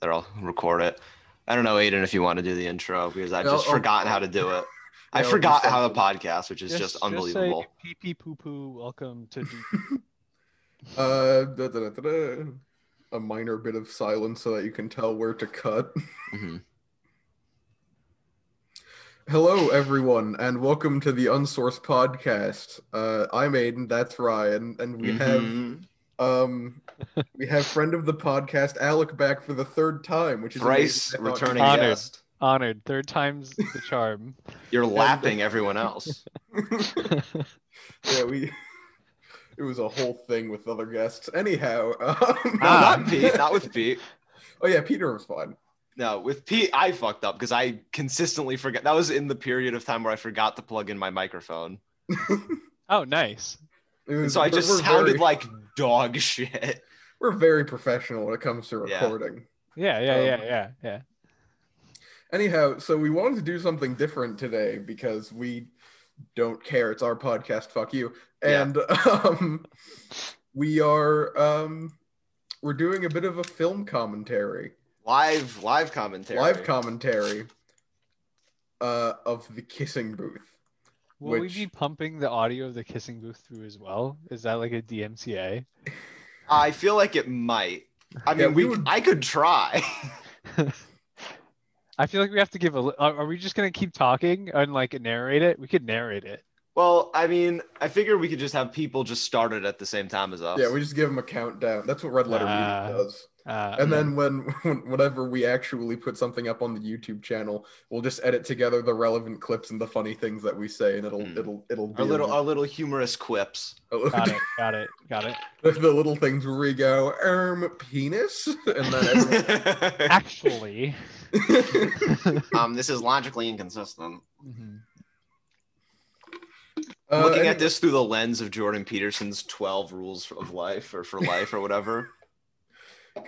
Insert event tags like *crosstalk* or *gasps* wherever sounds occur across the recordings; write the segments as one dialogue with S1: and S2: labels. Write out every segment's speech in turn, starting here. S1: that I'll record it. I don't know, Aiden, if you want to do the intro because I've
S2: No,
S1: just
S2: oh.
S1: forgotten how to do it. I
S2: Yeah,
S1: forgot
S2: okay.
S1: how the podcast, which is just, unbelievable.
S3: Pee pee poo poo. Welcome to. D-
S2: Uh, da, da, da, da, da. a minor bit of silence so that you can tell where to cut. *laughs*
S1: Mhm.
S2: Hello, everyone, and welcome to the Unsourced Podcast. Uh, I'm Aiden. That's Ryan, and we
S1: Mhm.
S2: have um, we have friend of the podcast Alec back for the third time, which is
S1: Bryce
S2: amazing. I thought-
S1: returning
S3: Honored.
S1: guest.
S3: *laughs* Honored. Third time's the charm.
S1: You're lapping everyone
S2: *laughs*
S1: else.
S2: Yeah, we. *laughs* It was a whole thing with other guests. Anyhow, *laughs* um,
S1: No,
S3: Ah.
S2: *laughs*
S1: not Pete. Not with Pete.
S2: oh yeah, Peter was fine.
S1: No, with Pete, I fucked up because I consistently forget. That was in the period of time where I forgot to plug in my microphone,
S3: oh, nice.
S2: It
S1: and
S2: was-
S1: so I
S2: we're-
S1: just
S2: we're
S1: sounded
S2: very-
S1: like dog *laughs* shit.
S2: we're very professional when it comes to
S1: Yeah.
S2: recording.
S3: Yeah, yeah,
S2: Um,
S3: yeah, yeah, yeah.
S2: Anyhow, so we wanted to do something different today because we don't care. It's our podcast. Fuck you.
S1: Yeah.
S2: And um, we are um, we're doing a bit of a film commentary,
S1: Live, live commentary.
S2: live commentary uh, of the Kissing Booth.
S3: Will
S2: which-
S3: we be pumping the audio of the kissing booth through as well? Is that like a *laughs* DMCA?
S1: I feel like it might. I mean,
S2: Yeah,
S1: we.
S2: we would-
S1: I could try.
S3: I feel like we have to give a. li- Are are we just gonna keep talking and like narrate it? We could narrate it.
S1: Well, I mean, I figure we could just have people just start it at the same time as us.
S2: Yeah, we just give them a countdown. That's what Red Letter
S3: Ah.
S2: Media does.
S3: Uh,
S2: And then when, when whenever we actually put something up on the YouTube channel, we'll just edit together the relevant clips and the funny things that we say, and it'll
S1: Mm.
S2: it'll it'll be
S1: our
S2: a-
S1: little
S2: *laughs*
S1: our little humorous quips.
S3: Got it. Got it. Got it.
S2: the little things where we go, um, penis, and
S3: *laughs*
S2: then
S1: *laughs*
S2: *laughs*
S3: Actually.
S2: everyone-
S1: um, this is logically inconsistent.
S3: Mhm.
S2: Uh,
S1: Looking
S2: any-
S1: at this through the lens of Jordan Peterson's twelve rules of life, or for life, or whatever. *laughs*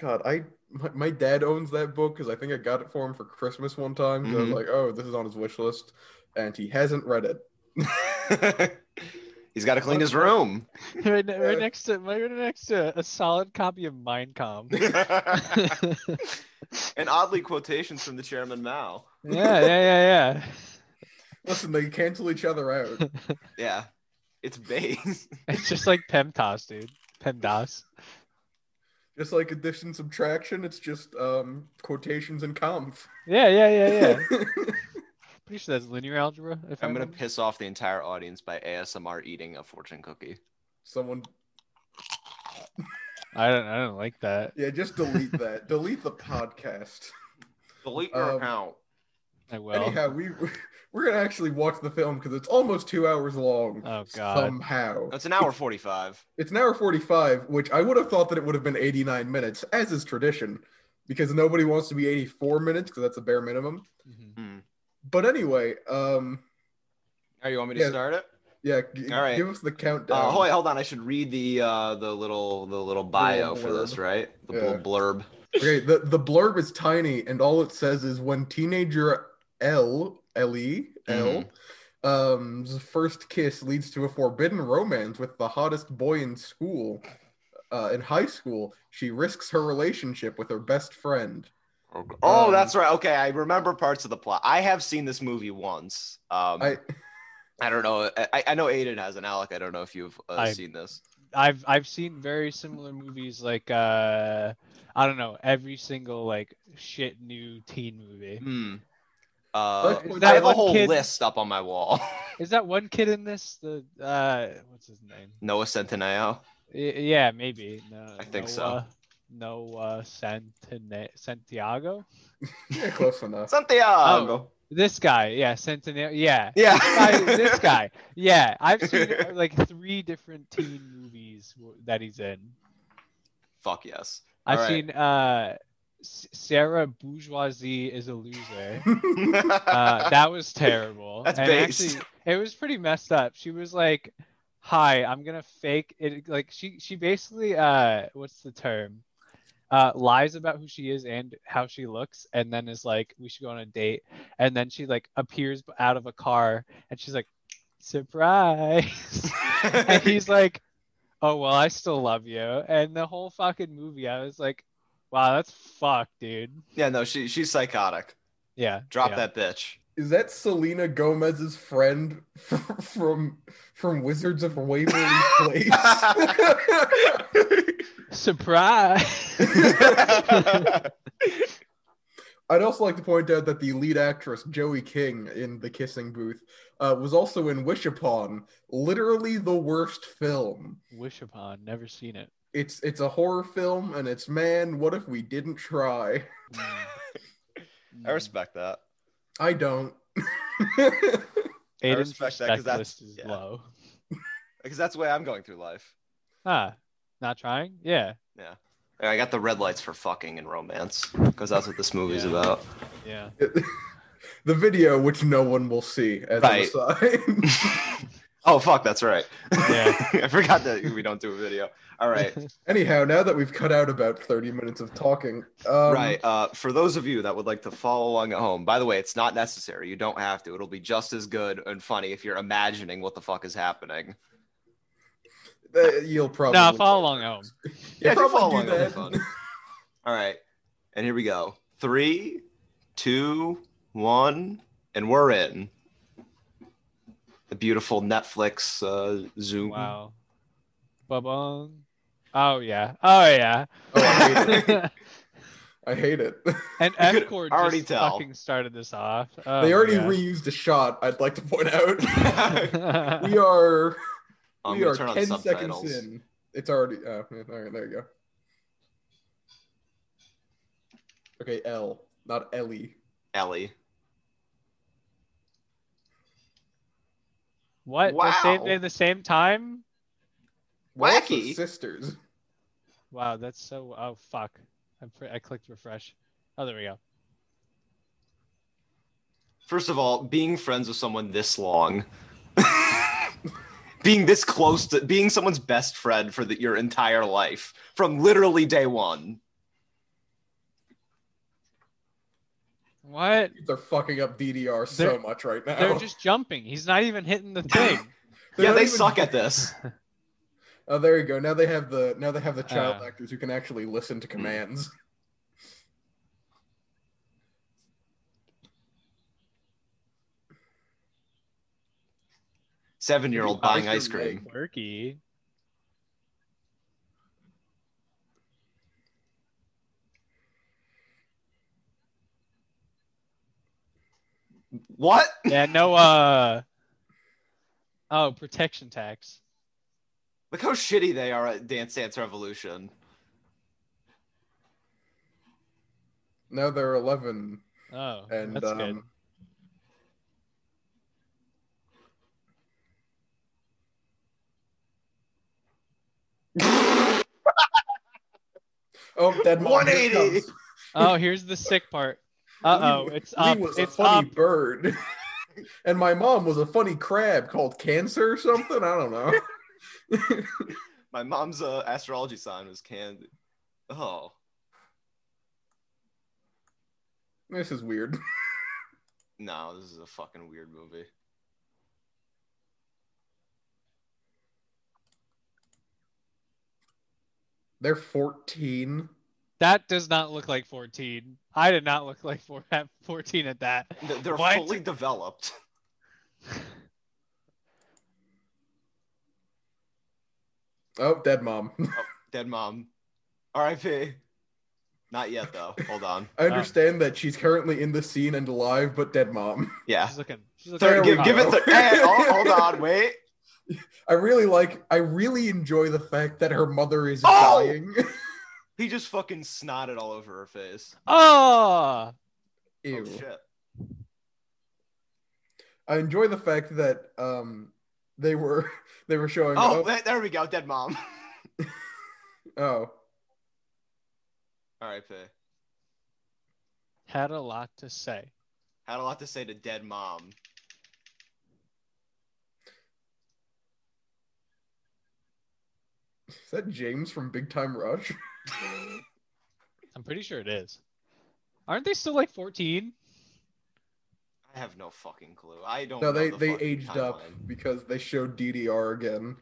S2: God, I my, my dad owns that book because I think I got it for him for Christmas one time. So I
S3: Mm-hmm.
S2: was
S1: Mhm.
S2: like, oh, this is on his wish list, and he hasn't read it.
S1: He's got to clean his
S2: *laughs*
S1: room.
S3: Right, ne- right
S2: Uh,
S3: next to right next to a solid copy of
S2: *laughs*
S3: Mind Com. yeah,
S1: and
S3: *laughs* yeah,
S1: oddly, quotations from the chairman Mao.
S3: yeah, yeah.
S2: Listen, they cancel each other
S3: *laughs*
S2: out.
S1: Yeah, it's base.
S3: It's just like PEMDAS, dude. PEMDAS.
S2: just like addition subtraction, it's just um quotations and conf.
S3: Yeah, yeah, yeah,
S1: *laughs*
S3: yeah. Pretty sure that's linear algebra.
S1: *laughs*
S3: If
S1: I'm
S3: I'm
S1: gonna
S3: going
S1: piss off the entire audience by ASMR eating a fortune cookie.
S2: *laughs* Someone,
S3: I don't. I don't like that.
S2: yeah, just delete that. delete the podcast.
S1: Delete
S2: your Um,
S1: account. *laughs*
S3: I will.
S2: Anyhow, we we're gonna actually watch the film because it's almost two hours long.
S3: Oh, God.
S2: Somehow,
S1: It's an hour forty-five.
S2: it's an hour forty-five, which I would have thought that it would have been eighty-nine minutes, as is tradition, because nobody wants to be eighty-four minutes because that's a bare minimum.
S1: Mm-hmm.
S3: Mhm.
S2: But anyway, um,
S1: All right, Oh, you want me
S2: Yeah.
S1: start it?
S2: yeah, g-
S1: All right.
S2: give us the countdown.
S1: Uh, hold, hold on, I should read the uh, the little the little bio for
S2: blurb.
S1: this, right? The
S2: Yeah.
S1: little blurb.
S2: Okay, the, the blurb is tiny, and all it says is when teenager L, L-E, L,
S1: Mm-hmm.
S2: um's first kiss leads to a forbidden romance with the hottest boy in school. Uh, in high school, she risks her relationship with her best friend.
S1: Oh,
S2: Um,
S1: that's right. Okay, I remember parts of the plot. I have seen this movie once. Um, I
S2: I- *laughs*
S1: I don't know. I, I know Aiden has an Alec. I don't know if you've uh,
S3: I-
S1: seen this.
S3: I've I've seen very similar movies like uh, I don't know every single like shit new teen movie.
S1: Hmm. Uh,
S2: Look,
S1: I
S3: that
S1: have a
S3: one
S1: whole
S3: kid-
S1: list up on my wall. *laughs*
S3: Is that one kid in this? The uh, what's his name?
S1: Noah Centineo.
S3: Y- yeah, maybe. No,
S1: I think
S3: no,
S1: so.
S3: Uh, no, uh, Santana- Santiago.
S2: yeah,
S1: *laughs*
S2: close enough. *laughs*
S1: Santiago.
S3: This guy, yeah, Santiago. Yeah,
S1: Yeah.
S3: This guy-
S1: *laughs*
S3: this guy. Yeah, I've seen uh, like three different teen movies w- that he's in.
S1: Fuck yes.
S3: I've
S1: Alright.
S3: seen uh, S- Sarah Bourgeoisie is a loser.
S1: *laughs*
S3: Uh, that was terrible.
S1: That's
S3: and
S1: based.
S3: actually, it was pretty messed up. She was like, "Hi, I'm gonna fake it." Like she she basically uh, what's the term? Uh, lies about who she is and how she looks, and then is like, "We should go on a date," and then she like appears out of a car, and she's like, "Surprise!" *laughs*
S1: *laughs*
S3: and he's like, "Oh well, I still love you." And the whole fucking movie, I was like, Wow, that's fucked, dude.
S1: Yeah, no, she she's psychotic.
S3: Yeah.
S1: Drop
S3: yeah.
S1: that bitch.
S2: Is that Selena Gomez's friend *laughs* f- from from Wizards of Waverly Place?
S1: *laughs*
S3: Surprise. *laughs*
S2: I'd also like to point out that the lead actress Joey King in The Kissing Booth uh, was also in Wish Upon, literally the worst film.
S3: Wish upon. Never seen it.
S2: It's it's a horror film, and it's man, what if we didn't try?
S3: Mm.
S1: I respect that.
S2: I don't. *laughs*
S1: I
S3: Aiden's
S1: respect that 'cause
S3: respect
S1: that's-
S3: list is
S1: yeah.
S3: low.
S1: Because that's the way I'm going through life.
S3: Ah, not trying? Yeah.
S1: And I got the red lights for fucking and romance. Because that's what this movie's
S3: Yeah.
S1: about. *laughs*
S3: Yeah.
S2: the video, which no one will see, as
S1: Right.
S2: an aside. *laughs*
S1: oh fuck, that's right.
S3: Yeah.
S1: *laughs* I forgot that we don't do a video. All
S3: *laughs*
S1: right.
S2: Anyhow, now that we've cut out about 30 minutes of talking, um,
S1: right. Uh, for those of you that would like to follow along at home, by the way, it's not necessary. You don't have to. It'll be just as good and funny if you're imagining what the fuck is happening.
S2: th- you'll probably
S3: no, follow along Oh, at home.
S2: You'll
S1: if you follow
S2: probably
S1: along,
S2: do
S1: it'll be
S2: that. *laughs*
S1: fun. *laughs* All right. And here we go. Three, two, one, and we're in. The beautiful Netflix uh, Zoom. *laughs*
S3: Wow. Ba-bung. Oh yeah. Oh yeah.
S2: Oh, I hate it.
S3: *laughs* and
S2: I hate
S1: could
S2: it.
S3: F Cord
S1: already
S3: just
S1: tell.
S3: fucking started this off. Oh,
S2: they already
S1: *laughs*
S3: yeah.
S2: reused a shot, I'd like to point out.
S3: yeah.
S2: we are
S1: I'm
S2: we
S1: gonna
S2: are
S1: turn on
S2: 10
S1: subtitles.
S2: seconds in. It's already oh, yeah, all right, there you go. Okay, L, not Ellie.
S1: Ellie.
S3: *laughs* What? The
S1: Wow.
S3: same day, the same time?
S2: We're also
S1: Wacky.
S2: sisters.
S3: Wow, that's so. Oh fuck! I, pre- I clicked refresh. Oh, there we go.
S1: First of all, being friends with someone this long, *laughs* being this close to being someone's best friend for the, your entire life from literally day one.
S3: What?
S2: They're fucking up DDR so
S3: They're-
S2: much right now.
S3: They're just jumping. He's not even
S2: *laughs*
S3: hitting the thing.
S2: They're
S1: yeah,
S2: not
S1: they
S2: even- *laughs*
S1: suck at this.
S2: Oh, there you go. Now they have the now they have the child
S3: Uh.
S2: actors who can actually listen to commands.
S1: Seven year old
S2: Ice
S1: buying ice
S2: cream
S1: cream.
S3: Quirky.
S1: What?
S3: Yeah. No. Uh. Oh, protection tax.
S1: Look how shitty they are at Dance Dance
S2: *laughs*
S1: Revolution.
S2: Now they're eleven,
S3: Oh,
S2: and
S3: that's
S2: um,
S3: good.
S2: oh, dead mom, here it
S1: 180.
S2: comes.
S3: Oh, here's the sick part. Uh oh,
S2: Lee-
S3: it's
S2: Lee
S3: up.
S2: was a
S3: It's
S2: funny
S3: up.
S2: bird, *laughs* and my mom was a funny crab called cancer or something. I don't know. *laughs*
S1: My mom's uh, astrology sign was candy. Oh,
S2: This is weird.
S1: no, this is a fucking weird movie.
S2: They're fourteen.
S3: That does not look like 14. I did not look like four, *laughs* at 14 at that.
S1: Th- They're
S3: What?
S1: fully developed.
S2: Oh, dead mom. *laughs*
S1: Dead mom. R.I.P. Not yet, though. Hold on.
S3: Ah.
S2: I understand that she's currently in the scene and alive, but dead mom. *laughs*
S1: Yeah.
S3: She's looking. She's looking
S1: Third,
S2: There
S1: give,
S2: we
S1: give it
S2: go.
S1: the.
S2: *laughs*
S1: Hey, oh, hold on, wait.
S2: I really like. I really enjoy the fact that her mother is
S1: Oh!
S2: dying. *laughs*
S1: He just fucking snotted all over her face.
S3: Oh,
S2: Ew.
S1: Oh shit.
S2: I enjoy the fact that um they were *laughs* they were showing
S1: Oh,
S2: oh,
S1: wait, there we go. Dead mom. *laughs*
S2: oh
S1: R.I.P.
S3: had a lot to say.
S1: Had a lot to say to dead mom.
S2: is that James from Big Time Rush?
S3: I'm pretty sure it is. Aren't they still like 14?
S1: I have no fucking clue. I don't. know
S2: No, they
S1: the
S2: they
S1: fucking
S2: aged up
S1: timeline.
S2: because they showed DDR again.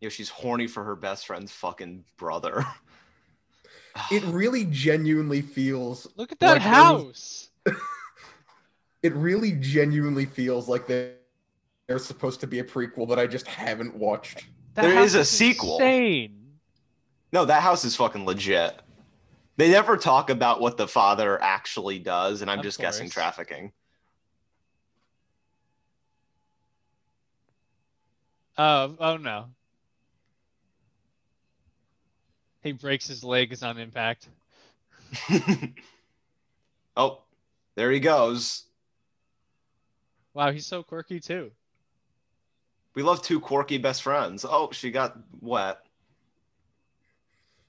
S1: you know, she's horny for her best friend's fucking brother. *laughs*
S2: It really genuinely feels
S3: Look at that
S2: Like,
S3: house.
S2: it really genuinely feels like they there's supposed to be a prequel that I just haven't watched.
S3: That
S1: There is
S3: house
S1: a sequel.
S3: Insane.
S1: *sighs* No, that house is fucking legit. They never talk about what the father actually does, and I'm
S3: Of
S1: just guessing
S3: course.
S1: trafficking. *laughs*
S3: Oh, oh no. He breaks his legs on impact.
S1: oh, there he goes.
S3: Wow, he's so quirky too.
S1: We love two quirky best friends. Oh, she got wet. *laughs*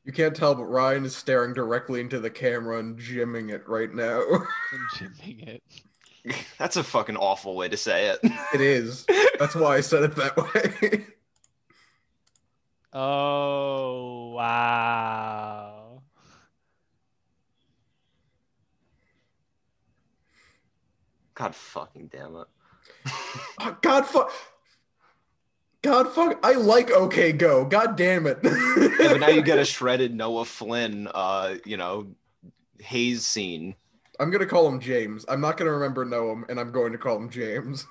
S2: You can't tell, but Ryan is staring directly into the camera and jimming it right now. *laughs*
S3: *laughs* I'm jimmying it.
S1: That's a fucking awful way to say
S2: it is. That's why I said it that way. *laughs*
S3: Oh wow.
S1: *laughs* God fucking damn it.
S2: Oh, God fuck. God fuck. I like OK Go. God damn it.
S1: Yeah, but now you
S2: *laughs*
S1: get a shredded Noah Flynn, uh, you know, haze scene.
S2: I'm gonna call him James. I'm not gonna remember Noam, and I'm going to call him James.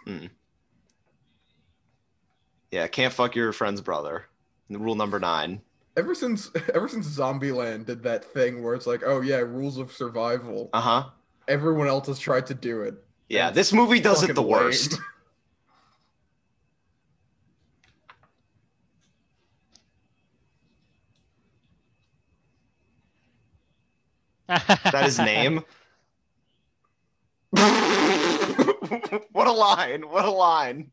S1: Yeah, can't fuck your friend's brother. Rule number nine.
S2: Ever since *laughs* ever since Zombieland did that thing where it's like, oh yeah, rules of survival.
S1: Uh huh.
S2: Everyone else has tried to do it.
S1: Yeah, this movie does it
S2: Fucking
S1: the
S2: lame.
S1: worst. Is that his
S2: *laughs*
S1: name? what a line. What a line.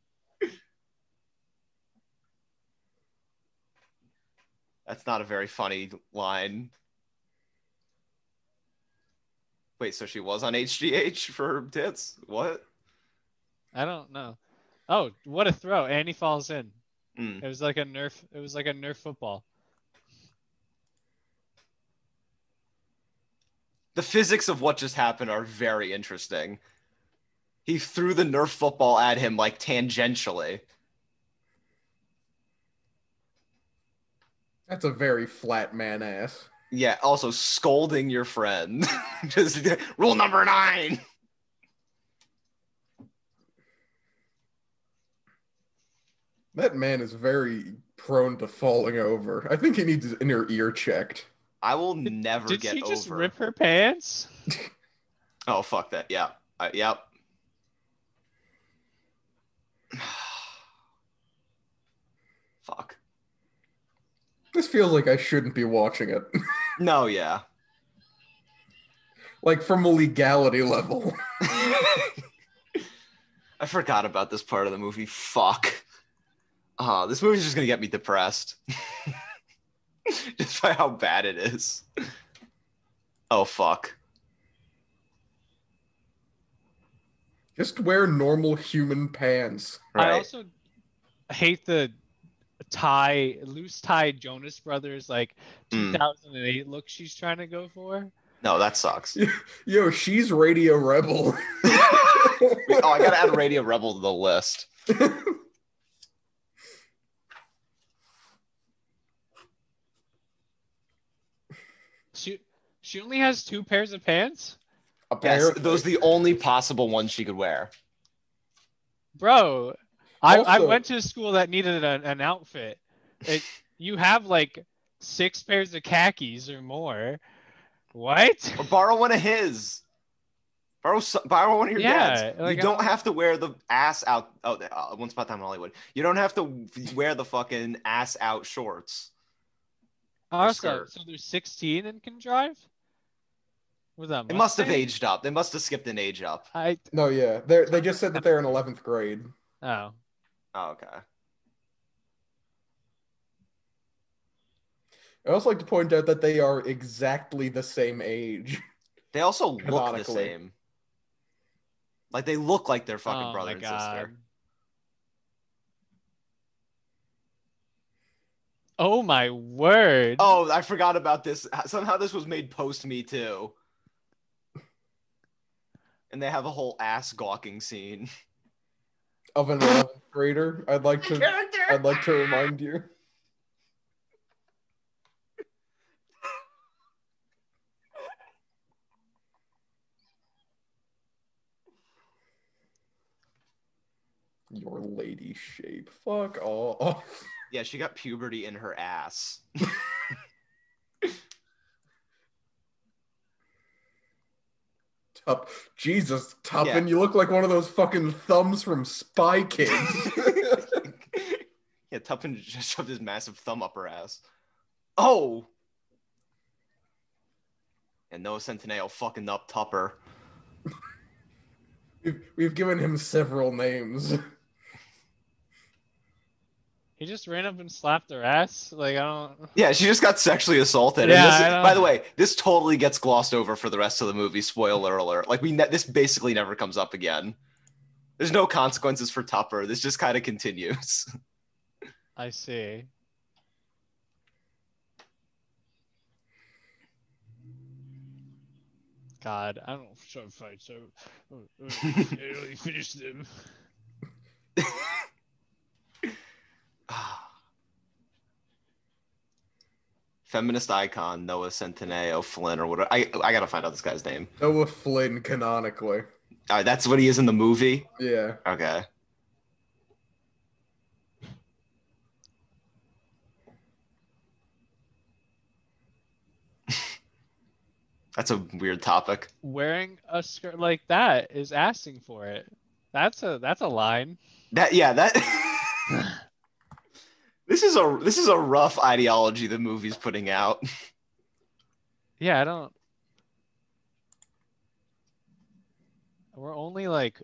S1: That's not a very funny line. Wait, so she was on HGH for her tits? What?
S3: *laughs* I don't know. Oh, what a throw. And he falls in.
S1: Mm.
S3: It was like a nerf it was like a nerf football.
S1: The physics of what just happened are very interesting. He threw the Nerf football at him like tangentially.
S2: *laughs* That's a very flat man ass.
S1: Yeah, also scolding your friend. *laughs* Just rule number nine.
S2: That man is very prone to falling over. I think he needs his inner ear checked.
S1: I will never
S3: Did
S1: get
S3: she just
S1: over.
S3: rip her pants?
S1: Oh fuck that. Yeah. Uh, yep. *sighs* fuck.
S2: This feels like I shouldn't be watching it. *laughs*
S1: No, yeah.
S2: like from a legality level. *laughs*
S1: I forgot about this part of the movie. Fuck. Uh, this movie's just gonna get me depressed. *laughs* just by how bad it is. Oh fuck.
S2: Just wear normal human pants.
S1: Right.
S3: I also hate the tie loose tie Jonas Brothers like
S1: Mm.
S3: 2008 look she's trying to go for.
S1: No, that sucks.
S2: Yo, she's Radio Rebel.
S1: *laughs* oh, I gotta add Radio Rebel to the list.
S3: She she only has two pairs of pants?
S2: A
S1: Yes,
S2: pair-
S1: those are the only possible ones she could wear.
S3: Bro, I, I
S2: Also-
S3: went to a school that needed an, an outfit. It, you have like six pairs of khakis or more. What?
S1: Or borrow one of his. Borrow so- borrow one of your
S3: Yeah,
S1: dad's.
S3: like, uh,
S1: you don't
S3: I-
S1: have to wear the ass out. Oh, uh, once upon a time in Hollywood, you don't have to wear the fucking ass out shorts.
S3: Also,
S1: Oh,
S3: *laughs*
S1: skirt.
S3: so they're 16 and can drive? With a
S1: It must have
S3: mustache?
S1: aged up. They must have skipped an age up.
S3: I
S2: No, yeah, they they just said that they're in eleventh grade.
S3: oh.
S1: Oh, okay.
S2: I also like to point out that they are exactly the same age. *laughs*
S1: They also look the
S2: Canonically.
S1: same. Like they look like their fucking
S3: oh
S1: brother
S3: my
S1: and
S3: God.
S1: sister.
S3: Oh my word.
S1: Oh, I forgot about this. Somehow this was made post Me Too. And they have a whole ass gawking scene. Uh,
S2: Of an eleventh grader, I'd like to I'd like to remind you. Your lady shape. Fuck *laughs* off.
S1: Yeah, she got puberty in her ass. *laughs*
S2: Tup. Jesus, Tuppin,
S1: Yeah.
S2: you look like one of those fucking thumbs from Spy Kids. *laughs*
S1: yeah, Tuppin *laughs* just shoved his massive thumb up her ass. Oh! And Noah Centineo fucking up Tupper.
S2: we've, we've given him several names.
S3: He just ran up and slapped her ass. Like I don't.
S1: Yeah, she just got sexually assaulted.
S3: Yeah, I
S1: and
S3: know.
S1: this, by the way, this totally gets glossed over for the rest of the movie. Spoiler alert! Like we, ne- this basically never comes up again. There's no consequences for Tupper. This just kind of continues. *laughs*
S3: I see. God, I don't show fight, so oh, *laughs* I really finish them.
S1: Ah. *sighs* Feminist icon Noah Centineo Flynn or whatever. I I gotta find out this guy's name.
S2: Noah Flynn, canonically.
S1: All right, that's what he is in the movie.
S2: Yeah.
S1: Okay. *laughs* That's a weird topic.
S3: Wearing a skirt like that is asking for it. That's a that's a line.
S1: That yeah, that *laughs* This is a this is a rough ideology the movie's putting out.
S3: Yeah, I don't. We're only like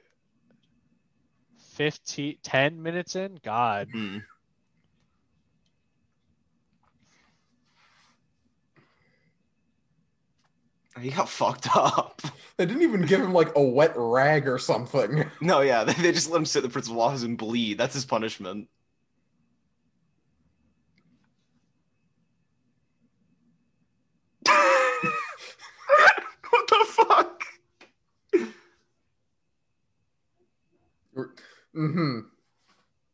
S3: 15, 10 minutes in. God,
S1: Hmm. He got fucked up.
S2: They didn't even give him like a wet rag or something.
S1: *laughs* No, yeah, they, they just let him sit in the principal's office and bleed. That's his *laughs* punishment. what the fuck?
S2: hmm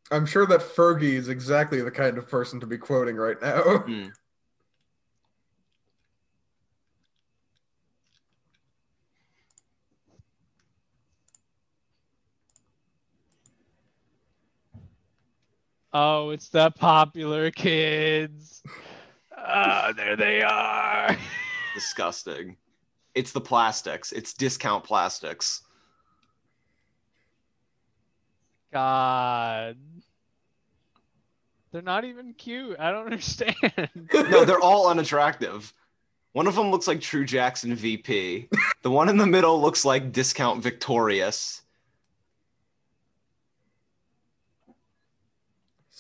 S2: I'm sure that Fergie is exactly the kind of person to be quoting right now.
S1: Hmm.
S3: Oh, it's the popular kids. Ah, there they are. *laughs*
S1: Disgusting. It's the plastics. It's discount plastics.
S3: God. They're not even cute. I don't *laughs* understand. Uh,
S1: No, they're all unattractive. One of them looks like True Jackson VP. The one in the middle looks like Discount Victorious.
S2: *laughs*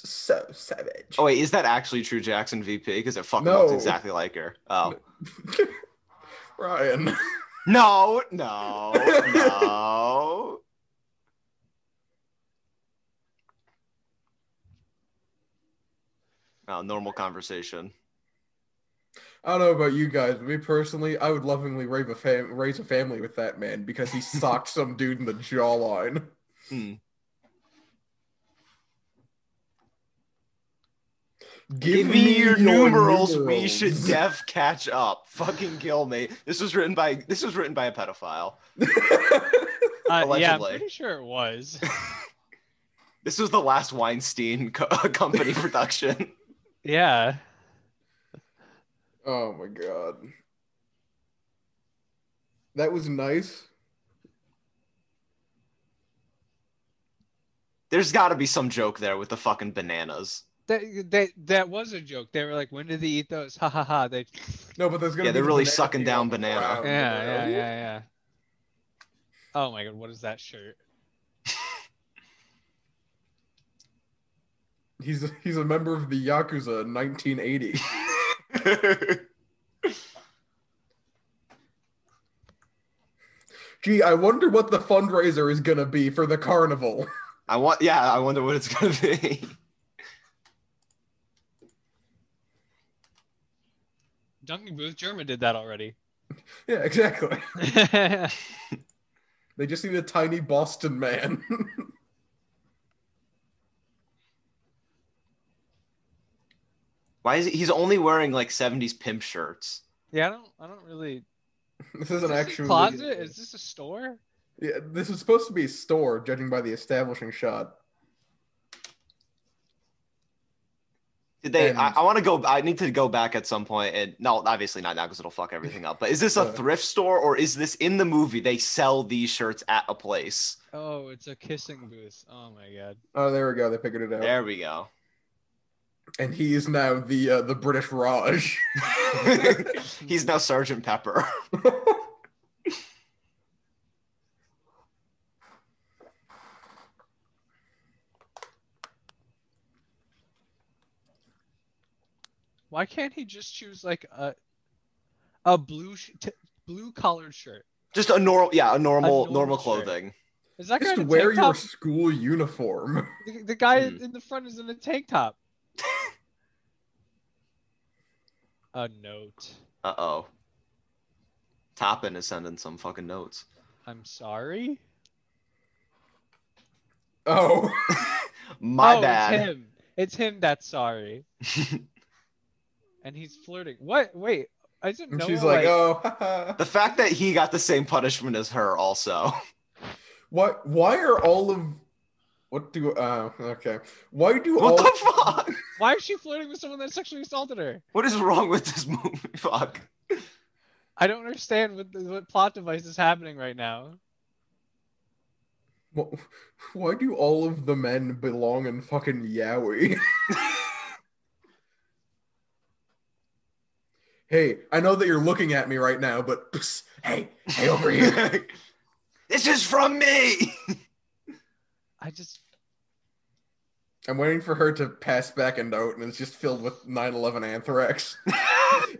S2: So savage.
S1: Oh wait, is that actually True Jackson VP? Because it fucking
S2: No.
S1: looks exactly like her. Oh.
S2: Ryan.
S1: No, *laughs* no, no. Oh, normal conversation.
S2: I don't know about you guys, but me personally, I would lovingly raise a, fam- raise a family with that man because he socked some *laughs* dude in the jawline.
S1: Hmm. Give, me, your, numerals. We should
S2: *laughs*
S1: def catch up. Fucking kill me. This was written by this was written by a pedophile.
S3: Uh, yeah, I'm
S1: Allegedly.
S3: pretty sure it was.
S1: This was the last Weinstein co- *laughs* company production.
S3: Yeah.
S2: oh my god. That was nice.
S1: There's got to be some joke there with the fucking bananas.
S3: That, that that was a joke. They were like, when did they eat those? *laughs* Ha ha ha. They.
S2: No, but there's gonna
S1: Yeah,
S2: be
S1: they're
S2: the
S1: really
S2: banana
S1: sucking
S2: peel
S1: down
S2: on the
S1: banana.
S2: ground, you
S3: Yeah, yeah, yeah,
S2: know?
S3: yeah. Oh my god, what is that shirt?
S2: He's he's a member of the Yakuza in 1980. Gee, I wonder what the fundraiser is gonna be for the carnival. *laughs*
S1: I want. Yeah, I wonder what it's gonna be.
S3: Duncan Booth German did that already. *laughs*
S2: yeah, exactly. They just need a tiny Boston man. *laughs*
S1: Why is he, he's only wearing like '70s pimp shirts?
S3: yeah, I don't. I don't really.
S2: this isn't
S3: Is this a
S2: actually
S3: closet? Is this a store?
S2: Yeah, this is supposed to be a store, judging by the establishing shot.
S1: Did they? I,
S2: And-
S1: I want to go. I need to go back at some point, and no, obviously not now because it'll fuck everything up. But is this a
S2: Yeah.
S1: thrift store or is this in the movie? They sell these shirts at a place.
S3: Oh, it's a kissing booth. Oh my god.
S2: Oh, there we go. They figured it out.
S1: There we go. *laughs*
S2: And he is now the uh, the British Raj.
S1: He's now Sergeant Pepper. *laughs*
S3: Why can't he just choose like a a blue sh- t- blue collared shirt?
S1: Just a normal, yeah, a normal,
S3: normal
S1: normal
S3: shirt.
S1: clothing.
S3: Is that guy
S2: Just
S3: in a
S2: wear
S3: tank
S2: your Mm.
S3: top?
S2: school uniform.
S3: The, the guy
S1: Hmm.
S3: in the front is in a tank top.
S2: *laughs*
S3: a note.
S1: Uh oh. Toppin is sending some fucking notes.
S3: I'm sorry.
S2: Oh,
S1: My
S3: oh, It's
S1: bad.
S3: him. It's him that's sorry. and he's flirting. What? Wait. Isn't
S2: and
S3: Noah
S2: she's like, oh, haha.
S1: *laughs* The fact that he got the same punishment as her, also. *laughs*
S2: what? Why are all of what do? Uh, okay, why do all?
S1: What the fuck?
S3: why is she flirting with someone that sexually assaulted her?
S1: What is wrong with this movie? *laughs* Fuck.
S3: I don't understand what the, what plot device is happening right now.
S2: *laughs* Wh- Why do all of the men belong in fucking Yowie? *laughs* hey, I know that you're looking at me right now, but *laughs* psst, hey, hey,
S1: *laughs*
S2: over here.
S1: this is from me. *laughs*
S3: I just
S2: I'm waiting for her to pass back a note, and it's just filled with 9/11
S1: *laughs*
S2: anthrax. *laughs*
S3: I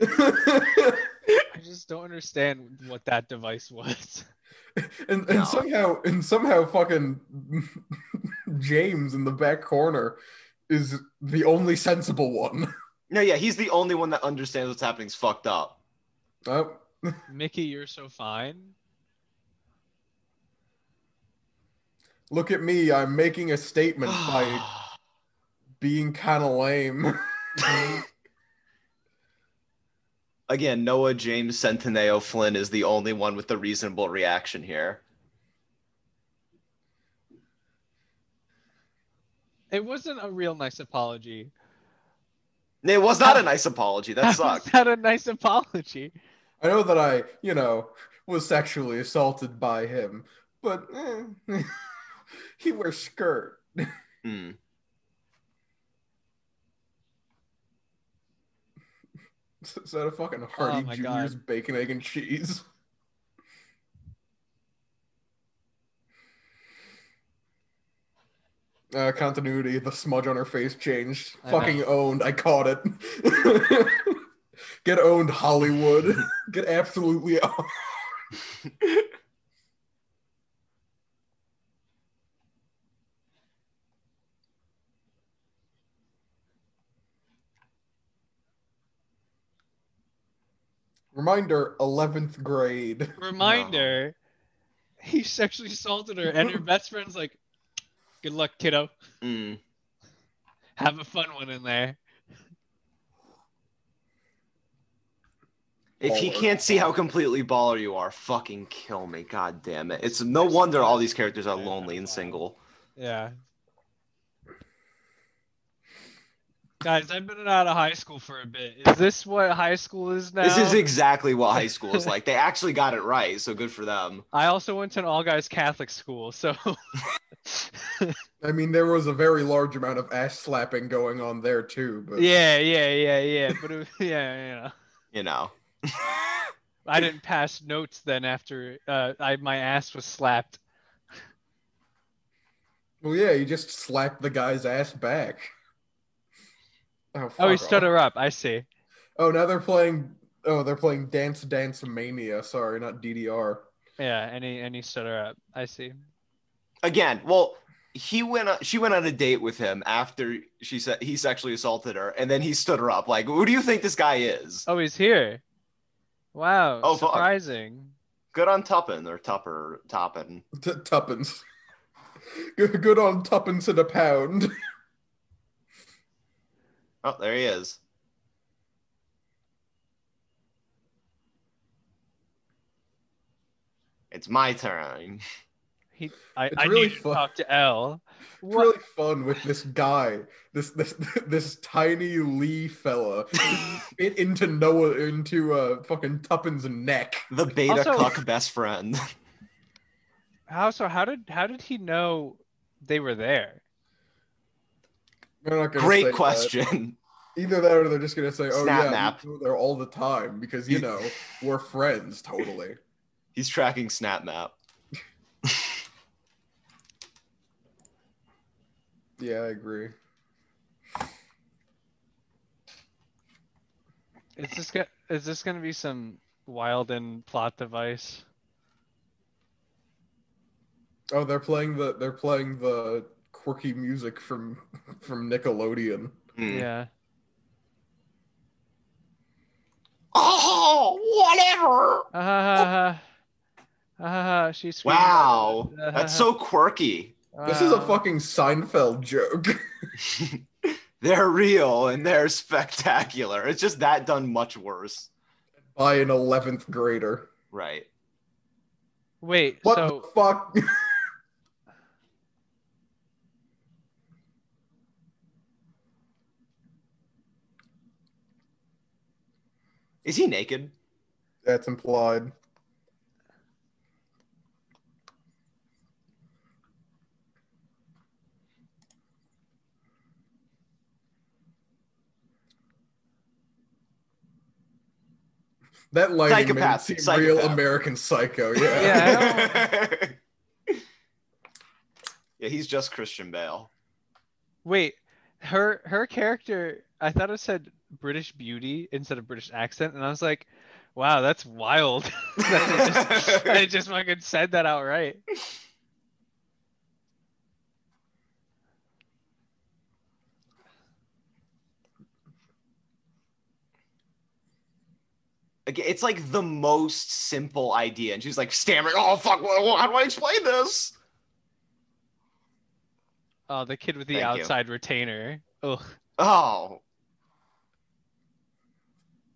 S3: just don't understand what that device was. *laughs*
S2: and,
S1: No.
S2: and somehow and somehow fucking *laughs* James in the back corner is the only sensible one.
S1: No, yeah, he's the only one that understands what's happening's fucked up.
S2: Oh,
S3: Mickey, you're so fine.
S2: look at me, I'm making
S1: *sighs*
S2: a statement by
S1: I
S2: being kind of lame. *laughs*
S1: Again, Noah James Centineo Flynn is the only one with the reasonable reaction here.
S3: It wasn't a real nice apology.
S1: It was not a nice apology.
S3: *laughs*
S1: That
S3: How is
S1: sucked.
S3: that a nice apology?
S2: I know that I, you know, was sexually assaulted by him, but eh, *laughs* he wears skirt.
S1: Hmm.
S2: Is that a fucking Hardy
S3: my
S2: Jr.'s bacon, egg, and cheese? Uh, continuity. The smudge on her face changed.
S3: I know.
S2: Fucking owned. I caught it. *laughs* Get owned, Hollywood.
S3: *laughs*
S2: Get absolutely *laughs* owned. Reminder: eleventh grade.
S3: Reminder, he sexually assaulted her,
S1: *laughs*
S3: and her best friend's like, "Good luck, kiddo.
S1: Hmm.
S3: Have a fun one in there."
S1: If he
S2: Baller.
S1: can't see how completely baller you are, fucking kill me. God damn it. It's no wonder all these characters are lonely and single.
S3: Yeah. Guys, I've been out of high school for a bit. Is this what high school is now? *laughs*
S1: This is exactly what high school is like. They actually got it right, so good for them.
S3: I also went to an all guys Catholic
S1: *laughs*
S3: school, so
S2: I mean, there was a very large amount of ass slapping going on there too. But uh,
S3: yeah, yeah, yeah, yeah. But it, *laughs* yeah, you know,
S1: You know.
S3: I didn't pass notes then after uh, I my ass was slapped.
S2: Well, yeah, you just slapped the guy's ass back. Oh,
S3: Oh, he
S2: fuck
S3: stood
S2: off.
S3: her up. I see.
S2: Oh, now they're playing. Oh, they're playing Dance Dance Mania. Sorry, not DDR.
S3: Yeah, and he and he stood her up. I see.
S1: Again, well, he went on, she went on a date with him after she said he sexually assaulted her and then he stood her up. Like, who do you think this guy is?
S3: Oh, he's here. Wow.
S1: Oh, fuck.
S3: surprising.
S1: Good on Tuppin or Tupper Toppin.
S2: T- tuppence. *laughs* Good good on tuppence and a pound. *laughs*
S1: Oh, there he is. It's my turn. *laughs*
S3: He, I,
S2: It's
S3: I
S2: really
S3: need to
S2: fun.
S3: talk to L.
S2: It's really fun with this guy, this this this tiny Lee fella,
S3: *laughs*
S2: fit into Noah into uh fucking Tuppin's neck.
S1: The beta
S3: Also-
S1: cuck best friend.
S3: How so? How did how did he know they were there?
S2: They're not *laughs* gonna say
S1: Great
S2: that.
S1: question. *laughs*
S2: Either that, or they're just gonna say, "Oh
S1: Snap
S2: yeah,
S1: map.
S2: we go there all the time because you
S1: You-
S2: know we're friends." Totally.
S1: He's tracking Snap Map.
S2: Yeah, I agree.
S3: Is this go- is this gonna be some wild and plot device?
S2: Oh, they're playing the they're playing the quirky music from from Nickelodeon.
S1: Hmm.
S3: Yeah.
S1: Oh, whatever.
S3: Uh, she screamed. *laughs*
S1: Wow, that's so quirky.
S2: This is a
S3: Wow.
S2: fucking Seinfeld joke. *laughs*
S1: They're real and they're spectacular. It's just that done much worse.
S2: by an 11th grader.
S1: Right.
S3: Wait,
S2: What
S3: so
S2: the fuck? *laughs*
S1: Is he naked?
S2: That's implied. That lighting made it
S1: Psychopath,
S2: seem
S1: psychopath.
S2: real American
S3: *laughs*
S2: Psycho. Yeah.
S3: Yeah,
S1: *laughs* yeah, he's just Christian Bale.
S3: wait, her her character, I thought it said British beauty instead of British accent, and I was like, wow, that's wild. *laughs* that
S1: *laughs*
S3: they just, they just fucking said that outright.
S1: Again, it's like the most simple idea, and she's like stammering, "Oh fuck, wha- wha- how do I explain this?"
S3: Oh, the kid with the
S1: Thank you.
S3: outside retainer. Ugh. *laughs*
S1: Oh.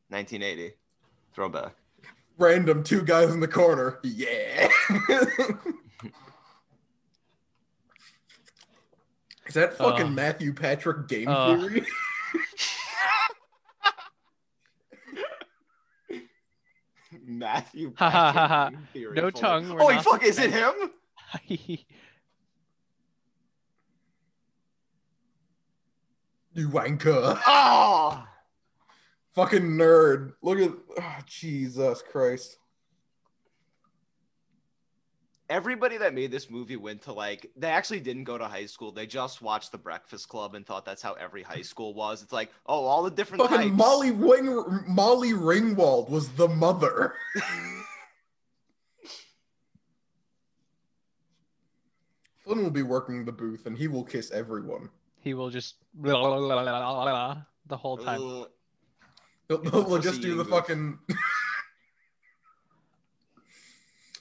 S1: 1980,
S2: *laughs*
S1: throwback.
S2: Random two guys in the corner.
S3: *laughs*
S2: Yeah. Is that fucking
S3: Uh.
S2: Matthew Patrick game
S3: Uh.
S2: theory? *laughs*
S1: Matthew.
S3: Ha, ha, ha, ha.
S1: Patrick, theory
S3: No
S1: folder.
S3: tongue, we're
S1: Holy
S3: not
S1: Oh, fuck, is it
S3: surprised.
S1: him?
S2: You wanker.
S1: Oh.
S2: Fucking nerd. Look at oh, Jesus Christ.
S1: Everybody that made this movie went to like they actually didn't go to high school. They just watched The Breakfast Club and thought that's how every high school was. It's like, oh, all the different
S2: Fucking
S1: types.
S2: Molly Wing- Molly Ringwald was the mother. *laughs* Flynn will be working the booth and he will kiss everyone.
S3: he will just the whole time.
S1: Ugh.
S2: He'll,
S1: It's a
S2: he'll just
S1: pussy-eating
S2: do the
S1: booth.
S2: fucking.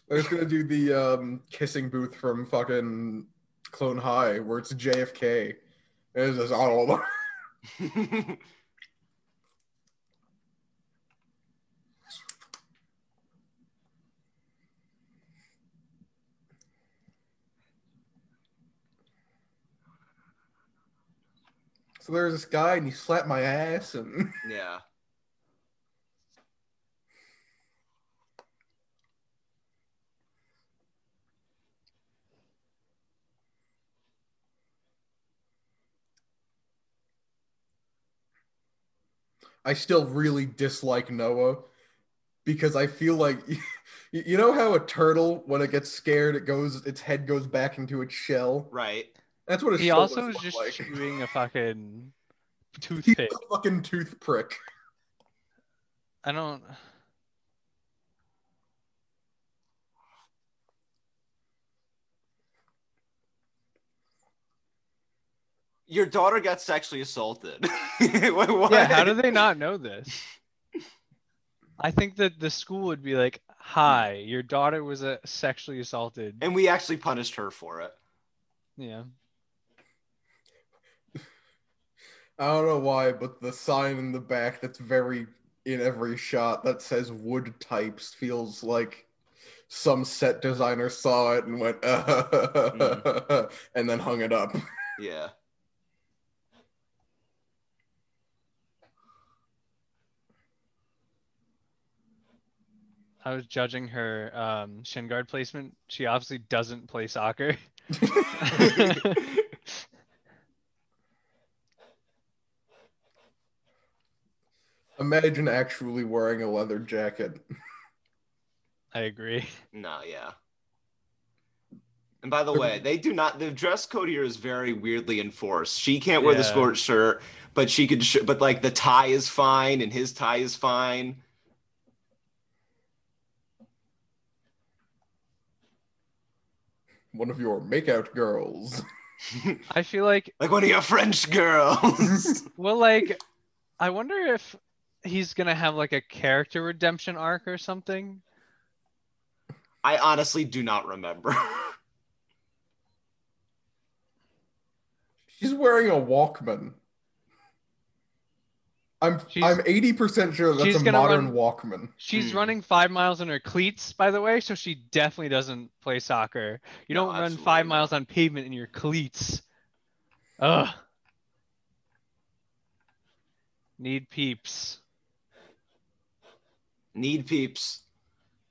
S2: They're just gonna do the um, kissing booth from fucking Clone High, where it's JFK. And It's just all *laughs* So there's this guy and he slapped my ass and
S1: *laughs* yeah.
S2: I still really dislike Noah because I feel like *laughs* you know how a turtle when it gets scared it goes its head goes back into its shell.
S1: Right.
S2: That's what his
S3: He
S2: shoulders
S3: also is
S2: look
S3: just
S2: like.
S3: chewing
S1: *laughs*
S3: a fucking
S2: *laughs* He's
S3: toothpick.
S2: a fucking toothprick.
S3: I don't.
S1: Your daughter got sexually assaulted. *laughs* What- what?
S3: Yeah, how do they not know this? I think that the school would be like, "Hi, your daughter was uh, sexually assaulted."
S1: And we actually punished her for it.
S3: Yeah.
S2: I don't know why, but the sign in the back that's very in every shot that says wood types feels like some set designer saw it and went, *laughs*
S3: Hmm.
S2: and then hung it up.
S1: Yeah.
S3: I was judging her um, shin guard placement. She obviously doesn't play *laughs* soccer.
S2: Imagine actually wearing a leather jacket.
S3: I agree.
S1: No, yeah. And by the way, they do not. The dress code here is very weirdly enforced. She can't wear the
S3: Yeah.
S1: sport shirt, but she could. Sh- but like the tie is fine, and his tie is fine.
S2: One of your makeout girls.
S3: I feel like
S1: Like one of your French
S3: *laughs*
S1: girls.
S3: well, like I wonder if he's gonna have like a character redemption arc or something.
S1: I honestly do not remember. *laughs*
S2: She's wearing a Walkman. I'm
S3: She's-
S2: I'm eighty percent sure that's
S3: she's
S2: a
S3: gonna
S2: modern Walkman.
S3: She's
S1: Hmm.
S3: running five miles in her cleats, by the way, so she definitely doesn't play soccer. You
S1: No,
S3: don't run
S1: absolutely
S3: five
S1: not.
S3: miles on pavement in your cleats. Ugh. Need peeps.
S1: need peeps,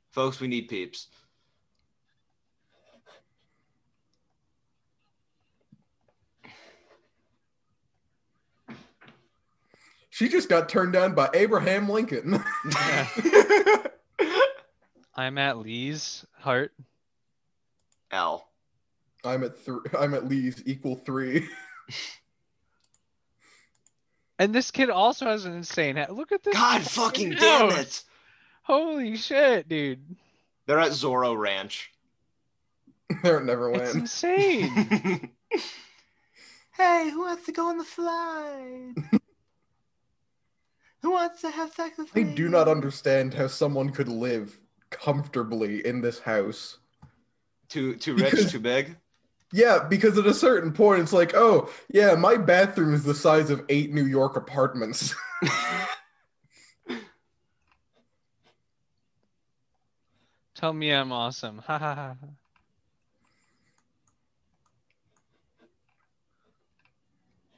S1: folks. We need peeps.
S2: She just got turned down by Abraham Lincoln. *laughs*
S3: Yeah. I'm at Lee's heart.
S1: *laughs* L.
S2: I'm at three. I'm at Lee's equal three.
S3: And this kid also has an insane hat. Look at this.
S1: God fucking damn it!
S3: Holy shit, dude.
S1: They're at Zorro *laughs* Ranch.
S2: *laughs* They're at
S3: It's
S1: *laughs*
S2: Neverland.
S3: insane.
S1: hey, who wants to go on the slide? who wants to have sex with
S2: I do not understand how someone could live comfortably in this house.
S1: Too too rich,
S2: Because-
S1: too
S3: *laughs*
S1: big.
S2: Yeah, because at a certain point, it's like, oh, yeah, my bathroom is the size of eight New York apartments. *laughs*
S3: Tell me I'm awesome. Ha ha ha. ha.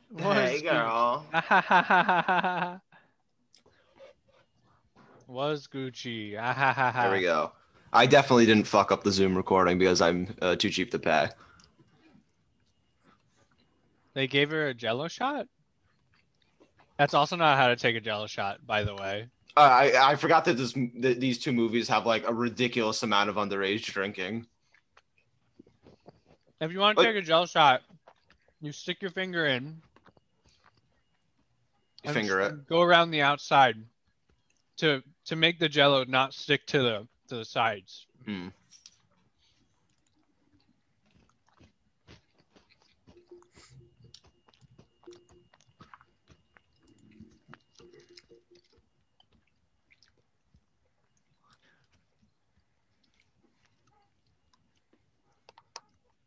S3: What
S1: hey,
S3: is
S1: girl.
S3: Gucci? Ha, ha, ha, ha, ha, ha. *laughs* Was Gucci. Ha, ha, ha, ha.
S1: There we go. I definitely didn't fuck up the Zoom recording because I'm uh, too cheap to pay.
S3: They gave her a jello shot? That's also not how to take a jello shot, by the way.
S1: Uh, I I forgot that this that these two movies have like a ridiculous amount of underage drinking.
S3: If you want to
S1: But-
S3: take a gel shot, you stick your finger in,
S1: You finger it.
S3: and go around the outside to to make the jello not stick to the to the sides.
S1: Mm.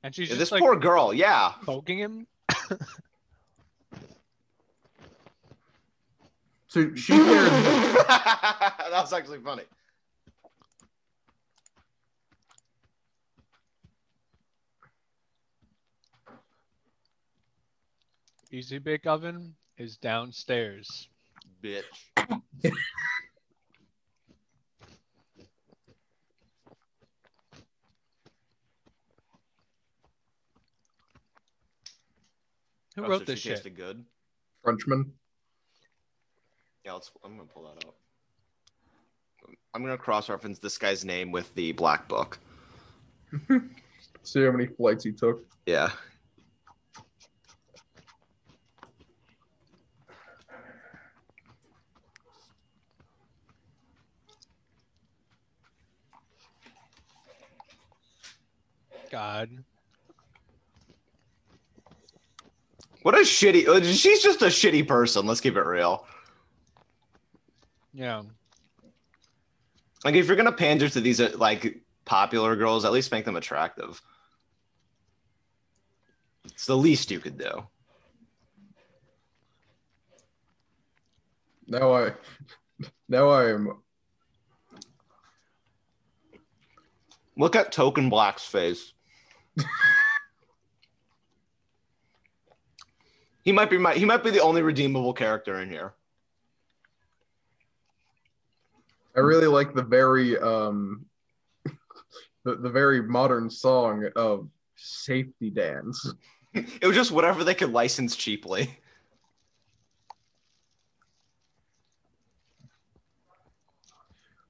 S3: And she's
S1: Yeah,
S3: just
S1: this
S3: like
S1: poor girl. Yeah.
S3: poking him.
S2: so
S1: *laughs*
S2: she wears
S1: that was actually funny.
S3: Easy Bake Oven is downstairs.
S1: Bitch.
S3: Who
S1: Oh,
S3: wrote
S1: so
S3: this
S1: she
S3: shit?
S1: tasted good.
S2: Frenchman.
S1: Yeah, let's, I'm gonna pull that up. I'm gonna cross-reference this guy's name with the black book.
S2: See how many flights he took.
S1: Yeah.
S3: God.
S1: What a shitty. uh, She's just a shitty person. Let's keep it real.
S3: Yeah.
S1: Like, if you're gonna pander to these uh, like popular girls, at least make them attractive. It's the least you could do.
S2: Now I, *laughs* now I am
S1: Look at Token Black's face. *laughs* he might be my he might be the only redeemable character in here. *laughs*
S2: I really like the very um *laughs* the, the very modern song of safety dance.
S1: It was just whatever they could license cheaply.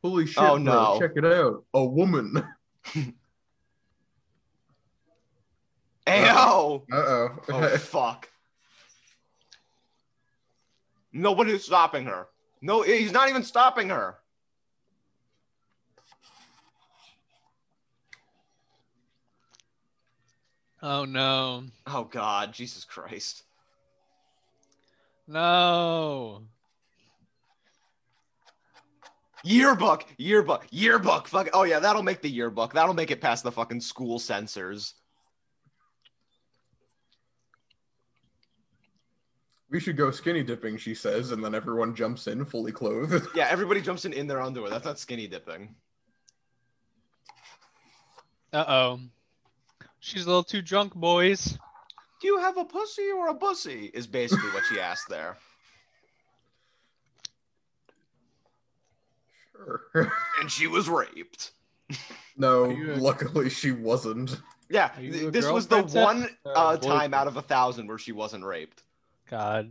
S2: Holy shit,
S1: Oh,
S2: bro,
S1: no.
S2: check it out.
S1: *laughs*
S2: A woman.
S1: Ayo! *laughs*
S2: Uh
S1: Oh
S2: oh.
S1: fuck. Nobody's stopping her. No, he's not even stopping her.
S3: Oh no.
S1: Oh god, Jesus Christ.
S3: No.
S1: Yearbook, yearbook, yearbook. Fuck. Oh yeah, that'll make the yearbook. That'll make it past the fucking school censors.
S2: we should go skinny dipping, she says, and then everyone jumps in fully clothed. *laughs*
S1: Yeah, everybody jumps in in their underwear. That's not skinny dipping.
S3: Uh oh. She's a little too drunk, boys.
S1: Do you have a pussy or a bussy? Is basically what
S3: *laughs*
S1: she asked there.
S2: Sure.
S1: And she was raped.
S2: no,
S3: Are you a-
S2: luckily she wasn't.
S1: Yeah,
S3: Are you
S1: th-
S3: a
S1: this
S3: girl
S1: was the
S3: princess
S1: one
S3: or a
S1: uh,
S3: boy
S1: time out of a thousand where she wasn't raped.
S3: God.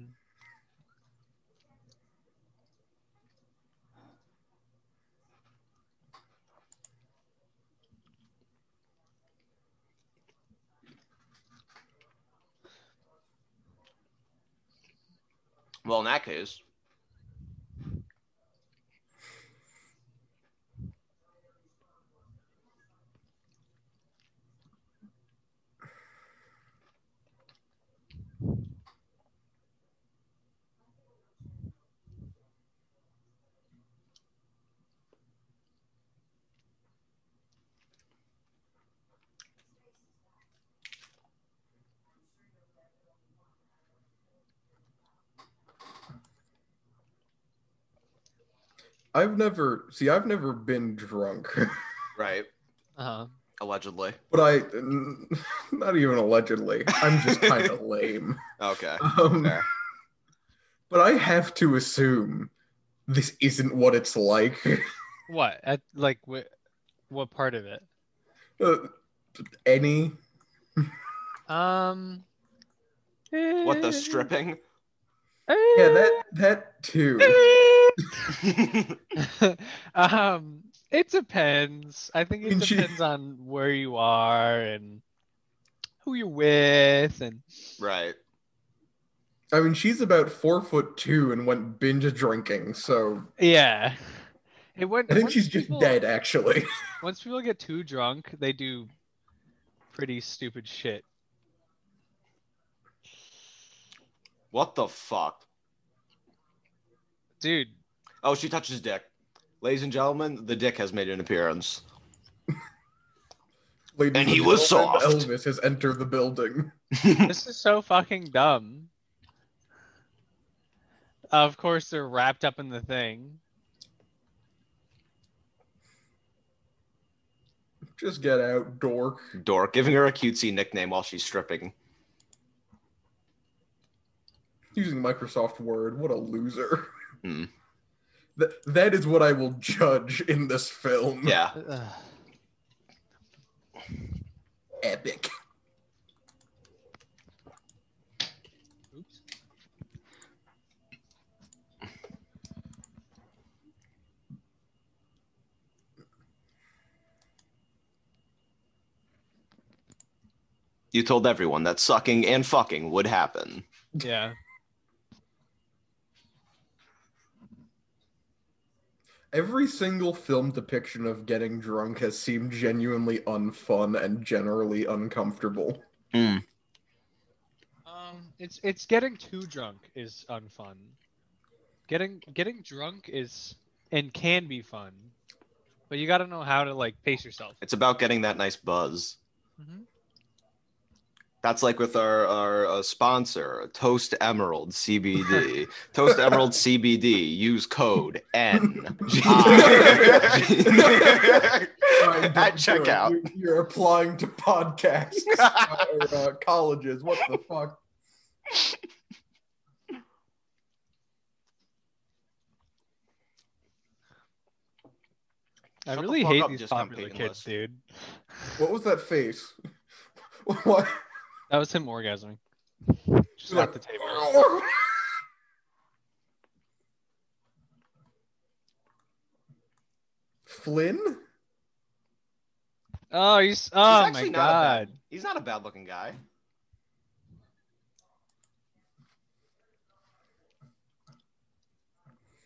S1: Well, in that case,
S2: I've never see I've never been drunk. *laughs*
S1: right?
S3: Uh huh.
S1: Allegedly.
S2: but I *laughs* n- not even allegedly. I'm
S3: *laughs*
S2: just kind of lame.
S1: Okay.
S2: Um,
S1: Fair.
S2: but I have to assume this isn't what it's like. *laughs*
S3: What? At like what? What part of it?
S2: Uh, any
S3: Um.
S1: What
S3: *laughs*
S1: the stripping? *laughs*
S2: yeah that that too
S3: um, it depends. I think it
S2: And *laughs* she-
S3: depends on where you are and who you're with, and
S1: right.
S2: i mean she's about four foot two and went binge drinking so
S3: yeah. It went,
S2: i think
S3: once
S2: she's just
S3: people-
S2: dead actually
S3: Once people get too drunk, they do pretty stupid shit.
S1: What the fuck?
S3: Dude,
S1: Oh, she touches dick. Ladies and gentlemen, the dick has made an appearance.
S2: Ladies
S1: And he was
S2: gentlemen,
S1: soft.
S2: elvis has entered the building *laughs*
S3: this is so fucking dumb. Of course, they're wrapped up in the thing.
S2: just get out dork
S1: Dork, giving her a cutesy nickname while she's stripping. *laughs*
S2: using microsoft word what a loser
S1: Hmm.
S2: Th- that is what i will judge in this film
S1: Yeah.
S3: Ugh.
S2: epic
S3: Oops.
S1: You told everyone that sucking and fucking would happen.
S3: Yeah.
S2: Every single film depiction of getting drunk has seemed genuinely unfun and
S1: *laughs*
S2: generally uncomfortable.
S1: Hmm.
S3: Um, it's it's getting too drunk is unfun. Getting getting drunk is and can be fun, but you got to know how to like pace yourself.
S1: It's about getting that nice buzz. Mm-hmm.
S3: Mhm.
S1: That's like with our, our uh, sponsor, Toast Emerald *laughs* CBD. Toast Emerald *laughs* CBD. Use code N.
S2: Alright, I'm
S1: At
S2: sure
S1: checkout.
S2: You're, you're applying to podcasts
S1: *laughs*
S2: or uh, colleges. What the fuck?
S3: I
S1: Shut the
S3: really
S1: fuck
S3: hate
S1: up,
S3: these
S1: discount
S3: popular
S1: pig
S3: kids,
S1: list.
S3: dude.
S2: What was that face? *laughs* what?
S3: That was him orgasming. Just
S2: Like-
S3: at the table.
S2: *laughs* Flynn?
S3: Oh, he's
S1: He's
S3: oh my
S1: actually not a bad-
S3: god.
S1: he's not a bad looking guy.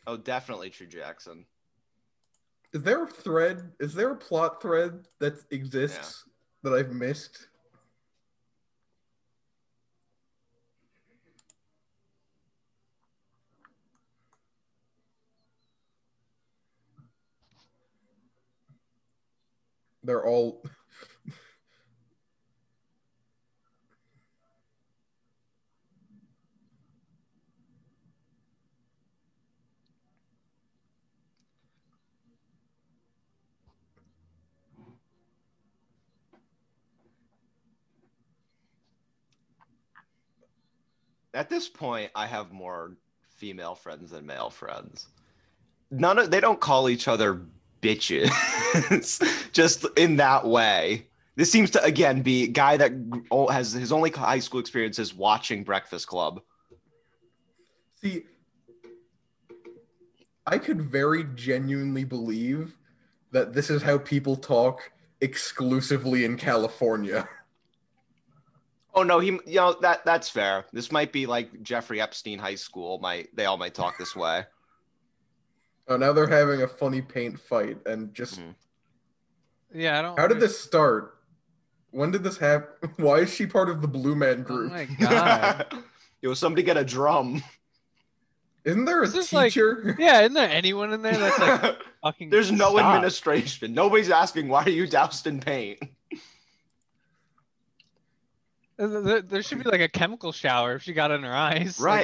S1: Oh, definitely True Jackson.
S2: Is there a thread? Is there a plot thread that exists that I've missed? They're all.
S1: At this point, I have more female friends than male friends. None of they don't call each other bitches, *laughs* just in that way. This seems to again be a guy that gr- o- has his only high school experience is watching Breakfast Club.
S2: See, I could very genuinely believe that this is how people talk exclusively in California. *laughs*
S1: Oh no, he you know that that's fair. This might be like Jeffrey Epstein High School. Might they all might talk this way.
S2: Oh, now they're having a funny paint fight and just.
S1: Mhm.
S3: Yeah, I don't.
S2: How did this start? When did this happen? *laughs* Why is she part of the Blue Man
S3: *laughs* Oh
S2: group? *laughs*
S3: my god.
S1: *laughs* Yo, somebody get a drum.
S2: Isn't there a
S3: Is this like-
S2: teacher?
S3: *laughs*
S2: *laughs*
S3: yeah, isn't there anyone in there that's like fucking?
S1: *laughs* There's no
S3: stop.
S1: administration. Nobody's asking why are you doused in paint.
S3: There- There, there should be like a chemical shower if she got in her eyes. Like, I
S1: Right.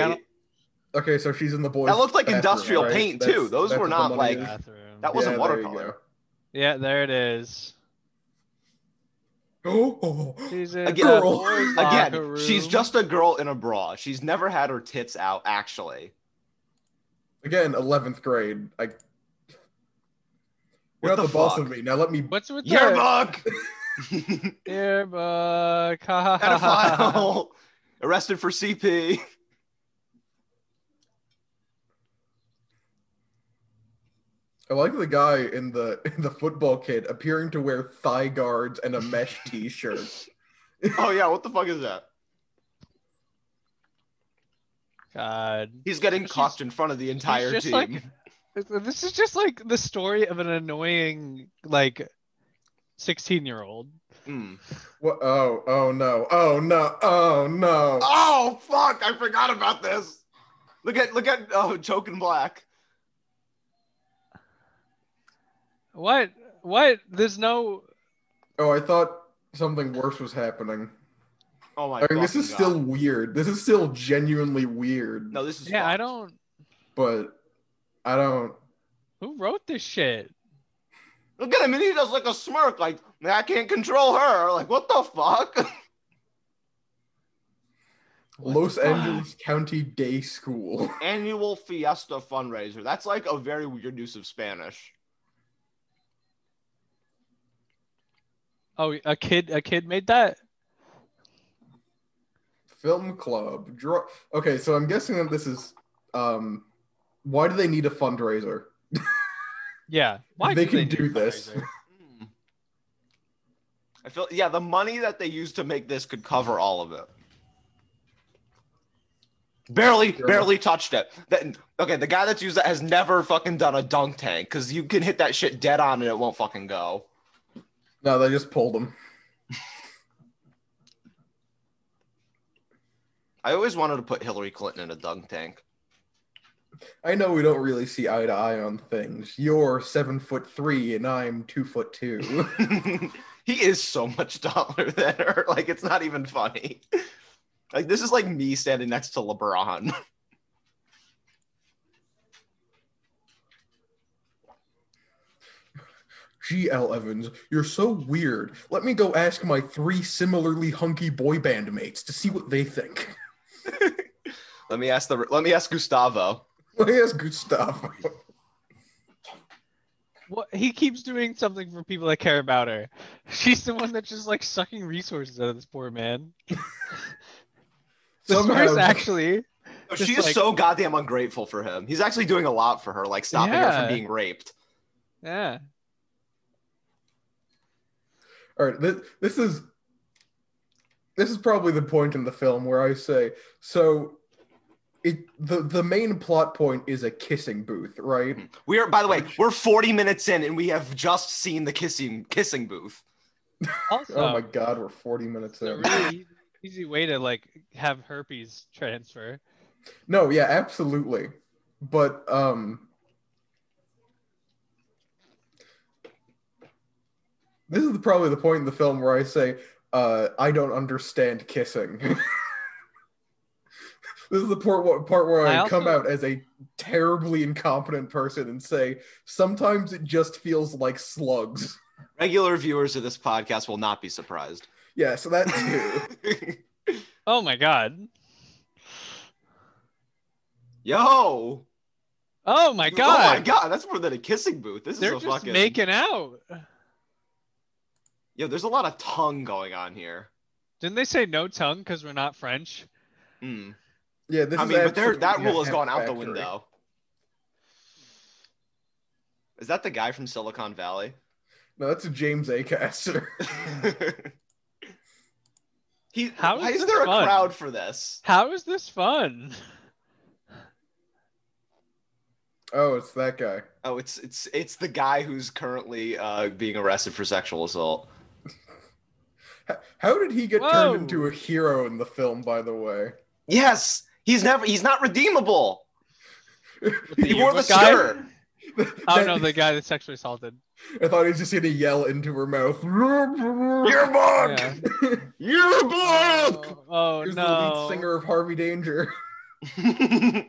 S3: don't-
S2: Okay, so she's in the boys.
S1: That looked like
S2: bathroom,
S1: industrial
S2: right?
S1: paint,
S2: That's-
S1: too. Those
S2: that's
S1: were
S2: the
S1: not,
S2: money
S1: like-
S2: that-
S3: bathroom.
S1: That wasn't
S2: Yeah, there you
S1: watercolor.
S3: Yeah, there it is.
S2: go. *gasps* Oh,
S3: She's in
S1: Again-
S3: the
S2: Girl.
S3: boys'
S1: Again,
S3: locker
S1: she's
S3: room.
S1: just a girl in a bra. She's never had her tits out, actually.
S2: Again, 11th grade. I.
S1: What
S2: You're not
S1: the
S2: the, boss
S1: fuck?
S2: of me. Now let me.
S3: What's with the
S1: Yearbook!
S3: *laughs* yearbook? Ha, ha, ha, ha,
S1: *laughs*
S3: ha.
S1: Pedophile! Arrested for CP.
S2: I like the guy in the *laughs* in the football kit appearing to wear thigh guards and a
S3: *laughs*
S2: mesh t-shirt.
S1: *laughs* Oh, yeah, what the fuck is that?
S3: *laughs* God.
S1: He's getting
S3: She's-
S1: cocked in front of the entire
S3: just
S1: team.
S3: like- This- This is just like the story of an annoying like 16 year old.
S1: Mm.
S2: What? Oh, oh no. Oh no. Oh no.
S1: Oh, fuck! I forgot about this. Look at, look at, oh, Choking Black.
S3: What? What? There's no.
S2: Oh, I thought something worse was happening.
S1: Oh, my
S2: I mean, this
S1: fucking
S2: is
S1: God.
S2: still weird. This is still genuinely weird.
S1: No, this is.
S3: Yeah, I
S1: fucked.
S3: don't.
S2: But I don't.
S3: Who wrote this shit?
S1: Look at him, and he does like a smirk, like I can't control her. Like what the
S2: *laughs*
S1: fuck?
S3: What
S2: Los
S3: the fuck?
S2: Angeles County Day School. *laughs*
S1: Annual Fiesta fundraiser. That's like a very weird use of Spanish.
S3: Oh, a kid. A kid made that.
S2: Film club. Draw. Okay, so I'm guessing that this is. Um, why do they need a fundraiser?
S3: Yeah. Why
S2: They
S3: do
S2: can
S3: need
S2: do
S3: a
S2: this.
S3: fundraiser?
S1: Hmm. I feel yeah, the money that they used to make this could cover all of it. Barely,
S2: Sure.
S1: barely touched it. That, okay, the guy that's used that has never fucking done a dunk tank because you can hit that shit dead on and it won't fucking go.
S2: No, they just pulled them.
S1: I always wanted to put Hillary Clinton in a dunk tank. *laughs*
S2: I know we don't really see eye to eye on things. You're seven foot three, and I'm two foot two. *laughs*
S1: he is so much taller *laughs* than her. Like it's not even funny. Like this is like me standing next to LeBron. *laughs*
S2: G.L. Evans, you're so weird. Let me go ask my three similarly hunky boy band mates to see what they think. *laughs*
S1: Let me ask the. Let me ask Gustavo.
S2: Let me ask Gustavo.
S3: What he keeps doing something for people that care about her. *laughs* She's the one that's just like sucking resources out of this poor man. *laughs* This
S2: Somehow-
S3: verse actually. *laughs*
S1: Oh,
S3: Just
S1: she is
S3: like-
S1: so goddamn ungrateful for him. He's actually doing a lot for her, like stopping her
S3: Yeah.
S1: from being raped.
S3: Yeah.
S2: All right, this, this is this is probably the point in the film where I say so. It the the main plot point is a kissing booth, right?
S3: Mm-hmm.
S1: We are, by the way, we're 40 minutes in and we have just seen the kissing kissing booth.
S3: Also,
S2: Oh my god, we're forty minutes
S3: it's a
S2: in.
S3: really easy way to like have herpes transfer.
S2: No, yeah, absolutely. But um This is probably the point in the film where I say, uh, I don't understand kissing. *laughs* this is the part, part where I,
S3: I
S2: come
S3: also-
S2: out as a terribly incompetent person and say, sometimes it just feels like slugs.
S1: Regular viewers of this podcast will not be
S3: *laughs*
S1: surprised.
S2: Yeah,
S1: *laughs*
S2: so that too.
S3: Oh my god.
S1: Yo! Oh
S3: Oh my
S1: my
S3: god.
S1: god, that's more than a kissing booth. This
S3: They're
S1: is a
S3: just
S1: fucking
S3: making out.
S1: Yo, there's a lot of tongue going on here.
S3: Didn't they say no tongue because we're not French?
S1: Hmm.
S2: yeah, this
S1: I
S2: is
S1: mean, but there, that
S2: absolutely
S1: rule has gone out the
S2: factory.
S1: window. Is that the guy from Silicon Valley?
S2: No, that's a James A. Caster.
S1: *laughs*
S2: *laughs*
S1: he,
S3: How
S1: why
S3: is
S1: is,
S3: this
S1: there a
S3: fun?
S1: crowd for this?
S3: How is this fun?
S2: oh, it's that guy.
S1: Oh, it's it's it's the guy who's currently uh, being arrested for sexual assault.
S2: H- How did he get
S3: Whoa.
S2: turned into a hero in the film, by the way? *laughs*
S1: Yes, he's never he's not redeemable.
S3: With
S1: He wore the
S3: yearbook guy?
S1: skirt.
S3: Oh no, the guy that sexually assaulted.
S2: I thought he was just going to yell into her mouth. *laughs*
S1: Yearbook.
S3: *laughs*
S1: *laughs*
S3: Yeah.
S1: Yearbook.
S3: Oh, oh
S2: Here's the
S3: no.
S2: lead singer of Harvey Danger. *laughs*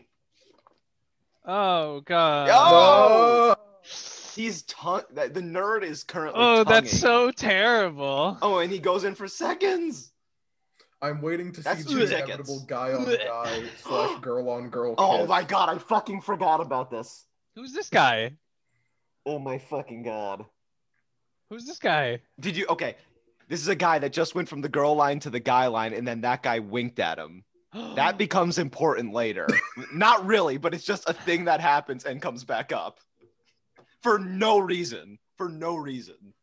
S3: Oh god.
S1: Oh! *laughs* he's tongue. The the nerd is currently.
S3: Oh, that's
S1: tonguing.
S3: so terrible.
S1: Oh, and he goes in for seconds.
S2: Ah, I'm waiting to
S1: That's
S2: see
S1: two
S2: the
S1: tickets.
S2: inevitable guy on guy slash girl on girl.
S1: Oh
S2: kiss.
S1: my god, I fucking forgot about this.
S3: Who's this guy?
S1: Oh my fucking god.
S3: Who's this guy? *gasps*
S1: Did you? Okay, this is a guy that just went from the girl line to the guy line, and then that guy winked at him. That becomes important later. *laughs* Not really, but it's just a thing that happens and comes back up for no reason. For no reason. *laughs*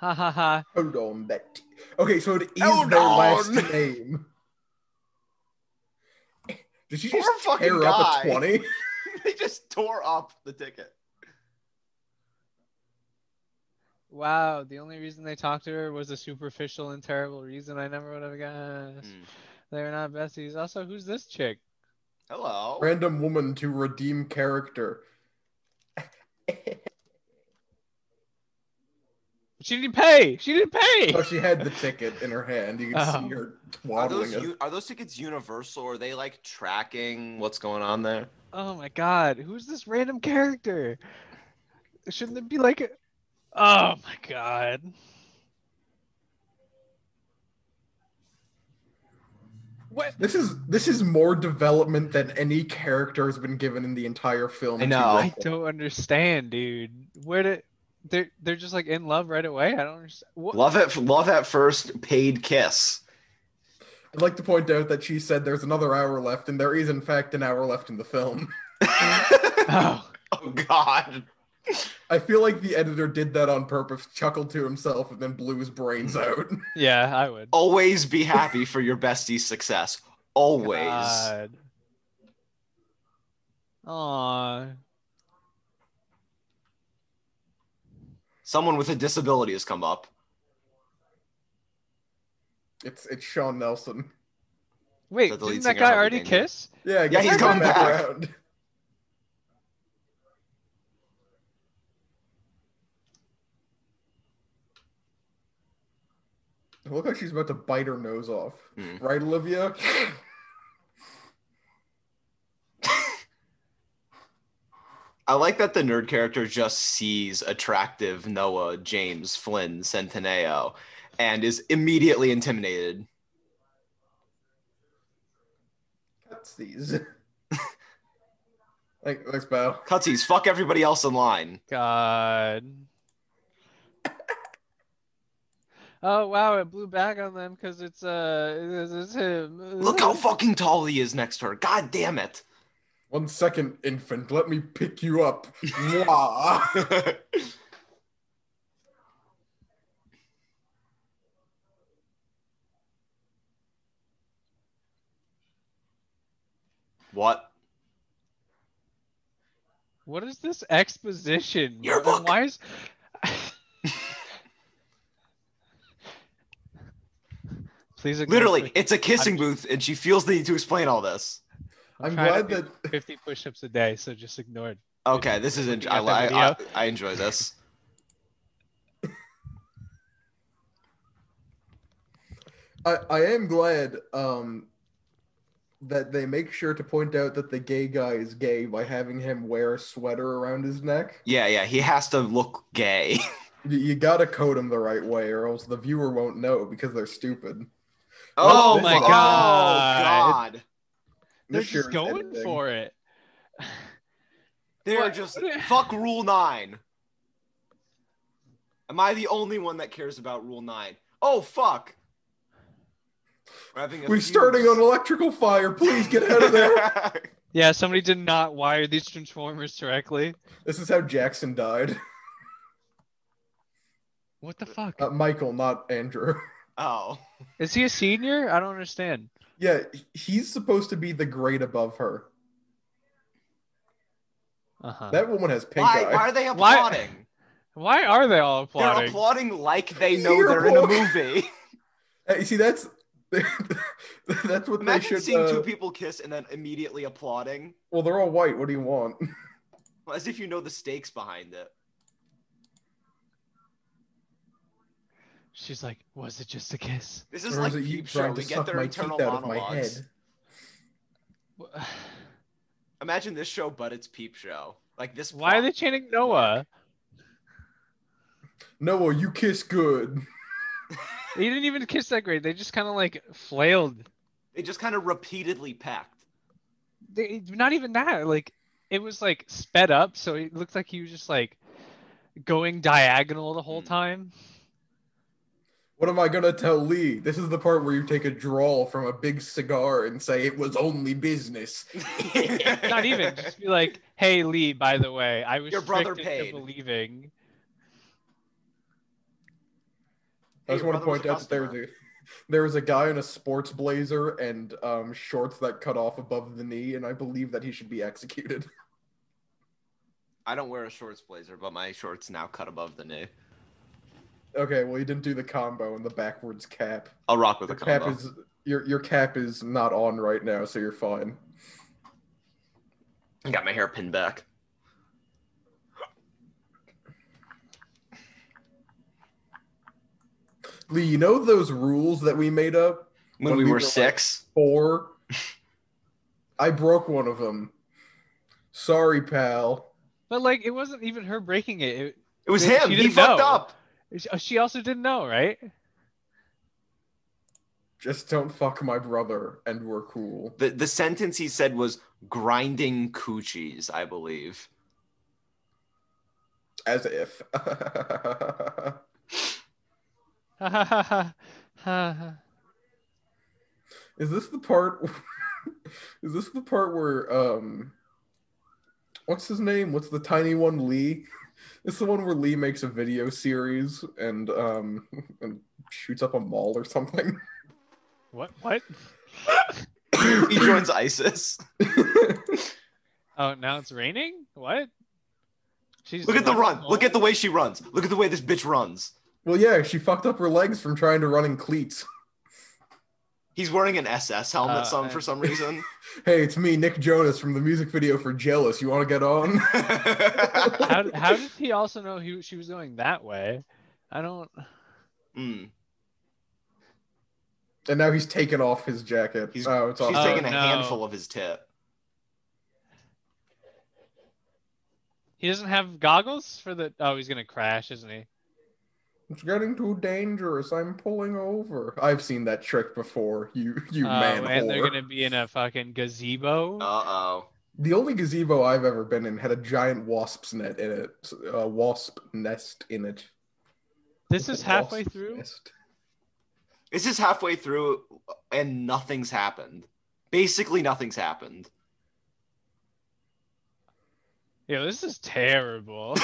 S3: ha ha ha.
S2: Hold on, that. Okay, so it is
S1: Hold
S2: their
S1: on.
S2: last name. *laughs* Did she
S1: Poor
S2: just
S1: fucking
S2: tear
S1: guy.
S2: up a 20?
S1: they just tore up the ticket.
S3: Wow, the only reason they talked to her was a superficial and terrible reason I never would have guessed.
S1: Hmm.
S3: They're not besties. Also, who's this chick?
S1: Hello.
S2: Random woman to redeem
S3: *laughs*
S2: character.
S3: She didn't pay. She didn't pay.
S2: Oh, she had the ticket in her hand. You can
S3: Oh.
S2: see her
S1: Are
S2: twaddling
S1: those,
S2: it.
S1: u- are those tickets universal? Or are they like tracking what's going on there?
S3: Oh my god, who's this random character? Shouldn't it be like a... Oh my god. What?
S2: This is this is more development than any character has been given in the entire film.
S1: I know.
S3: I don't understand, dude. Where did they're they're just like in love right away? I don't understand. What?
S1: Love at love at first paid kiss. *laughs*
S2: I'd like to point out that she said there's another hour left, and there is in fact an hour left in the film. *laughs*
S1: oh
S3: *laughs* Oh,
S1: God.
S2: I feel like the editor did that on purpose, chuckled to himself, and then blew his brains out. *laughs*
S3: yeah, I would.
S1: Always be happy for your bestie's success. Always.
S3: God. Aw.
S1: Someone with a disability has come up.
S2: It's it's Sean Nelson.
S3: Wait,
S1: That's the lead
S3: didn't that
S1: singer,
S3: guy
S1: Harvey
S3: already
S1: Danger.
S3: kiss?
S2: Yeah, I guess
S1: he's
S2: we're
S1: coming back.
S2: around. It looked like she's about to bite her nose off.
S1: Hmm.
S2: Right, Olivia? *laughs*
S1: I like that the nerd character just sees attractive Noah, James, Flynn, Centineo, and is immediately intimidated.
S2: Cuts these. *laughs* like, thanks, pal.
S1: Cutsies, fuck everybody else in line.
S3: God. Oh wow! It blew back on them because it's uh, this is him.
S1: Look
S3: *laughs*
S1: how fucking tall he is next to her. God damn it. *laughs*
S2: One second, infant. Let me pick you up. Ah, Mwah.
S1: what?
S3: What is this exposition?
S1: Your
S3: And
S1: book.
S3: Why *laughs* is? Please. ignore
S1: Literally,
S3: push-
S1: it's a kissing
S3: I'm-
S1: booth, and she feels the need to explain all this.
S2: I'm
S3: trying to
S2: glad
S3: be-
S2: that.
S3: fifty push-ups a day, so just ignore it.
S1: Okay, this is en- I,
S3: Looking at
S1: I, I,
S3: that
S1: I enjoy this.
S2: I, I am glad um, that they make sure to point out that the gay guy is gay by having him wear a sweater around his neck.
S1: Yeah, yeah, he has to look gay. *laughs*
S2: You, you gotta code him the right way, or else the viewer won't know because they're stupid.
S1: Oh,
S2: Oh
S1: my
S2: my
S1: god.
S3: God.
S1: god.
S3: They're
S2: This year
S3: just
S2: is
S3: going
S2: editing.
S3: for it.
S1: They're
S3: What-
S1: just
S3: what-
S1: fuck rule 9. Am I the only one that cares about rule 9? Oh fuck. We're having a
S2: We're
S1: fuse.
S2: starting
S1: *laughs*
S2: on electrical fire. Please get out of there. *laughs*
S3: Yeah, somebody did not wire these transformers correctly.
S2: this is how Jackson died.
S3: What the fuck?
S2: Uh, Michael, not Andrew.
S1: oh.
S3: Is he a senior? I don't understand.
S2: Yeah, he's supposed to be the grade above her.
S3: Uh-huh.
S2: That woman has pink
S1: Why,
S2: eye.
S1: why are they
S3: Why-
S1: applauding?
S3: Why are they all
S1: They're
S3: applauding?
S1: applauding like
S2: *laughs*
S1: they know they're in a
S2: Yearbook.
S1: movie.
S2: Uh, you see, that's *laughs* that's what they
S1: Imagine
S2: should.
S1: seeing
S2: uh,
S1: two people kiss and then immediately applauding,
S2: well, they're all white. What do you want?
S1: as if you know the stakes behind it.
S3: She's like, was it just a kiss?
S1: This is
S2: Or
S1: like
S2: is it you
S1: Peep Show.
S2: trying to
S1: We get
S2: suck
S1: their
S2: my
S1: internal
S2: teeth out of my
S1: monologues.
S2: head?
S3: Wh-
S1: Imagine this show, but it's Peep Show. Like this.
S3: Why are
S1: plot.
S3: they chanting Noah?
S2: Noah, you kiss good.
S3: He didn't even kiss that great. They just kind of like flailed.
S1: They just kind of repeatedly packed.
S3: They, not even that. Like it was like sped up, so it looked like he was just like going diagonal the whole
S1: Hmm. *laughs*
S3: time.
S2: What am I gonna tell Lee? This is the part where you take a drawl from a big cigar and say it was only business.
S3: *laughs*
S1: *laughs*
S3: Not even. Just be like, hey Lee, by the way, I was
S1: Your brother
S3: tricked into
S1: paid."
S3: believing.
S2: I just
S1: Your
S2: want to
S1: brother was
S2: point
S1: a
S2: out that there was
S1: customer.
S2: a there was a guy in a sports blazer and um, shorts that cut off above the knee, and I believe that he should be executed.
S1: I don't wear a shorts blazer, but my shorts now cut above the knee.
S2: Okay, well, he didn't do the combo and the backwards cap.
S1: I'll rock with
S2: Your
S1: a
S2: cap
S1: combo.
S2: is your your cap is not on right now, so you're fine.
S1: I Got my hair pinned back.
S2: Lee, you know those rules that we made up
S1: When,
S2: When
S1: we
S2: we
S1: were
S2: were, like-
S1: six,
S2: for? I broke one of them. Sorry, pal.
S3: But like it wasn't even her breaking it. it
S1: it was
S3: she
S1: him. He
S3: didn't
S1: fucked
S3: know.
S1: up.
S3: she- she also didn't know, right? *laughs*
S2: Just don't fuck my brother, and we're cool.
S1: The the sentence he said was grinding coochies, I
S2: *coughs*
S1: believe.
S2: As if. *laughs*
S3: Ha ha ha ha ha. ha.
S2: is this the part? *laughs* is this the part where um, what's his name? What's the tiny one? Lee. It's the one where Lee makes a video series and um *laughs* and shoots up a mall or something. *laughs*
S3: What?
S1: *laughs*
S3: What?
S1: he joins ISIS.
S3: Oh, now it's raining. What? She's
S1: Look at the
S3: running
S1: run. Look at the
S3: home?
S1: way she runs. Look at the way this bitch runs.
S2: Well, yeah, she fucked up her legs from trying to run in cleats.
S1: He's wearing an SS helmet
S3: Uh,
S1: some
S3: I-
S1: for some
S3: *laughs*
S1: reason. *laughs*
S2: Hey, it's me, Nick Jonas, from the music video for Jealous. You want to get on? *laughs*
S3: *laughs* How, d- how did
S1: Hmm.
S3: he also know he she was going that way? I don't.
S1: Mm.
S2: And now he's taken off his jacket.
S1: He's-
S2: oh, it's
S1: She's
S3: Oh,
S2: off.
S1: taking a
S3: no.
S1: handful of his tip.
S3: He doesn't have goggles for the. Oh, he's gonna crash, isn't he?
S2: It's getting too dangerous. I'm pulling over. I've seen that trick before. You you
S3: oh,
S2: man
S3: and they're
S2: whore.
S3: gonna be in a fucking gazebo.
S1: Uh oh.
S2: The only gazebo I've ever been in had a giant wasp's net in it. A wasp nest in it.
S3: this is
S2: Wasp
S3: halfway through.
S2: nest.
S1: This is halfway through and nothing's happened. Basically, nothing's happened.
S3: Yo, this
S1: *laughs*
S3: is terrible.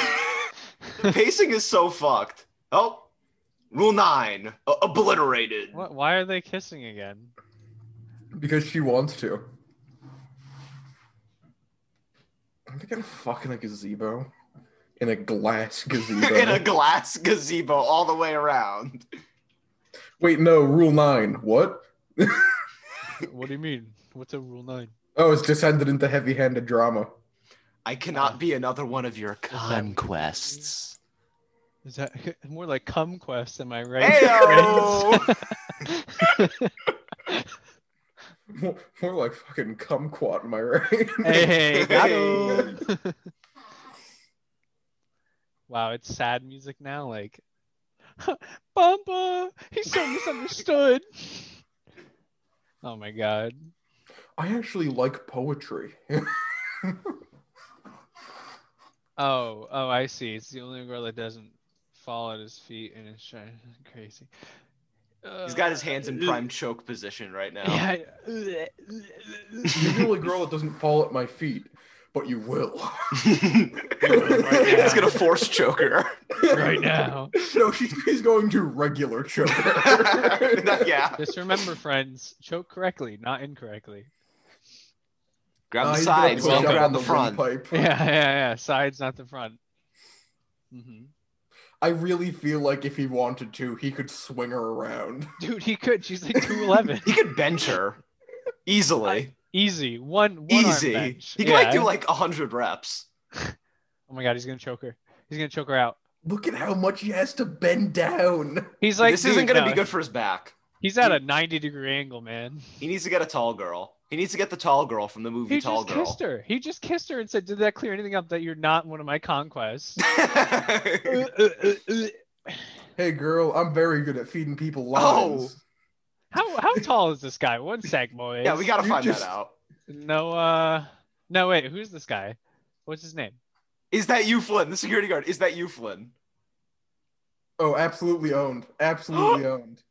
S1: the pacing is so fucked. Oh, rule nine o- obliterated.
S3: what? Why are they kissing again?
S2: Because she wants to. Are they gonna fuck in a gazebo? In a glass
S3: *laughs*
S1: *laughs*
S2: gazebo.
S1: In a glass gazebo all the way around.
S2: Wait, no, rule nine. What?
S3: What do you mean? What's a rule nine?
S2: Oh, it's descended into heavy handed drama.
S1: I
S3: Uh.
S1: cannot be another one of your conquests.
S3: Is that *laughs* more like cum quest? Am I right?
S1: Heyo!
S3: friends?
S2: More, more like fucking kumquat, am I right?
S3: *laughs* *laughs* hey, got 'em. wow, it's sad music now. Like, *laughs* Bumba, he's so misunderstood. *laughs* oh my god.
S2: *laughs* I actually like poetry. *laughs*
S3: Oh, oh, I see. It's the only girl that doesn't fall at his feet and is trying crazy.
S1: He's got his hands in
S3: Uh,
S1: prime choke position right now.
S3: *laughs* Yeah.
S2: You're the only girl that doesn't fall at my feet, but you will.
S1: *laughs*
S2: *laughs*
S1: He's gonna force *laughs*
S3: *laughs*
S1: choker.
S3: *laughs* right now.
S2: *laughs* No, she's, he's going to regular choker.
S1: *laughs* yeah.
S3: Just remember, friends, choke correctly, not incorrectly.
S1: Grab
S2: Uh,
S1: the
S2: he's gonna
S1: sides,
S2: push
S1: don't
S2: up
S1: grab
S2: on
S1: the
S2: windpipe.
S1: front.
S3: Yeah, yeah, yeah. Sides, not the front. hmm
S2: I really feel like if he wanted to, he could swing her around. *laughs*
S3: Dude, he could. She's like two eleven.
S1: *laughs* He could bench her easily.
S3: Easy. One. one arm
S1: Easy.
S3: bench.
S1: He could like
S3: Yeah.
S1: do like hundred reps.
S3: Oh my god, he's gonna choke her. He's gonna choke her out.
S2: Look at how much he has to bend down.
S3: He's like,
S1: this isn't
S3: dude,
S1: gonna
S3: no,
S1: be good for his back.
S3: He's at a ninety degree angle, man.
S1: He needs to get a tall girl. He needs to get the tall girl from the movie
S3: He
S1: Tall
S3: just
S1: Girl.
S3: kissed her. He just kissed her and said, "Did that clear anything up? That you're not one of
S1: *laughs*
S3: my conquests." Uh, uh, uh, uh.
S2: Hey, girl, I'm very good at feeding people
S1: Oh.
S2: lines.
S3: How how tall is this guy? One sec,
S1: *laughs*
S3: boys.
S1: yeah, we gotta
S2: You
S1: find
S2: just-
S1: that out.
S3: No, uh, no, wait, who's this guy? What's his name?
S1: Is that you, Flynn? The security guard. Is that you, Flynn?
S2: Oh, absolutely owned.
S1: *gasps*
S2: Absolutely owned.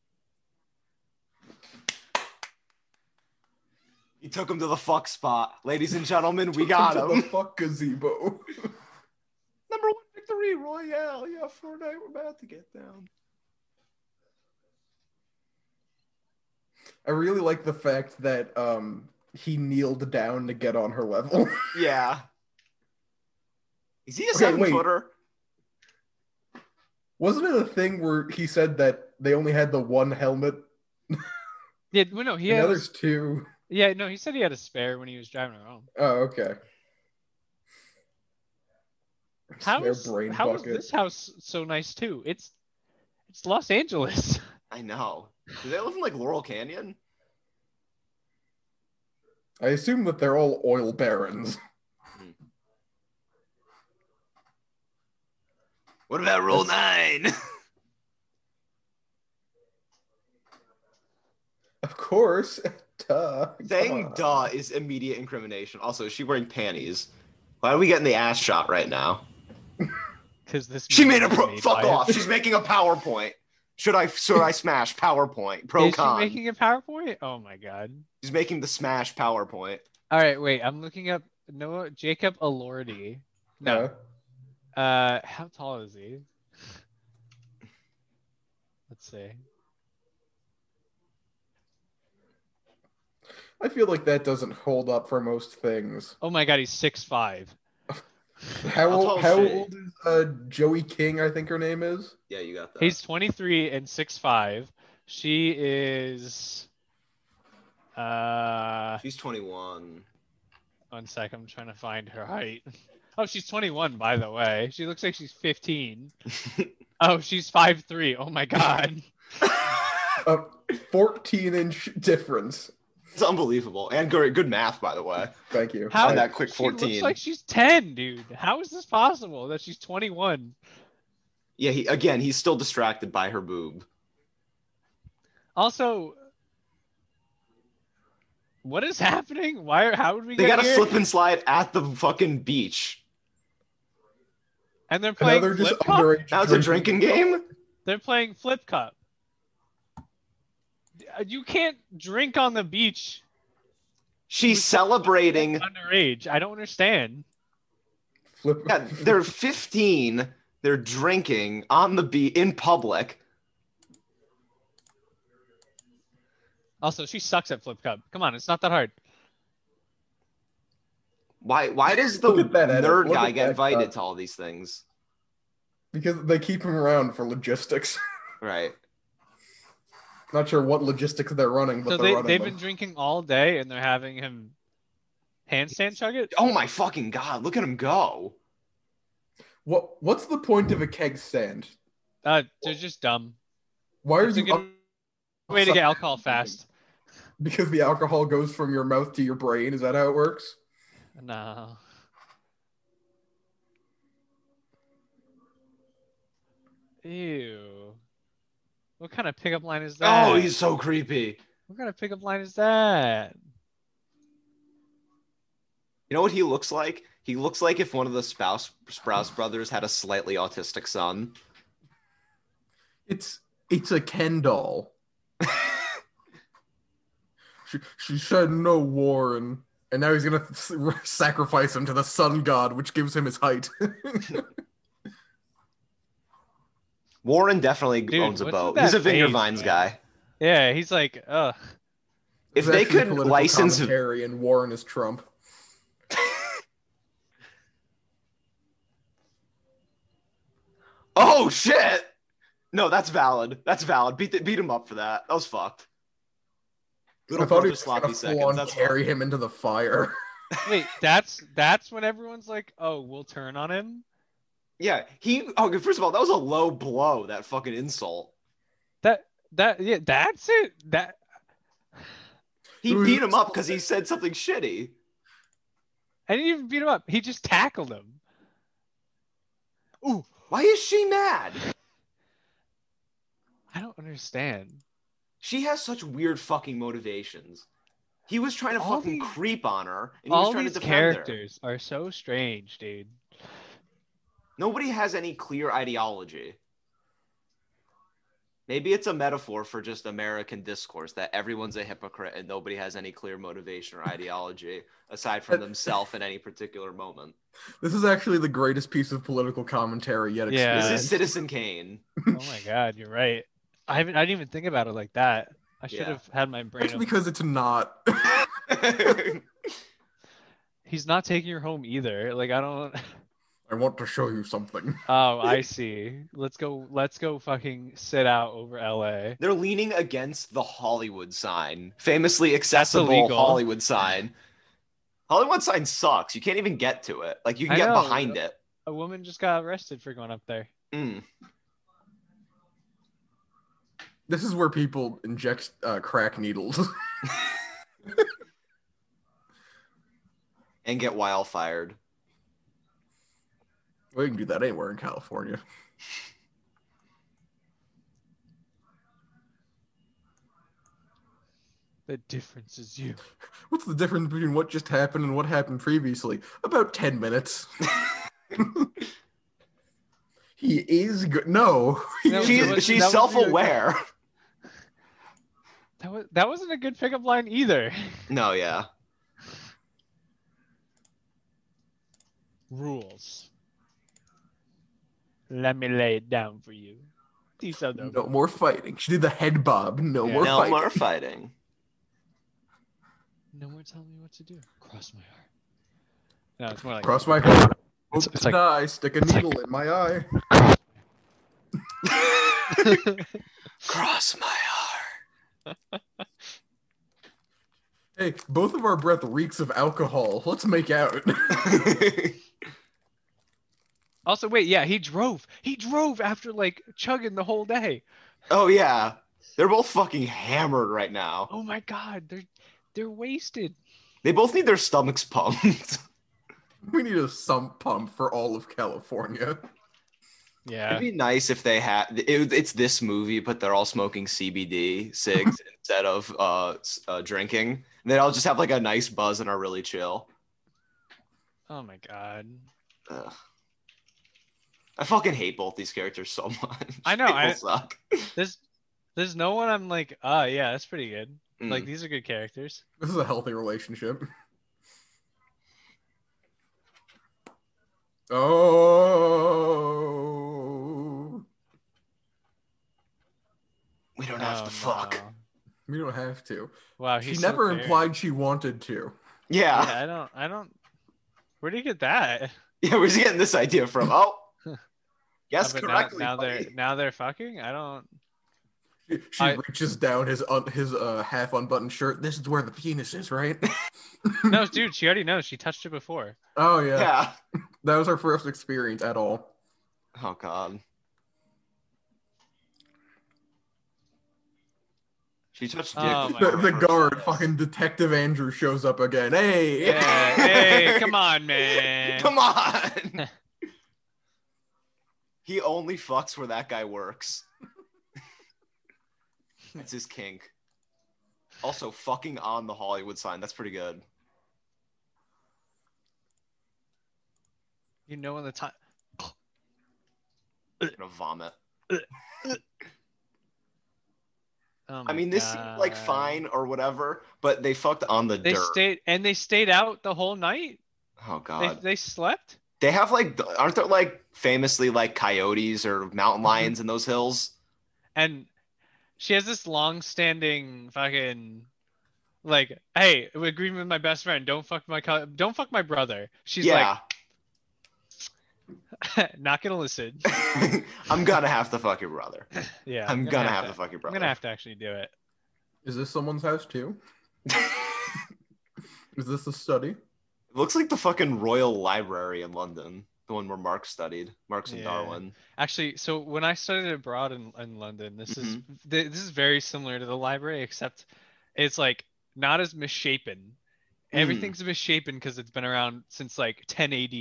S1: He took him to the fuck spot, ladies and gentlemen.
S3: *laughs*
S1: We got
S2: Into
S1: him.
S2: The fuck gazebo.
S1: *laughs* Number one victory royale. Yeah, Fortnite. We're about to get down.
S2: I really like the fact that um he kneeled down to get on her level. *laughs*
S1: *laughs* Yeah. Is he a
S2: Okay,
S1: seven
S2: wait.
S1: footer?
S2: Wasn't it a thing where he said that they only had the one helmet?
S3: Yeah, well, no, he
S2: Yeah,
S3: had,
S2: there's two.
S3: yeah, no, he said he had a spare when he was driving her home.
S2: Oh, okay.
S3: How
S2: Spare
S3: is, how is this house so nice too? It's it's Los Angeles. *laughs*
S1: I know. Do they live in like Laurel Canyon?
S2: I assume that they're all oil barons. *laughs*
S1: What about Rule Nine?
S2: Of course. *laughs* Duh.
S1: Saying
S2: Come on.
S1: duh is immediate incrimination. Also, is she wearing panties? Why are we getting the ass shot right now?
S3: Because this
S1: She
S3: movie
S1: made a
S3: was
S1: pro-
S3: made
S1: fuck
S3: by-
S1: off. She's making a PowerPoint. Should I should I smash PowerPoint? Pro
S3: Is
S1: con.
S3: she making a PowerPoint? Oh my god!
S1: She's making the smash PowerPoint.
S3: All right, wait, I'm looking up Noah Jacob Elordi. No,
S2: Yeah.
S3: uh, how tall is he? Let's see.
S2: I feel like that doesn't hold up for most things.
S3: Oh my god, he's six five.
S2: How
S1: How
S2: old,
S1: tall
S2: how
S1: is she?
S2: old is uh, Joey King? I think her name is.
S1: Yeah, you got that.
S3: He's 23 and 6'5. She is. Uh,
S1: She's 21.
S3: one sec. I'm trying to find her height. *laughs* Oh, she's 21, by the way. She looks like
S1: *laughs*
S3: she's 15. oh, she's 5'3. Oh my god.
S2: Uh, 14 inch difference.
S1: *laughs* It's unbelievable. And good, good math, by the way.
S2: Thank you.
S3: How-
S1: On that quick
S3: She
S1: 14.
S3: looks like she's 10, dude. How is this possible that she's 21?
S1: Yeah, he again, he's still distracted by her boob.
S3: Also, what is *laughs* happening? Why? are- How would we
S1: They
S3: get
S1: got a
S3: here?
S1: slip and slide at the fucking beach.
S3: and they're playing
S2: Another just
S3: flip cup.
S2: underage.
S1: Now it's a drinking game?
S3: They're playing flip cup. Uh, You can't drink on the beach
S1: She's celebrating.
S3: underage. I don't understand.
S2: Flip.
S1: Yeah, they're 15. They're drinking on the beach in public.
S3: Also, she sucks at flip cup. Come on, it's not that hard.
S1: Why why does the
S2: Look at that, Adam.
S1: nerd
S2: Look
S1: guy
S2: at
S1: get
S2: that
S1: invited
S2: cup.
S1: to all these things?
S2: *laughs* because they keep him around for logistics. *laughs*
S1: Right.
S2: Not sure what logistics they're running, but
S3: So
S2: they're
S3: they,
S2: running
S3: they've
S2: them.
S3: been drinking all day and they're having him handstand chug it?
S1: Oh my fucking god, look at him go.
S2: What What's the point of a keg stand?
S3: Uh, they're just dumb.
S2: Why are
S3: It's a
S2: you?
S3: good
S2: up-
S3: way to get alcohol fast.
S2: *laughs* Because the alcohol goes from your mouth to your brain. Is that how it works?
S3: No. Ew. What kind of pickup line is that?
S1: Oh, he's so creepy.
S3: What kind of pickup line is that?
S1: You know what he looks like? He looks like if one of the spouse Sprouse brothers had a slightly autistic son.
S2: It's It's a
S1: *laughs*
S2: Ken doll. She, she said no, Warren. And now he's gonna *laughs* s- sacrifice him to the sun god, which gives him
S1: *laughs*
S2: his height.
S1: Warren definitely
S3: Dude,
S1: owns a
S3: what's with
S1: boat.
S3: that
S1: He's a Vinger
S3: face,
S1: Vines
S3: man?
S1: guy.
S3: Yeah, he's like, ugh.
S1: If
S2: It's
S1: they
S2: actually
S1: could
S2: political
S1: license-
S2: commentary and Warren is Trump.
S1: Oh shit! No, that's valid. That's valid. Beat the, beat him up for that. That was fucked. Little
S2: I thought
S1: brother
S2: he was gonna
S1: sloppy
S2: full on
S1: seconds. That's fucked.
S2: carry him into the fire. *laughs*
S1: *laughs*
S3: Wait, that's that's when everyone's like, oh, we'll turn on him.
S1: Yeah, he. Okay, first of all, that was a low blow. That fucking insult.
S3: That yeah, that's it. That
S1: He
S2: Dude,
S1: beat him up because he said something shitty.
S3: I didn't even beat him up. He just tackled him. Ooh,
S1: Why is she mad?
S3: I don't understand.
S1: She has such weird fucking motivations. He was trying to
S3: All
S1: fucking
S3: these-
S1: creep on her, and he was
S3: All
S1: trying to
S3: these
S1: defend her.
S3: characters are so strange, dude.
S1: Nobody has any clear ideology. Maybe it's a metaphor for just American discourse that everyone's a hypocrite and nobody has any clear motivation
S3: *laughs*
S1: or ideology aside from themselves in any particular moment.
S2: This is actually the greatest piece of political commentary yet
S3: Yeah.
S1: This
S2: experienced.
S1: is Citizen
S3: *laughs*
S1: Kane. *laughs*
S3: Oh my god, you're right. I haven't. I didn't even think about it like that. I should
S1: Yeah.
S3: have had my brain.
S2: That's
S3: on-
S2: because it's not. *laughs*
S1: I
S3: He's not taking her home either. Like I don't. *laughs*
S2: I want to show you something.
S3: Oh, I see. Let's go. Let's go. Fucking sit out over L.A.
S1: They're leaning against the Hollywood sign, famously accessible
S3: illegal.
S1: Hollywood sign. Hollywood sign sucks. You can't even get to it. Like you can
S3: I
S1: get
S3: know.
S1: behind it.
S3: A woman just got arrested for going up there.
S1: Mm.
S2: This is where people inject uh, crack needles. *laughs*
S1: And get wildfired.
S2: we can do that anywhere in California.
S3: The difference is you.
S2: What's the difference between what just happened and what happened previously? About 10
S3: *laughs*
S2: minutes. he is good. No. *laughs* he
S3: No,
S2: is
S3: he
S1: She's,
S3: that
S2: good.
S3: was-
S1: she's
S3: that was the-
S1: self aware.
S3: That was. That wasn't a good pickup line either.
S1: *laughs*
S3: *laughs*
S1: No, yeah.
S3: Rules. Let me lay it down for you. These are the
S2: no more fighting. She did the head bob. No
S3: Yeah.
S2: more
S1: now
S2: fighting.
S1: we're fighting.
S3: No more telling me what to do. Cross my heart. No, it's more like
S2: Cross my heart.
S3: It's-
S2: Oops,
S3: it's like-
S2: did I stick a needle in my eye.
S3: *laughs*
S1: Cross my *laughs* heart.
S2: Hey, both of our breath reeks of alcohol. Let's make out. *laughs*
S3: Also, wait, yeah, he drove. He drove after like chugging the whole day.
S1: oh yeah. They're both fucking hammered right now.
S3: Oh my god, they're they're wasted.
S1: They both need their stomachs pumped. *laughs*
S2: We need a sump pump for all of California.
S3: Yeah.
S1: It'd be nice if they had. It, it's this movie, but they're all smoking CBD *laughs* cigs instead of uh, s- uh, drinking. And they'd all just have like a nice buzz and are really chill.
S3: Oh my god.
S1: Ugh. I fucking hate both these characters so *laughs* much.
S3: I know,
S1: They
S3: I-
S1: both suck.
S3: There's there's no one I'm like, ah, yeah, that's pretty good. Like
S1: Mm.
S3: these are good characters.
S2: This is a healthy relationship. Oh,
S1: we don't have
S3: Oh,
S1: to fuck.
S3: no.
S2: we don't have to.
S3: Wow,
S2: She
S3: Oh, he's so
S2: never
S3: daring.
S2: implied she wanted to.
S1: Yeah.
S3: Yeah, I don't I don't where do you get that? *laughs*
S1: *laughs* Yeah, where's he getting this idea
S2: *laughs*
S1: from? Oh, yes,
S3: Uh, but now-
S1: correctly.
S3: now,
S1: buddy.
S3: they're now they're fucking?
S1: *laughs*
S3: I don't
S2: She, she
S3: I-
S2: reaches down his un, his uh, half unbuttoned shirt. This is where the penis is, right? *laughs*
S3: No, dude, she already knows. She touched
S1: *laughs*
S3: it before.
S2: oh yeah.
S1: yeah.
S2: that was our first experience at all.
S1: Oh god. She touched dick.
S3: Oh,
S1: with
S3: my
S1: her
S2: the the
S1: first
S2: guard,
S1: kiss.
S2: fucking Detective Andrew, shows up again. Hey,
S3: Yeah. hey, come on, man.
S1: Come
S3: *laughs*
S1: on. he only fucks where that guy
S3: *laughs*
S1: works. That's his kink. Also, fucking on the Hollywood sign. That's pretty good.
S3: You know when the time
S1: I'm gonna vomit.
S3: Oh
S1: I
S3: my
S1: mean, this seemed like
S3: God.
S1: fine or whatever, but they fucked on the
S3: They
S1: dirt.
S3: stayed and they stayed out the whole night.
S1: oh
S3: They,
S1: god.
S3: they slept.
S1: They have like, th- aren't there like famously like coyotes or
S3: Mm-hmm.
S1: mountain lions in those hills?
S3: and she has this long-standing fucking like hey I'm agreeing with my best friend don't fuck my co- don't fuck my brother she's
S1: yeah,
S3: like *laughs* not gonna listen
S1: *laughs* I'm gonna have to fuck your brother.
S3: yeah
S1: I'm gonna, have to.
S3: to,
S1: fuck your
S3: i'm
S1: brother.
S3: gonna have to actually do it
S2: *laughs* is this someone's house too? Is this a study?
S1: it *laughs* looks like the fucking Royal Library in London, the one where Marx studied, Marx and
S3: Yeah.
S1: Darwin.
S3: actually so when i studied abroad in, in london this is
S1: Mm-hmm.
S3: th- this is very similar to the library except it's like not as misshapen
S1: Hmm.
S3: everything's misshapen because it's been around since like 10 ad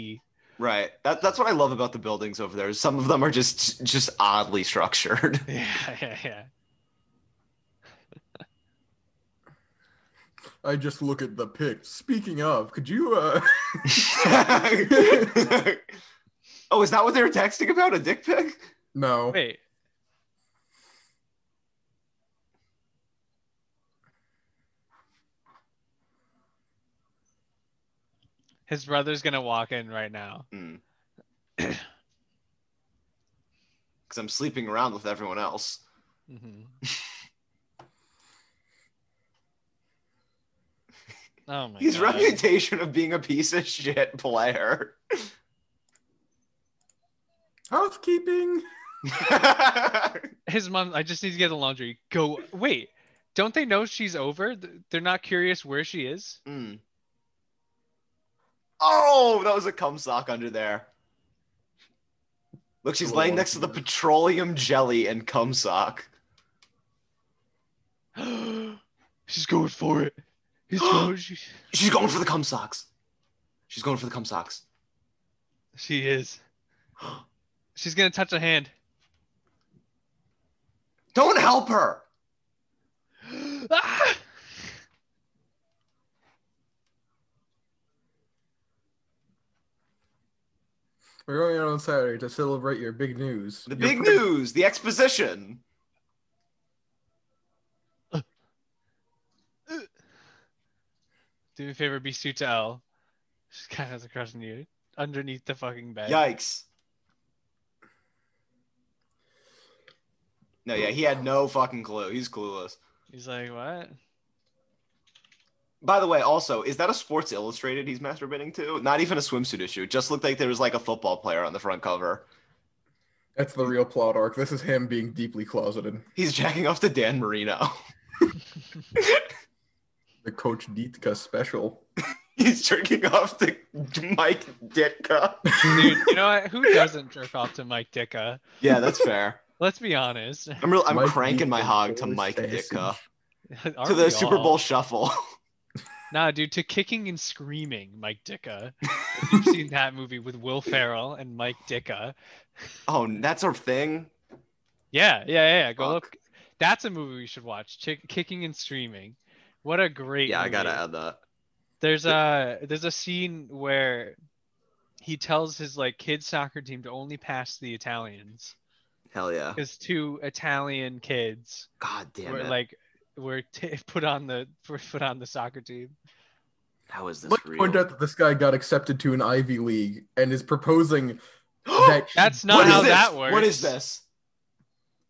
S1: Right. That, that's what I love about the buildings over there. is Some of them are just just oddly
S3: *laughs*
S1: structured. *laughs*
S3: yeah *laughs* yeah yeah
S2: I just look at the pic. Speaking of, could you? uh *laughs*
S1: oh, is that what they were texting about? A dick pic?
S2: No.
S3: wait His brother's gonna walk in right now.
S1: Because I'm sleeping around with everyone else.
S3: hmm oh my
S1: His
S3: god!
S1: reputation of being a piece of shit
S3: *laughs*
S1: player.
S2: Housekeeping.
S3: His mom. I just need to get the laundry. Go. Wait. Don't they know she's over? Th- They're not curious where she is. *gasps*
S1: Mm. Oh, that was a cum sock under there. Look, she's
S2: Little
S1: laying
S2: one.
S1: next to the petroleum jelly and cum sock.
S3: she's going for it. He's *gasps* going. She,
S1: She's going for the cum socks. She's going for the cum socks. *gasps*
S3: she is. She's gonna touch a hand.
S1: Don't help her.
S3: Ah!
S2: We're going out on Saturday to celebrate your big news.
S1: The
S2: Your
S1: big
S2: pre-
S1: news, the exposition.
S3: Do me a favor, be suit to L. She kind of has a crush on you underneath the fucking bed.
S1: Yikes. No, yeah, he had no fucking clue. He's clueless.
S3: He's like, what?
S1: By the way, also, is that a Sports Illustrated he's masturbating to? Not even a swimsuit issue. It just looked like there was like a football player on the front cover.
S2: That's the real plot arc. This is him being deeply closeted.
S1: He's jacking off to Dan Marino. *laughs*
S2: The Coach Ditka special.
S1: he's jerking off to Mike Ditka.
S2: *laughs*
S3: Dude, you know what? Who doesn't jerk off to Mike Dicka?
S1: yeah, that's fair.
S3: Let's be honest. *laughs*
S1: I'm real. I'm
S2: Mike
S1: cranking my
S2: Ditka,
S1: hog to
S2: Boris
S1: Mike
S2: Sassage.
S1: Ditka to
S3: Aren't
S1: the
S3: we
S1: Super
S3: all?
S1: Bowl shuffle. *laughs*
S3: Nah, dude, to kicking and screaming, Mike Dicka. If
S1: *laughs*
S3: You've seen that movie with Will Ferrell and Mike Dicka.
S1: oh, that's our thing.
S3: Yeah, yeah, yeah. yeah, Go
S1: Fuck.
S3: look. That's a movie we should watch. Chick- kicking and streaming. What a great.
S1: Yeah, I
S3: movie.
S1: gotta add that.
S3: There's a there's a scene where he tells his like kids soccer team to only pass the Italians
S1: Hell yeah.
S3: because two Italian kids
S1: God damn
S3: were
S1: it.
S3: like were t- *laughs* put on the were put on the soccer team.
S1: How is this
S2: Let's
S1: real? *gasps*
S2: point out that this guy got accepted to an Ivy League and
S1: *gasps*
S2: is proposing that he-
S3: That's not
S1: What is
S3: how
S1: this?
S3: that works.
S1: What is this?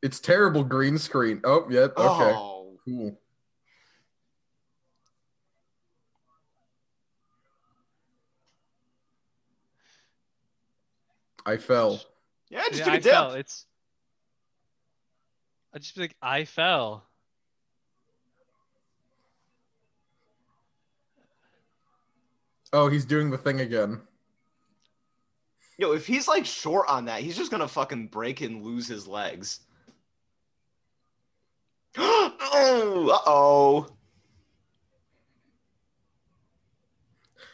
S2: it's terrible green screen. Oh, yep. Okay.
S1: Oh,
S2: Cool. I fell.
S1: yeah, just
S3: Yeah,
S1: took a
S3: I
S1: dip.
S3: fell. It's. I just be like I fell.
S2: Oh, he's doing the thing again.
S1: Yo, if he's like short on that, he's just gonna fucking break and lose his legs. *gasps* oh, uh oh.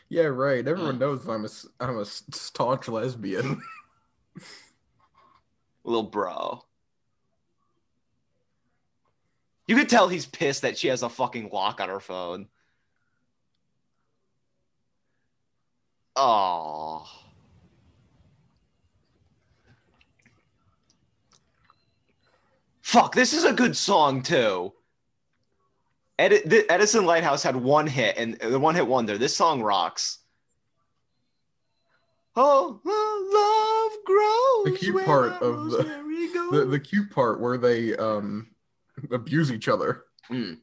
S2: Yeah, right. Everyone
S1: Mm.
S2: knows I'm a s- I'm a s- staunch lesbian. *laughs*
S1: Little bro. You could tell he's pissed that she has a fucking lock on her phone. Oh. Fuck, this is a good song too. Edi- the Edison Lighthouse had one hit and the one hit wonder. This song rocks. Oh, oh, love grows.
S2: The key
S1: where
S2: part
S1: that
S2: of the-
S1: rosemary
S2: the
S1: goes.
S2: the cute part where they um abuse each other.
S1: condom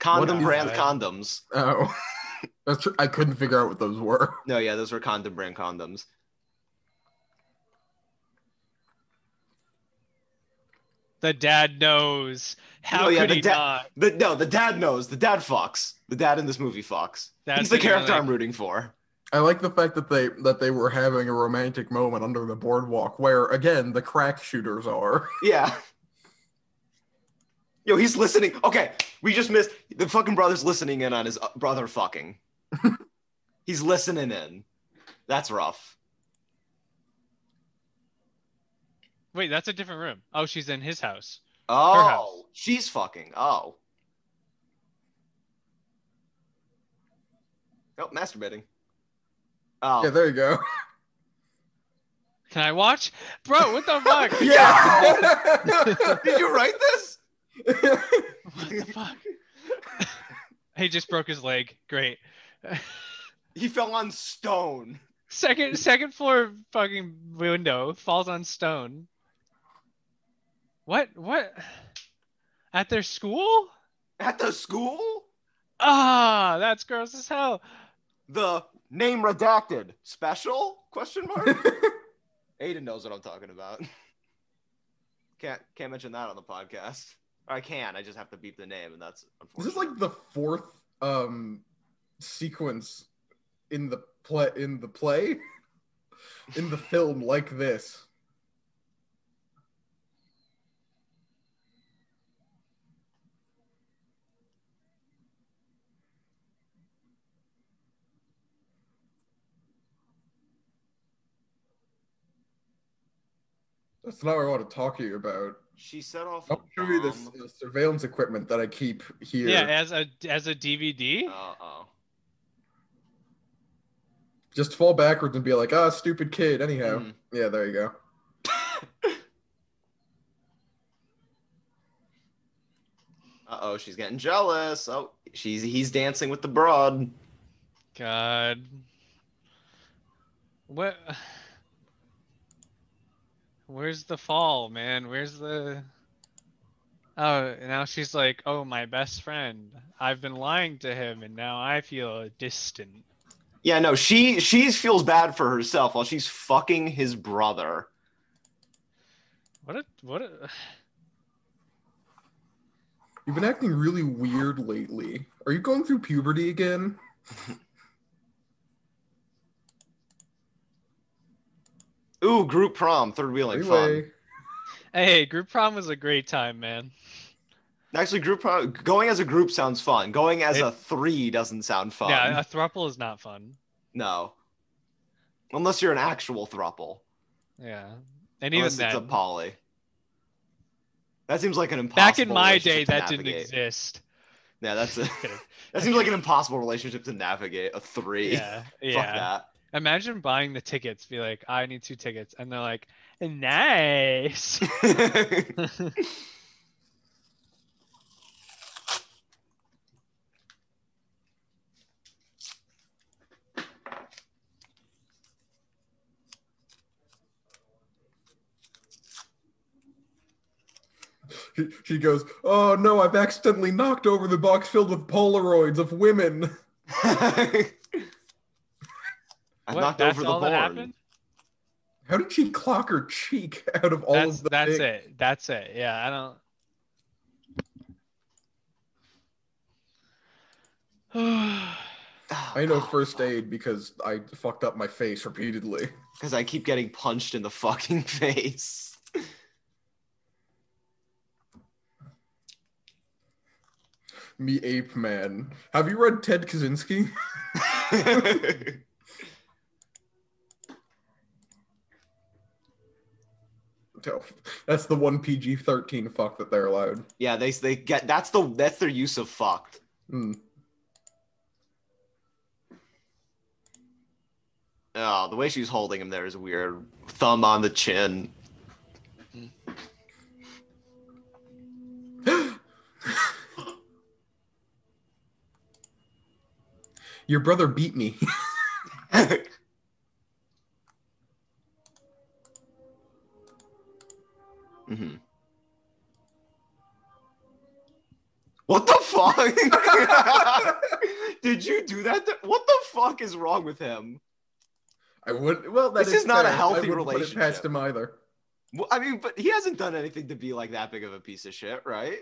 S2: What is
S1: brand
S3: that?
S1: condoms.
S2: Oh, *laughs* that's tr- I couldn't figure out what those were.
S1: No, yeah, those were condom brand condoms.
S3: The dad knows. How
S1: Oh, yeah,
S3: could
S1: the
S3: he
S1: dad-
S3: not?
S1: The, no, the dad knows. The dad fucks. The dad in this movie fucks. He's the
S3: gonna be
S1: character
S3: like-
S1: I'm rooting for.
S2: I like the fact that they that they were having a romantic moment under the boardwalk, where again the crack shooters are.
S1: Yeah. Yo, he's listening. Okay, we just missed the fucking brother's listening in on his uh, brother fucking. he's listening in. That's rough.
S3: Wait, that's a different room. Oh, she's in his house. house.
S1: Oh, she's fucking. Oh. Oh, masturbating. Oh. *laughs*
S2: Yeah, there you go.
S3: Can I watch? Bro,
S1: *laughs*
S3: what the fuck?
S2: *laughs* Yeah.
S1: Did you write this?
S3: What the fuck? *laughs* he just broke his leg. Great.
S1: He fell on stone.
S3: Second second floor fucking window falls on stone. What what? At their school?
S1: At the school?
S3: Ah, that's gross as hell.
S1: The name redacted special? Question
S2: *laughs*
S1: mark. Aiden knows what I'm talking about. Can't can't mention that on the podcast. Or I can. I just have to beep the name, and that's
S2: This is
S1: unfortunate.
S2: like the fourth um sequence in the play in the play *laughs* in the film like this. That's not what I want to talk to you about.
S1: she set off. um,
S2: I'll
S1: a
S2: show you this
S1: bomb.
S2: uh, surveillance equipment that I keep here.
S3: Yeah, as a as a DVD.
S1: Uh oh.
S2: Just fall backwards and be like, ah, stupid kid. Anyhow,
S3: Hmm.
S1: Mhm.
S2: yeah, there you go.
S1: Uh oh. She's getting jealous. Oh, she's he's dancing with the broad.
S3: God. What? Where's the fall, man? Where's the? Oh, now she's like, oh, my best friend. I've been lying to him, and now I feel distant.
S1: Yeah, no, she she feels bad for herself while she's fucking his brother.
S3: What a what a. *sighs*
S2: You've been acting really weird lately. Are you going through puberty again?
S1: Ooh, group prom, third wheeling fun.
S2: Anyway,
S3: Hey, group prom was a great time, man.
S1: Actually, group pro- going as a group sounds fun. Going as
S3: It-
S1: a three doesn't sound fun.
S3: Yeah, a thruple is not fun.
S1: No. Unless you're an actual thruple.
S3: Yeah, and even
S1: Unless it's a
S3: then,
S1: poly. That seems like an impossible.
S3: back in my
S1: relationship
S3: day,
S1: to
S3: that didn't
S1: navigate. *laughs*
S3: exist.
S1: Yeah, that's a,
S3: *laughs* Kidding.
S1: that seems like an impossible relationship to navigate. A three.
S3: Yeah,
S1: *laughs* Fuck
S3: yeah.
S1: that.
S3: Imagine buying the tickets, be like, I need two tickets, and they're like,
S1: *laughs*
S3: nice. *laughs*
S2: She, she goes, "Oh no, I've accidentally knocked over the box filled with Polaroids of women."
S1: I
S3: What?
S1: knocked
S3: that's
S1: over the
S3: all that
S1: horn.
S3: happened.
S2: How did she clock her cheek *laughs* out of all
S3: That's
S2: of the
S3: that's
S2: things?
S3: it. That's it. Yeah, I don't. *sighs*
S1: Oh,
S2: I know first aid because I fucked up my face repeatedly. *laughs*
S1: because I keep getting punched in the fucking *laughs* face.
S2: *laughs* Me ape man. Have you read Ted Kaczynski? *laughs* No. That's the one PG thirteen fuck that they're allowed.
S1: yeah, they they get that's the that's their use of fucked.
S2: Hmm.
S1: Oh, the way she's holding him there is weird. Thumb on the chin. *laughs*
S2: *gasps* Your brother beat me.
S1: Mhm. What the fuck? *laughs* Did you do that? to- what the fuck is wrong with him?
S2: I would. Well, that
S1: This is not a
S2: fair. I
S1: healthy
S2: wouldn't Put it
S1: relationship.
S2: past him either.
S1: Well, I mean, but he hasn't done anything to be like that big of a piece of shit, right?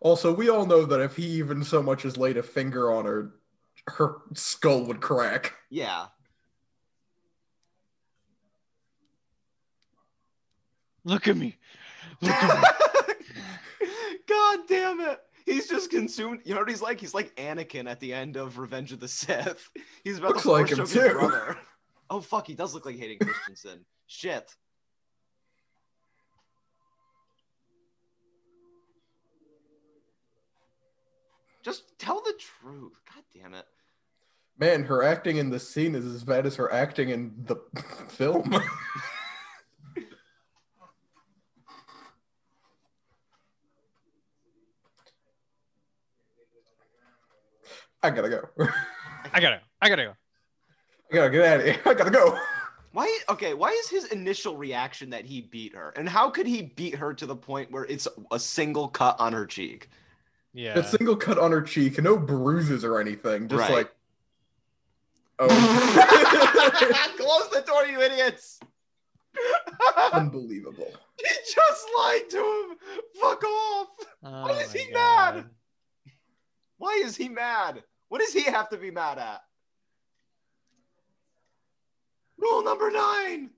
S2: Also, we all know that if he even so much as laid a finger on her, her skull would crack.
S1: Yeah.
S3: Look at me.
S1: *laughs*
S3: Look at me.
S1: God damn it. He's just consumed. You know what he's like? He's like Anakin at the end of Revenge of the Sith. *laughs* He's about
S2: Looks
S1: to
S2: like
S1: force
S2: him,
S1: choke his
S2: too.
S1: brother. *laughs* Oh fuck, he does look like
S2: *laughs*
S1: Hayden Christensen. Shit. Just tell the truth. God damn it.
S2: Man, her acting in this scene is as bad as her acting in the *laughs* film. *laughs* I gotta go. *laughs* I
S3: I gotta. I gotta go.
S2: gotta get out of here. *laughs* I gotta go.
S1: Why okay, why is his initial reaction that he beat her? And how could he beat her to the point where it's a single cut on her cheek?
S3: Yeah.
S2: A single cut on her cheek, no bruises or anything. Just
S1: Right.
S2: like, oh,
S1: *laughs* Close the door, you idiots! *laughs*
S2: unbelievable. *laughs*
S1: he just lied to him. Fuck off.
S3: Oh
S1: Why is
S3: my
S1: he
S3: God.
S1: mad? Why is he mad? What does he have to be mad at? Rule number nine.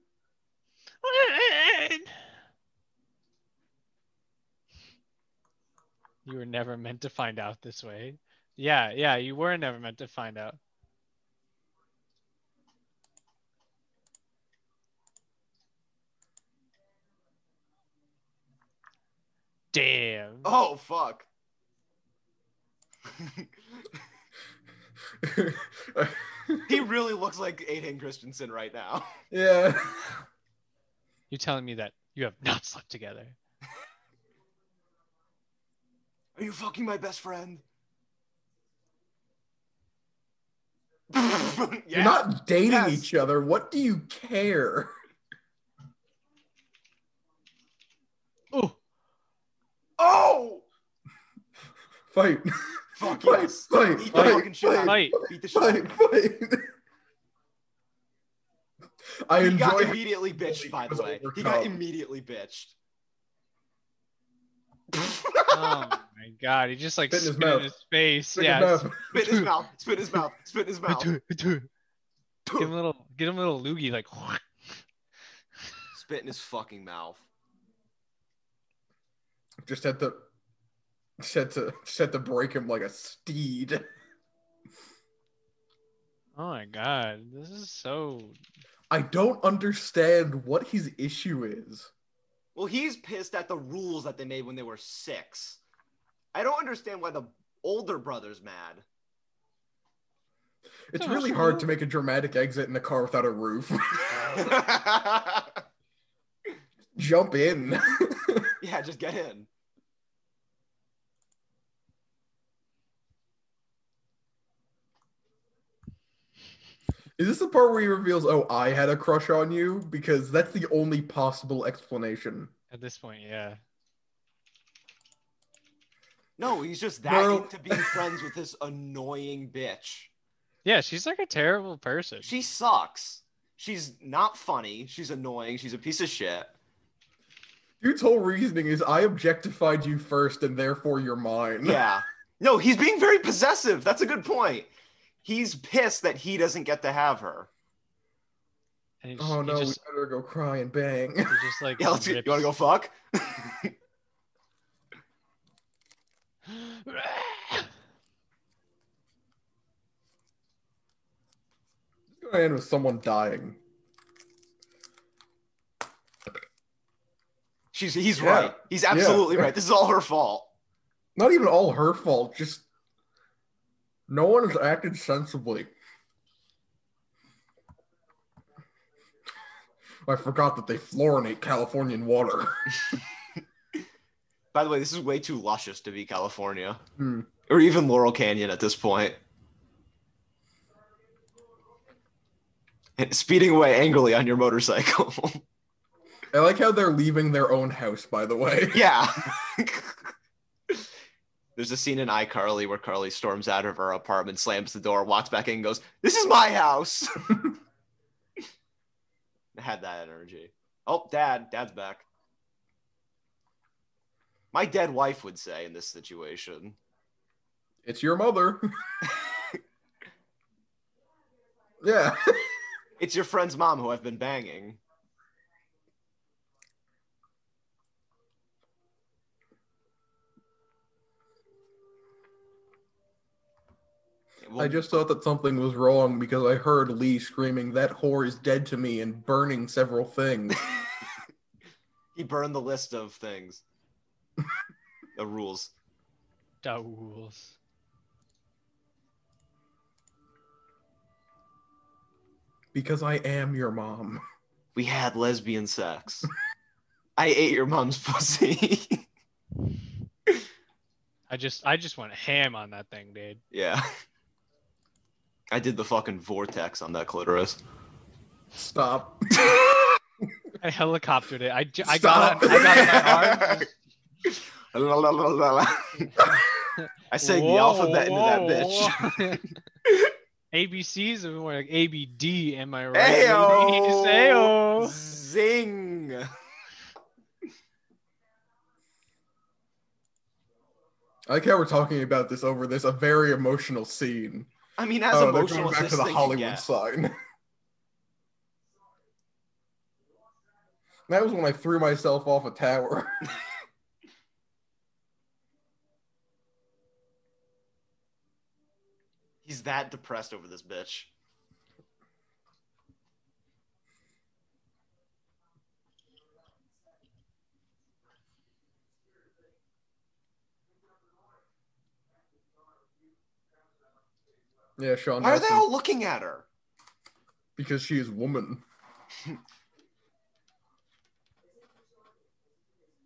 S3: You were never meant to find out this way. Yeah, yeah, you were never meant to find out. Damn.
S1: Oh fuck. *laughs* he really looks like Aiden Christensen right now. *laughs*
S2: yeah.
S3: You're telling me that you have not slept together.
S1: Are you fucking my best friend? *laughs*
S2: You're not dating
S1: Yes.
S2: each other. What do you care?
S3: Oh,
S1: Oh.
S2: Fight.
S1: Fuck
S2: Fight,
S1: yes.
S2: fight,
S1: Eat the
S2: fight,
S1: fucking shit out of
S3: fight.
S1: Beat the shit out of
S2: Fight, fight. I
S1: he got
S2: enjoy
S1: immediately bitched, by the
S2: was
S1: way. He
S2: overcome.
S1: got immediately bitched.
S3: oh my god, he just like
S2: Spit in
S3: spit
S2: his
S3: in his,
S2: mouth.
S3: face.
S2: Stick
S3: yeah.
S2: it up.
S1: *laughs* spit in his mouth. Spit in his mouth. Spit in his mouth.
S3: give him a *laughs* oh little, get him a little loogie, like.
S1: Spit in his fucking mouth.
S2: Just had to, just had to, just had to break him like a steed.
S3: Oh my god, this is so.
S2: I don't understand what his issue is.
S1: Well, he's pissed at the rules that they made when they were six. I don't understand why the older brother's mad. *laughs*
S2: It's
S3: So
S2: really
S3: much
S2: hard
S3: room.
S2: to make a dramatic exit in a car without a roof. *laughs* Jump in.
S1: yeah, just get in.
S2: Is this the part where he reveals, oh, I had a crush on you? Because that's the only possible explanation.
S3: At this point, yeah.
S1: No, he's just that
S2: No.
S1: into being friends with this annoying bitch.
S3: Yeah, she's like a terrible person.
S1: She sucks. She's not funny. She's annoying. She's a piece of shit.
S2: Dude's whole reasoning is, I objectified you first and therefore you're mine.
S1: Yeah. *laughs* No, he's being very possessive. That's a good point. He's pissed that he doesn't get to have her.
S3: And he just,
S2: *laughs* Oh
S3: he
S2: no,
S3: just,
S2: we better go cry and bang. *laughs*
S3: he
S1: *laughs*
S3: just like.
S1: Yeah, let's, you
S3: rips-
S1: want to go fuck?
S3: *laughs*
S2: and with someone dying.
S1: She's he's
S2: Yeah.
S1: right. He's absolutely right. This is all her fault.
S2: Not even all her fault, just no one has acted sensibly. I forgot that they fluorinate Californian water.
S1: By the way, this is way too luscious to be California
S2: Hmm.
S1: or even Laurel Canyon at this point. *laughs* Speeding away angrily on your motorcycle. *laughs*
S2: I like how they're leaving their own house, by the way.
S1: Yeah. *laughs* There's a scene in iCarly where Carly storms out of her apartment, slams the door, walks back in, and goes, This is my house. *laughs* I had that energy. Oh, dad, dad's back. My dead wife would say in this situation.
S2: It's your mother. *laughs* yeah.
S1: It's your friend's mom who I've been banging.
S2: I
S1: Well,
S2: just thought that something was wrong because I heard Lee screaming, That whore is dead to me, and burning several things. *laughs*
S1: he burned the list of things. the rules.
S3: Dowels.
S2: because I am your mom.
S1: We had lesbian sex. I ate your mom's pussy. *laughs*
S3: I just, I just went ham on that thing, dude.
S1: yeah. I did the fucking vortex on that clitoris. *laughs*
S2: Stop. *laughs*
S3: I helicoptered it. I, j- I
S2: Stop.
S3: got, it- I got it in my arm.
S1: *laughs*
S3: and just-
S1: La, la, la, la, la. I sang the alphabet into that bitch.
S3: that ABCs are more like ABD, am I right?
S1: Ayo.
S3: ladies? Ayo.
S1: Zing.
S2: I like how we're talking about this over this, a very emotional scene.
S1: I mean, as
S2: Oh, they're
S1: emotional
S2: going
S1: as
S2: back
S1: this
S2: to the
S1: thing
S2: Hollywood
S1: can get.
S2: sign. *laughs* that was when I threw myself off a tower. *laughs*
S1: He's that depressed over this bitch.
S2: yeah, Sean.
S1: Why are they
S2: Nelson.
S1: all looking at her?
S2: Because she is woman.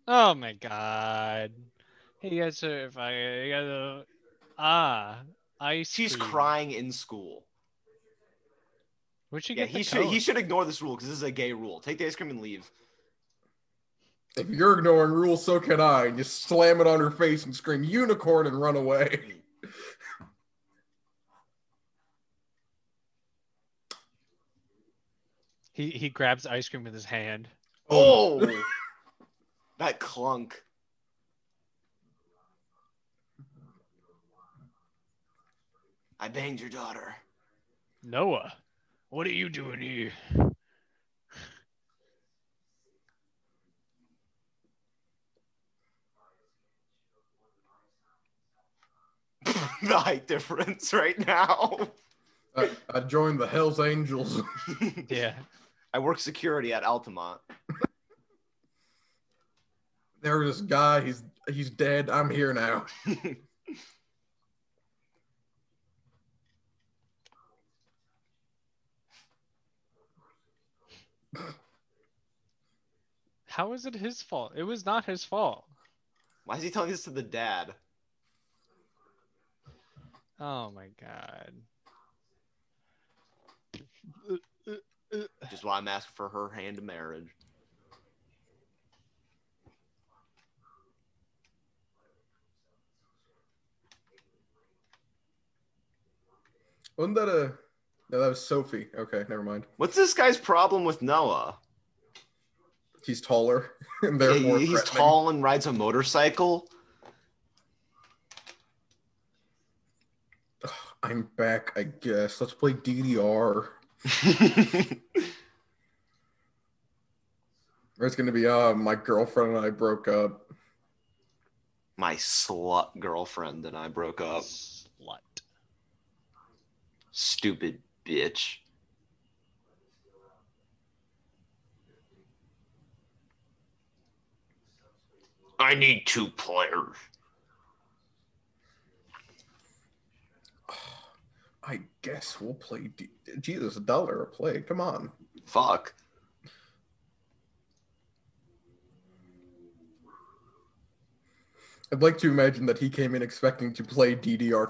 S3: Oh my god. Hey you guys are if I you guys are, ah I
S1: She's crying in school.
S3: Where'd she
S1: Yeah,
S3: get the
S1: he should he
S3: cone?
S1: should ignore this rule because this is a gay rule. Take the ice cream and leave.
S2: If you're ignoring rules, so can I. And just slam it on her face and scream unicorn and run away. *laughs*
S3: he he grabs ice cream with his hand.
S1: Oh,
S2: *laughs*
S1: that clunk. I banged your daughter. *laughs*
S3: Noah, what are you doing here?
S1: the height difference right now. *laughs* Oh.
S2: I, I joined the Hell's Angels. *laughs*
S3: Yeah.
S1: I work security at Altamont. *laughs*
S2: There's this guy. He's he's dead. I'm here now.
S3: How is it his fault? It was not his fault.
S1: Why is he telling this to the dad?
S3: Oh my god.
S1: Which is why I'm asking for her hand in marriage.
S2: Wasn't that a? No, that was Sophie. Okay, never mind.
S1: What's this guy's problem with Noah?
S2: He's taller *laughs* and
S1: Yeah,
S2: therefore
S1: he- he's
S2: threatening.
S1: tall and rides a motorcycle. *laughs*
S2: Ugh, I'm back, I guess. Let's play DDR. Or It's gonna be uh my girlfriend and I broke up.
S1: My slut girlfriend and I broke up.
S3: Slut.
S1: Stupid bitch. I need two players.
S2: I guess we'll play. D- Jesus, a dollar a play. Come on.
S1: Fuck. *laughs*
S2: I'd like to imagine that he came in expecting to play DDR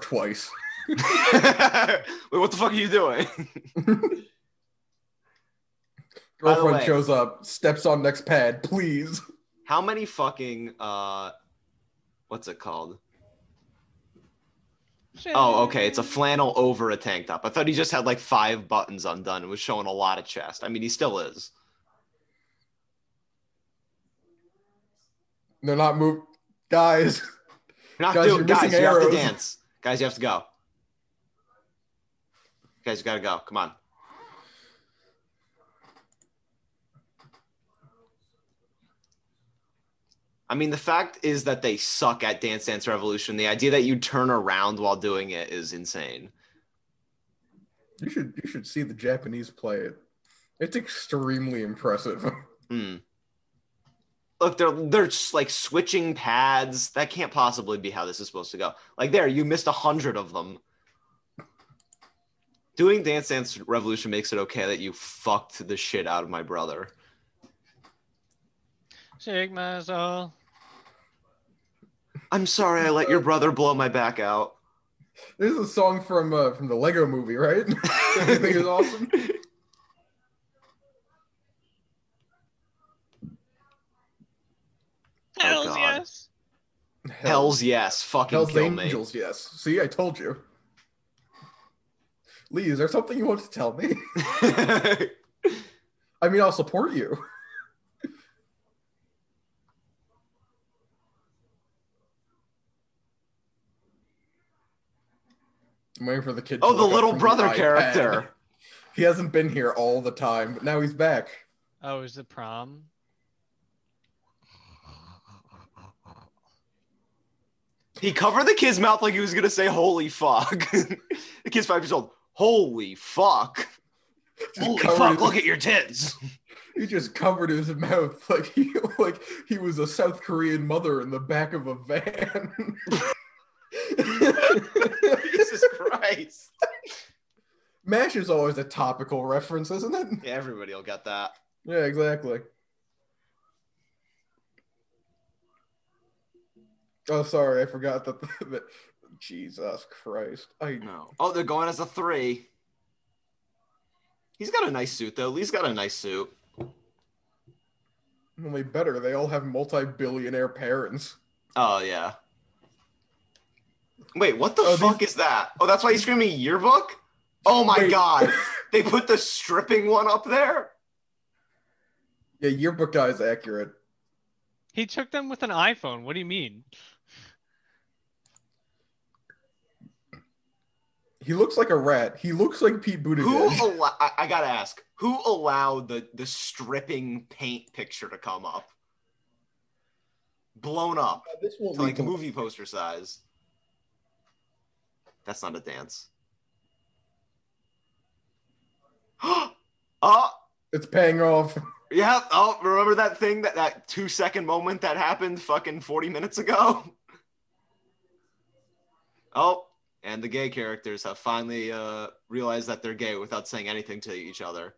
S1: *laughs*
S2: twice.
S1: Wait, what the fuck are you doing? *laughs* By the
S2: Girlfriend
S1: way-
S2: shows up, steps on next pad, please.
S1: How many fucking uh what's it called? Oh, okay. It's a flannel over a tank top. I thought he just had like five buttons undone and was showing a lot of chest. I mean, he still is.
S2: They're not move, guys. *laughs*
S1: You're not
S2: Guys,
S1: doing,
S2: you're missing
S1: guys you have to
S2: arrows.
S1: dance. Guys, you have to go. Guys, you gotta go. Come on. I mean, the fact is that they suck at Dance Dance Revolution. The idea that you turn around while doing it is insane.
S2: You should you should see the Japanese play it. It's extremely impressive. *laughs*
S1: Hmm.
S2: Mm.
S1: Look, they're they're just like switching pads. That can't possibly be how this is supposed to go. Like there, you missed a hundred of them. Doing Dance Dance Revolution makes it okay that you fucked the shit out of my brother.
S3: Shake my soul.
S1: I'm sorry I let your brother blow my back out.
S2: This is a song from uh, from the Lego Movie, right? *laughs* I think
S1: *laughs*
S2: it's awesome.
S1: Oh,
S3: Hells
S1: God.
S3: yes.
S1: Hell's yes, fucking
S2: Hell's
S1: kill *laughs* me.
S2: Angels, yes. See, I told you. Lee, is there something you want to tell me? *laughs* I mean, I'll support you. *laughs* I'm waiting for the kid. to
S1: oh, the
S2: look up
S1: little
S2: from
S1: brother
S2: iPad.
S1: character.
S2: *laughs* He hasn't been here all the time, but now he's back.
S3: Oh, is the prom?
S1: He covered the kid's mouth like he was gonna say "Holy fuck." *laughs* the kid's five years old. Holy fuck!
S2: Just
S1: Holy
S2: covered
S1: fuck!
S2: his-
S1: Look at your
S2: *laughs*
S1: tits.
S2: He just covered his mouth *laughs* like he like he was a South Korean mother in the back of
S1: *laughs*
S2: a van. *laughs*
S1: Jesus Christ!
S2: Mash is always a topical reference, isn't it? *laughs*
S1: Yeah, everybody will get that.
S2: Yeah, exactly. Oh, sorry, I forgot that. *laughs* that Jesus Christ! I
S1: No. Oh, they're going as a three. He's got a nice suit though. Lee's got a nice suit.
S2: only better. They all have multi-billionaire parents.
S1: Oh yeah. Wait, what the
S2: Oh, these-
S1: fuck is that? Oh, that's why he's screaming yearbook. Oh my
S2: Wait.
S1: god!
S2: *laughs*
S1: They put the stripping one up there.
S2: Yeah, yearbook guy is accurate.
S3: He took them with an iPhone. What do you mean?
S2: He looks like a rat. He looks like Pete Buttigieg.
S1: Who allo- I, I gotta ask, who allowed the the stripping paint picture to come up? Blown up
S2: this won't
S1: to like
S2: lead to
S1: movie poster size. That's not a dance. *gasps* oh,
S2: It's paying off.
S1: yeah. Oh, remember that thing that that two second moment that happened fucking 40 minutes ago? *laughs* Oh, and the gay characters have finally uh, realized that they're gay without saying anything to each other.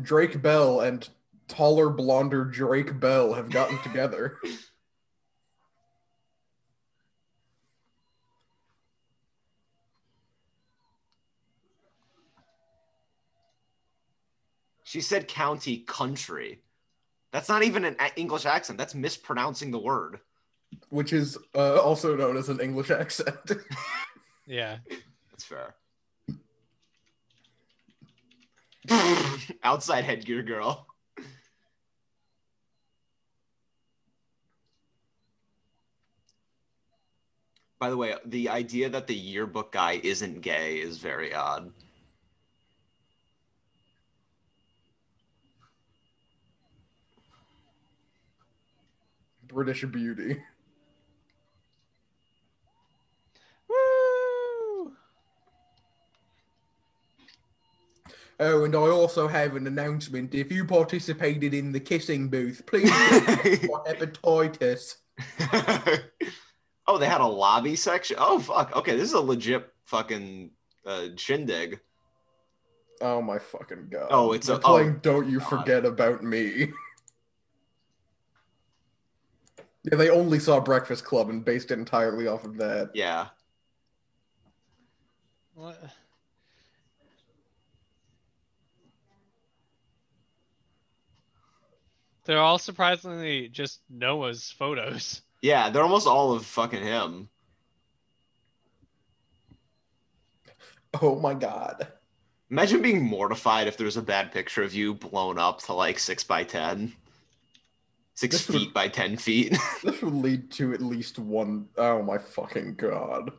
S2: Drake Bell and taller, blonder Drake Bell have gotten together. *laughs*
S1: She said county country. That's not even an a- English accent. That's mispronouncing the word.
S2: which is uh, also known as an English accent. *laughs*
S3: Yeah.
S1: That's fair. *laughs* Outside headgear girl. By the way, the idea that the yearbook guy isn't gay is very odd. *laughs*
S2: British beauty.
S3: Woo!
S2: Oh, and I also have an announcement. If you participated in the kissing booth,
S1: *laughs*
S2: please check for hepatitis.
S1: oh, they had a lobby section. Oh fuck. Okay, this is a legit fucking uh, shindig.
S2: Oh my fucking god.
S1: Oh, it's a-
S2: They're playing
S1: oh,
S2: Don't You
S1: God.
S2: Forget About Me. yeah, they only saw Breakfast Club and based it entirely off of that.
S1: Yeah.
S3: What? They're all surprisingly just Noah's photos.
S1: Yeah, they're almost all of fucking him.
S2: Oh my god.
S1: Imagine being mortified if there was a bad picture of you blown up to like six by ten. Six
S2: This would-
S1: feet by ten feet. *laughs*
S2: This would lead to at least one oh my
S1: *laughs*
S2: fucking god.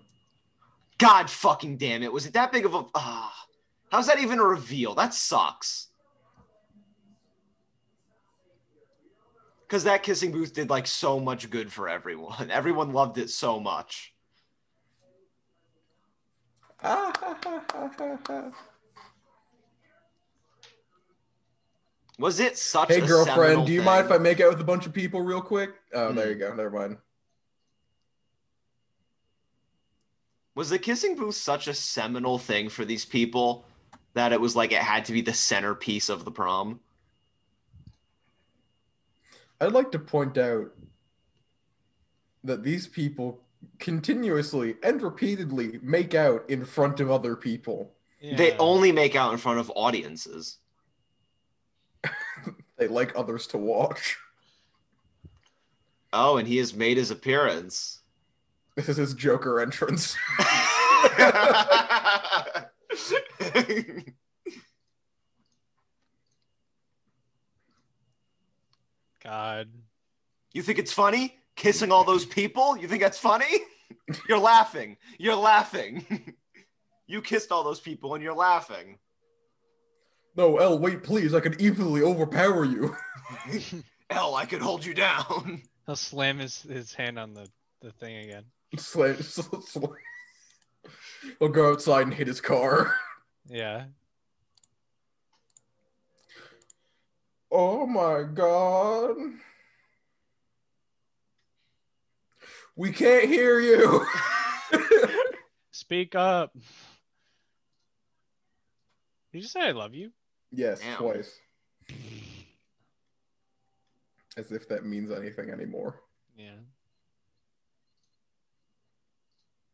S1: God fucking damn it. Was it that big of a ah, how's that even a reveal? That sucks. Cause that kissing booth did like so much good for everyone. *laughs* Everyone loved it so much.
S2: Ah, ha, ha, ha, ha, ha.
S1: Was it such
S2: Hey,
S1: a
S2: girlfriend,
S1: seminal
S2: do you
S1: thing?
S2: mind if I make out with a bunch of people real quick? Oh, there
S1: Hmm.
S2: you go. Never mind.
S1: was the kissing booth such a seminal thing for these people that it was like it had to be the centerpiece of the prom?
S2: I'd like to point out that these people continuously and repeatedly make out in front of other people.
S1: They
S3: Yeah.
S1: only make out in front of audiences.
S2: They like others to watch. *laughs*
S1: Oh, and he has made his appearance.
S2: This is his Joker entrance. *laughs*
S3: God.
S1: *laughs* you think it's funny kissing all those people? You think that's funny? You're laughing. You're laughing. you kissed all those people and you're laughing.
S2: no, El, wait, please. I could easily overpower you. *laughs*
S1: Hell, I could hold you down. *laughs*
S3: He'll slam his, his hand on the, the thing again.
S2: Slay, sl- sl- He'll go outside and hit his car. *laughs*
S3: Yeah.
S2: Oh my god. We can't hear you. *laughs*
S3: Speak up. You just say I love you.
S2: yes,
S1: Damn.
S2: twice. As if that means anything anymore.
S3: Yeah.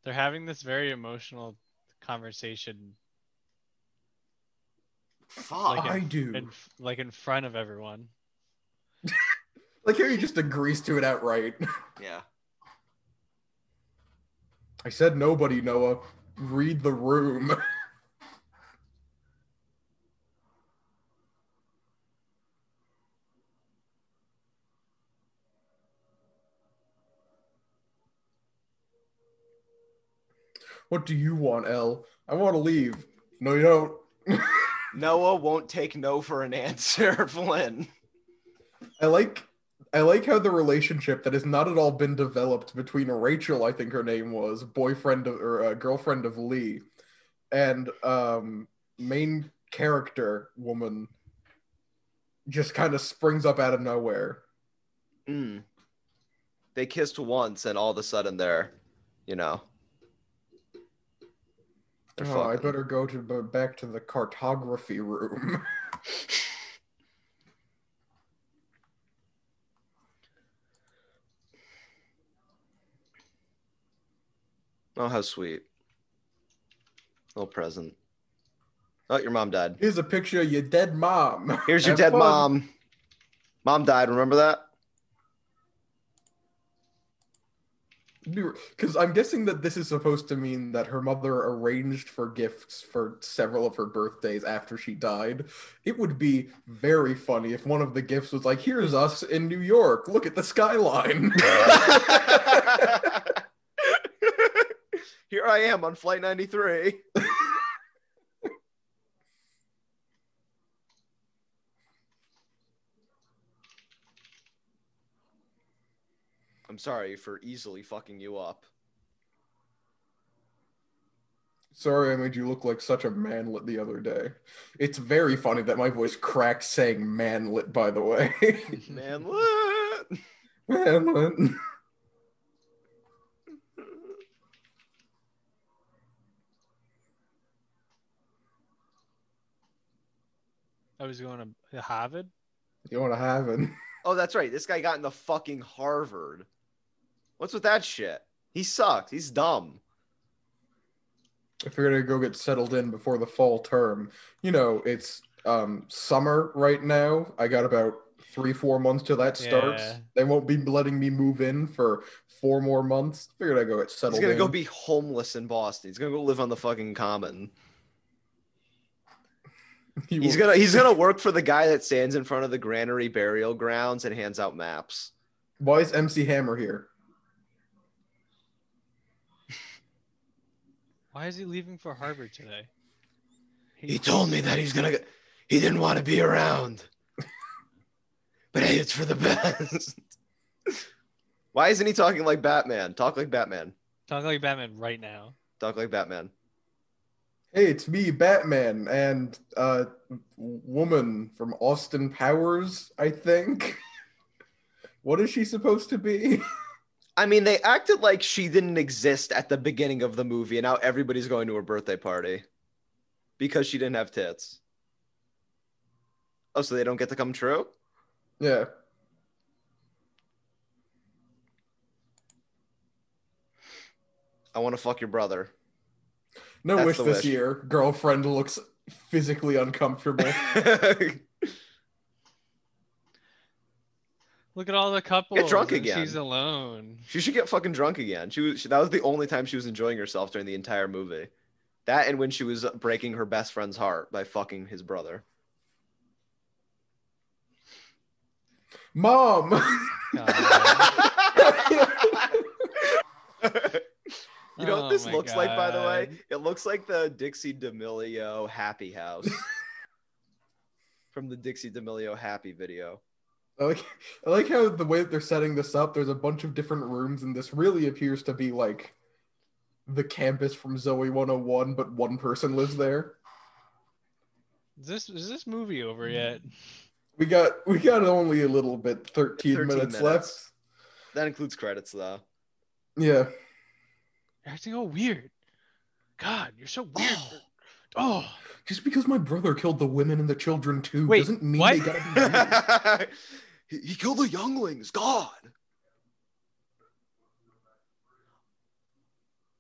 S3: They're having this very emotional conversation,
S1: Fuck.
S3: Like it-
S2: I do.
S3: in, f- like in front of everyone.
S2: Like how he just agrees to it outright. *laughs*
S1: yeah.
S2: I said nobody, Noah. Read the room. *laughs* what do you want, L? I want to leave. No, you don't.
S1: *laughs* Noah won't take no for an answer, Flynn.
S2: I like I like how the relationship that has not at all been developed between Rachel, I think her name was, boyfriend of, or uh, girlfriend of Lee, and um, main character woman just kind of springs up out of nowhere.
S1: Mm. They kissed once, and all of a sudden they're, you know. they're
S2: Oh, I
S1: fucking.
S2: better go to b- back to the cartography room. *laughs*
S1: Oh, how sweet. Little present. Oh, your mom died.
S2: Here's a picture of your dead mom.
S1: Here's your
S2: Have
S1: dead
S2: fun.
S1: mom. Mom died. Remember that?
S2: Because I'm guessing that this is supposed to mean that her mother arranged for gifts for several of her birthdays after she died. It would be very funny if one of the gifts was like, "Here's us in New York. Look at the skyline."
S1: *laughs* Here I am on flight 93. I'm sorry for easily fucking you up.
S2: Sorry, I made you look like such a manlet the other day. It's very funny that my voice cracked saying manlet. By the way, *laughs*
S1: *laughs*
S3: *laughs*
S1: Man, what?
S2: manlet.
S3: I was going to Harvard.
S2: You want to have it?
S1: Oh, that's right. This guy got into fucking Harvard. What's with that shit? He sucks. He's dumb.
S2: if you're gonna go get settled in before the fall term, you know it's um, summer right now. I got about three, four months till that starts.
S3: Yeah.
S2: They won't be letting me move in for four more months. Figured I go get settled.
S1: He's gonna
S2: in. *laughs*
S1: go be homeless in Boston. He's gonna go live on the fucking common.
S2: He
S1: He's
S2: will-
S1: gonna
S2: *laughs*
S1: he's gonna work for the guy that stands in front of the granary burial grounds and hands out maps.
S2: Why is MC Hammer here?
S3: Why is he leaving for Harvard today?
S1: He told me that he's gonna go- he didn't want to be around. *laughs* But hey, it's for the best. *laughs* Why isn't he talking like Batman? Talk like Batman.
S3: talk like Batman right now.
S1: Talk like Batman.
S2: Hey, it's me, Batman, and uh, woman from Austin Powers. I think. *laughs* what is she supposed to be? *laughs*
S1: I mean, they acted like she didn't exist at the beginning of the movie, and now everybody's going to her birthday party because she didn't have tits. Oh, so they don't get to come true?
S2: yeah.
S1: I want to fuck your
S2: *laughs*
S1: brother. *laughs*
S2: No
S1: That's
S2: wish
S1: the
S2: this
S1: wish.
S2: year. Girlfriend looks physically uncomfortable. *laughs*
S1: Get
S3: Look at all the couples.
S1: drunk
S3: and
S1: again. *laughs*
S3: She's alone.
S1: She should get fucking drunk again. She was she, that was the only time she was enjoying herself during the entire movie. That and when she was breaking her best friend's heart by fucking his
S3: *laughs*
S1: brother.
S2: Mom.
S3: God.
S1: you know
S3: Oh
S1: what this
S3: my
S1: looks like, by the
S3: God.
S1: way? It looks like the Dixie D'Amelio Happy
S3: *laughs*
S1: House from the Dixie D'Amelio Happy video.
S2: I like, I like how the way that they're setting this up. There's a bunch of different rooms, and this really appears to be like the campus from Zoe 101, but one person lives there.
S3: Is this is this movie over yet?
S2: We got we got only a little bit, 13,
S1: 13
S2: minutes,
S1: minutes.
S2: left.
S1: That includes credits, though.
S2: Yeah,
S3: You're acting all weird. God, you're so weird. for- Oh,
S2: just because my brother killed the women and the children too
S3: Wait,
S2: doesn't mean
S3: what?
S2: they gotta be. women.
S1: he, he killed the younglings. God.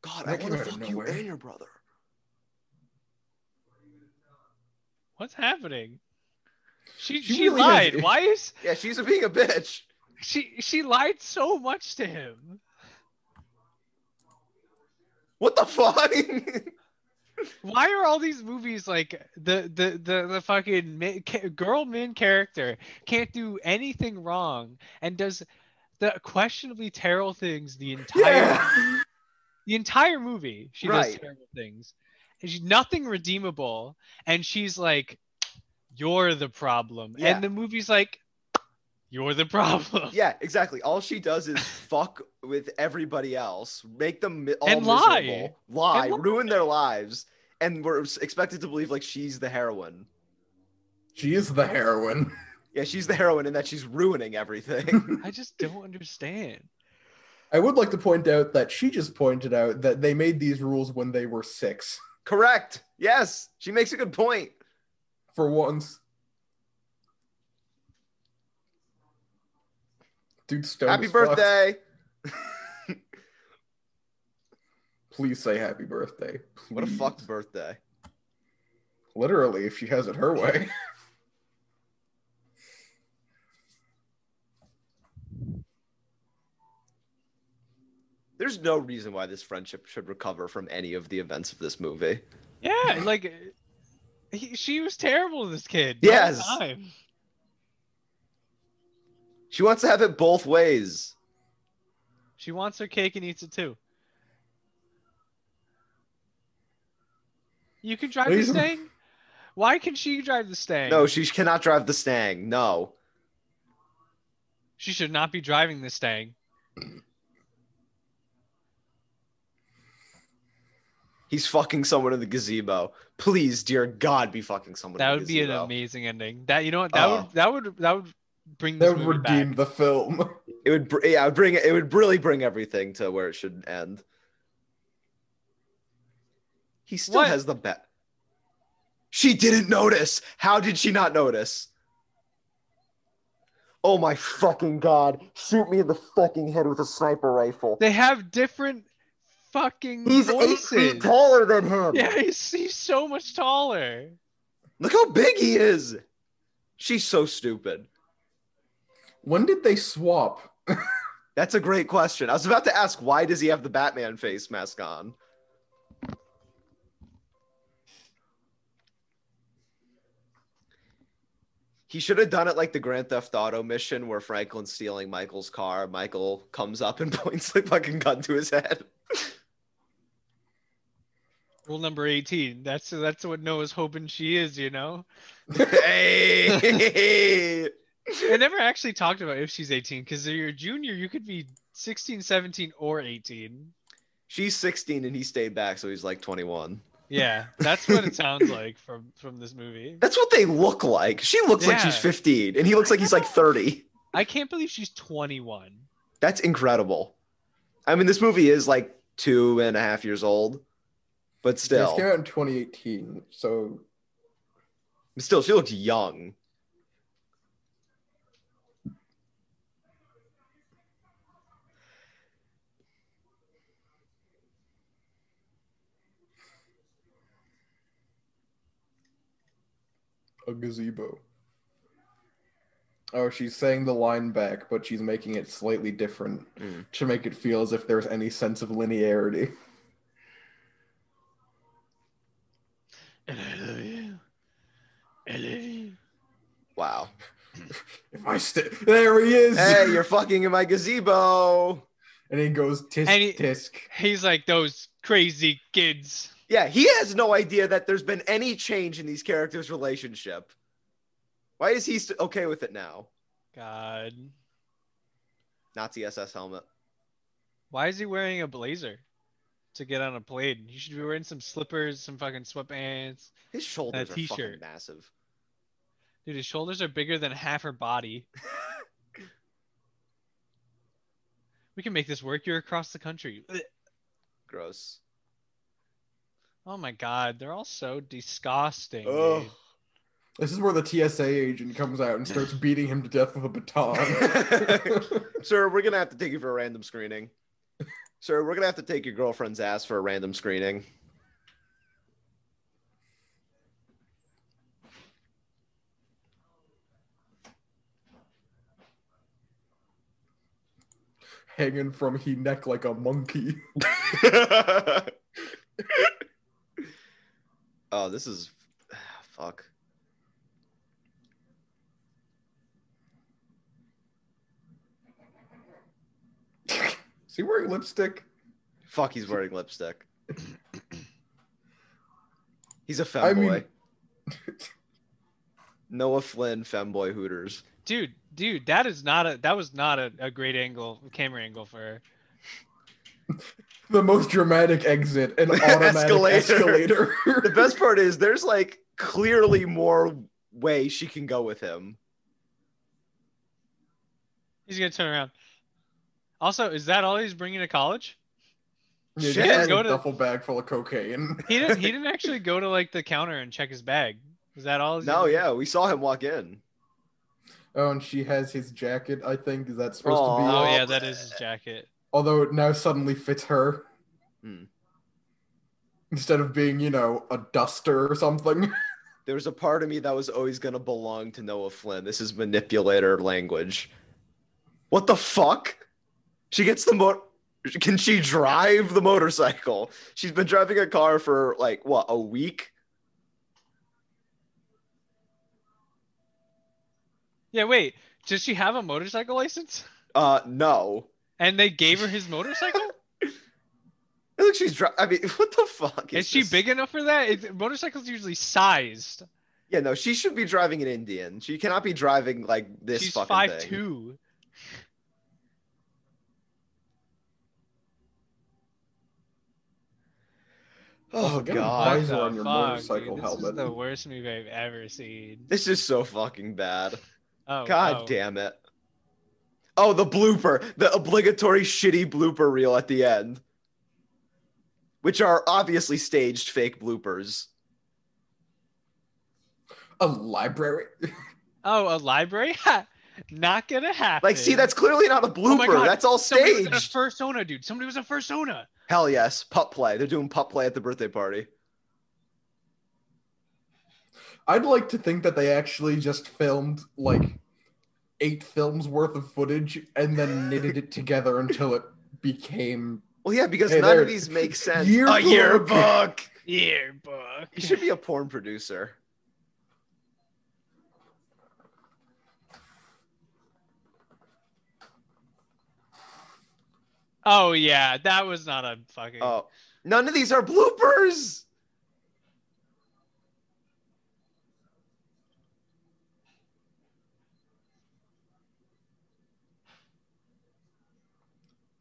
S1: God, I want
S2: That came
S1: to
S2: out of
S1: fuck you
S2: nowhere.
S1: and your brother.
S3: what's happening? She
S2: She
S3: she,
S2: really has
S3: lied.
S2: it.
S3: Why is
S1: Yeah, she's being a bitch.
S3: she she lied so much to him?
S1: What the fuck? *laughs*
S3: Why are all these movies like the the the, the fucking ma- ca- girl main character can't do anything wrong and does the questionably terrible things the entire
S2: Yeah.
S3: *laughs* the entire movie she does
S1: Right.
S3: terrible things and she's nothing redeemable and she's like you're the problem
S1: Yeah.
S3: and the movie's like You're the problem.
S1: Yeah, exactly. All she does *laughs* is fuck with everybody else, make them mi- all
S3: And lie.
S1: miserable, lie,
S3: And lie.
S1: ruin their lives, and we're s- expected to believe like she's the heroine.
S2: She is the heroine.
S1: Yeah, she's the heroine in that she's ruining *laughs* everything.
S3: I just don't understand.
S2: I would like to point out that she just pointed out that they made these rules when they were six.
S1: Correct. Yes, she makes a good point.
S2: For once. Dude, stone
S1: Happy
S2: as fuck.
S1: birthday.
S2: Please say happy birthday.
S1: What a
S2: Please.
S1: fucked birthday.
S2: Literally, if she has it her
S3: *laughs*
S2: way.
S1: There's no reason why this friendship should recover from any of the events of this movie.
S3: Yeah, like he, she was terrible to this kid. the whole
S1: Yes.
S3: time.
S1: She wants to have it both ways.
S3: She wants her cake and eats it too. You can drive the
S2: Ladies and-
S3: Stang? Why can she drive the Stang?
S1: No, she cannot drive the Stang. No.
S3: She should not be driving the Stang.
S1: He's fucking someone in the gazebo. Please, dear God, be fucking someone
S3: That
S1: in the
S3: would be an
S1: gazebo.
S3: amazing ending. That you know what that
S1: Oh.
S3: would that would that would bring this
S2: that
S3: movie
S2: redeemed the
S3: back.
S2: film. *laughs*
S1: it would br- yeah, it would bring it would really bring everything to where it should end. He still
S3: What?
S1: has the bet. She didn't notice. How did she not notice? Oh my fucking god. Shoot me in the fucking head with a sniper rifle.
S3: They have different fucking
S1: He's eight
S3: voices.
S1: feet taller than him.
S3: Yeah, he's, he's so much taller.
S1: Look how big he is. She's so stupid.
S2: When did they swap?
S1: That's a great question. I was about to ask why does he have the Batman face mask on? He should have done it like the Grand Theft Auto mission where Franklin's stealing Michael's car. Michael comes up and *laughs* points the fucking gun to his head.
S3: Rule number 18. That's that's what Noah's hoping she is, you know?
S1: hey!
S3: They never actually talked about if she's 18 because you're a junior, you could be 16, 17, or 18.
S1: *laughs* She's 16 and he stayed back, so he's like 21.
S3: Yeah, that's what it sounds like from from this movie.
S1: That's what they look like. She looks like she's
S3: Yeah.
S1: 15 and he looks like he's like 30.
S3: I can't believe she's 21.
S1: That's incredible. I mean, this movie is like two and a half years old, but
S2: This came
S1: still,
S2: out in 2018, so
S1: still, she looks young.
S2: a gazebo. Oh, she's saying the line back, but she's making it slightly different
S1: Mm.
S2: to make it feel as if there's any sense of linearity.
S3: And I love you. I love you.
S1: Wow.
S2: If I stay, there he is,
S1: Hey, you're fucking in my gazebo.
S2: *laughs* and he goes tisk
S3: And he-
S2: tisk.
S3: He's like those crazy kids.
S1: Yeah, he has no idea that there's been any change in these characters' relationship. Why is he st- okay with it now?
S3: God,
S1: Nazi SS helmet.
S3: why is he wearing a blazer to get on a plane? He should be wearing some slippers, some fucking sweatpants.
S1: His shoulders are fucking
S3: t-shirt.
S1: massive.
S3: Dude, his shoulders are bigger than half
S1: *laughs*
S3: her body. we can make this work. You're across the country.
S1: Gross.
S3: Oh my god, they're all so disgusting.
S1: Ugh.
S3: dude.
S2: This is where the TSA agent comes out and starts beating him to death with
S1: *laughs*
S2: a baton. *laughs*
S1: Sir, we're gonna have to take you for a random screening. Sir, we're gonna have to take your girlfriend's ass for a random screening.
S2: Hanging from he neck like a monkey.
S1: *laughs* oh, this is fuck.
S2: Is he wearing lipstick?
S1: Fuck, he's wearing lipstick. He's a femboy.
S2: I mean-
S1: Noah Flynn, femboy Hooters.
S3: dude, dude, that is not a that was not a, a great angle, camera angle for her.
S2: The most dramatic exit,
S1: *laughs*
S2: an automatic
S1: Escalator.
S2: escalator.
S1: *laughs* The best part is there's like clearly more way she can go with him.
S3: He's gonna turn around. Also, is that all he's bringing to college?
S2: *laughs* Yeah,
S1: Shit.
S2: just
S3: Go
S2: a
S3: to-
S2: duffel bag full of cocaine.
S3: He didn't. He didn't actually go to like the counter and check his bag. Is that all? he's
S1: No,
S3: gonna-
S1: yeah, we saw him walk in.
S2: Oh, and she has his jacket. I think is that supposed to be?
S1: Aw.
S3: Oh yeah, that is his jacket.
S2: Although it now suddenly fits her.
S1: Hmm.
S2: Instead of being, you know, a duster or something. *laughs*
S1: There was a part of me that was always gonna belong to Noah Flynn. This is manipulator language. What the fuck? She gets the mo Can she drive the motorcycle? She's been driving a car for like what a week.
S3: Yeah, wait. Does she have a motorcycle license?
S1: Uh, no.
S3: And they gave her his motorcycle.
S1: It looks she's. Dri- I mean, *laughs* what the fuck?
S3: is she
S1: this?
S3: big enough for that? It's, motorcycles usually sized.
S1: Yeah, no. She should be driving an Indian. She cannot be driving like this
S3: She's
S1: fucking
S3: five
S1: thing.
S3: two.
S1: Oh
S2: Get a
S1: god,
S2: visor on your motorcycle
S3: dude,
S2: helmet.
S3: This is the worst movie I've ever seen.
S1: this is so fucking bad.
S3: Oh
S1: God
S3: oh.
S1: damn it. Oh, the blooper, the obligatory shitty blooper reel at the end, which are obviously staged fake bloopers.
S2: a library.
S3: Oh, a library? *laughs* Not gonna happen.
S1: Like, see, that's clearly not a blooper.
S3: Oh God,
S1: That's all
S3: Somebody was in a
S1: staged.
S3: Fursona, dude. Somebody was a Fursona.
S1: Hell yes, pup play. They're doing pup play at the birthday party.
S2: I'd like to think that they actually just filmed like eight films worth of footage and then knitted it together until it became
S1: Well, yeah, because
S2: Hey,
S1: none
S2: there-
S1: of these
S2: *laughs*
S1: make sense.
S2: Yearbook.
S1: A yearbook.
S3: Yearbook.
S1: You should be a porn producer.
S3: *laughs* Oh yeah, that was not a fucking.
S1: Oh, none of these are bloopers.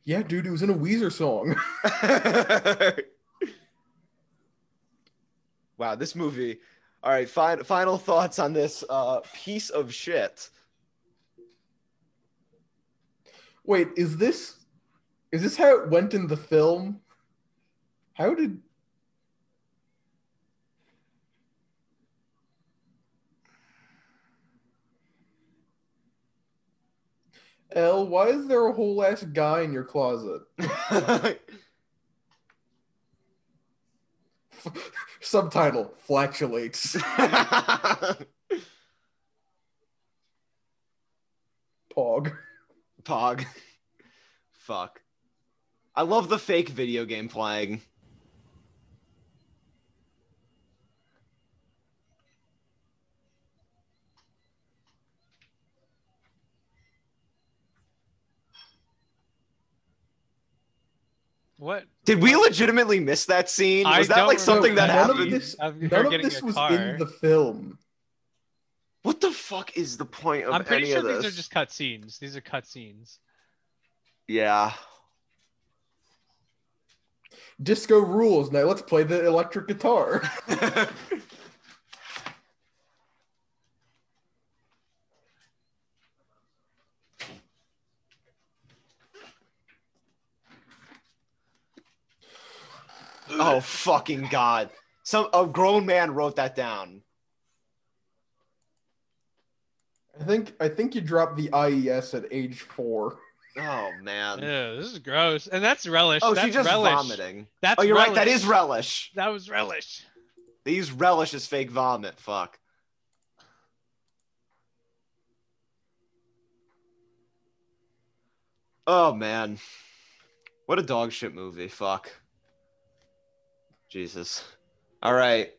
S2: Yeah, dude, it was in a Weezer song. *laughs*
S1: *laughs* wow, this movie. All right, fin- final thoughts on this uh, piece of shit. *laughs*
S2: Wait, is this is this how it went in the film? How did L, why is there a whole ass guy in your closet? Subtitle flatulates. Pog.
S1: Pog. Fuck. I love the fake video game playing.
S3: What?
S1: Did we legitimately miss that scene?
S3: I
S1: Was that
S3: don't
S1: like something that
S2: remember. None of
S1: happened?
S2: this-
S3: Of her
S2: None of
S3: getting
S2: this
S3: a
S2: was
S3: car.
S2: in the film.
S1: What the fuck is the point of
S3: I'm pretty
S1: any
S3: sure
S1: of this?
S3: these are just cut scenes. These are cut scenes.
S1: Yeah.
S2: Disco rules. Now let's play the electric guitar.
S1: oh fucking god. Some a grown man wrote that down.
S2: *laughs* I think I think you dropped the IES at age four.
S1: Oh man.
S3: Ew, this is gross. And that's relish.
S1: Oh,
S3: that's
S1: she just
S3: relish.
S1: vomiting.
S3: That's
S1: Oh, you're
S3: relish.
S1: right. That is relish.
S3: That was relish.
S1: These relish is fake vomit. Fuck. Oh man. What a dog shit movie. Fuck. Jesus. All right.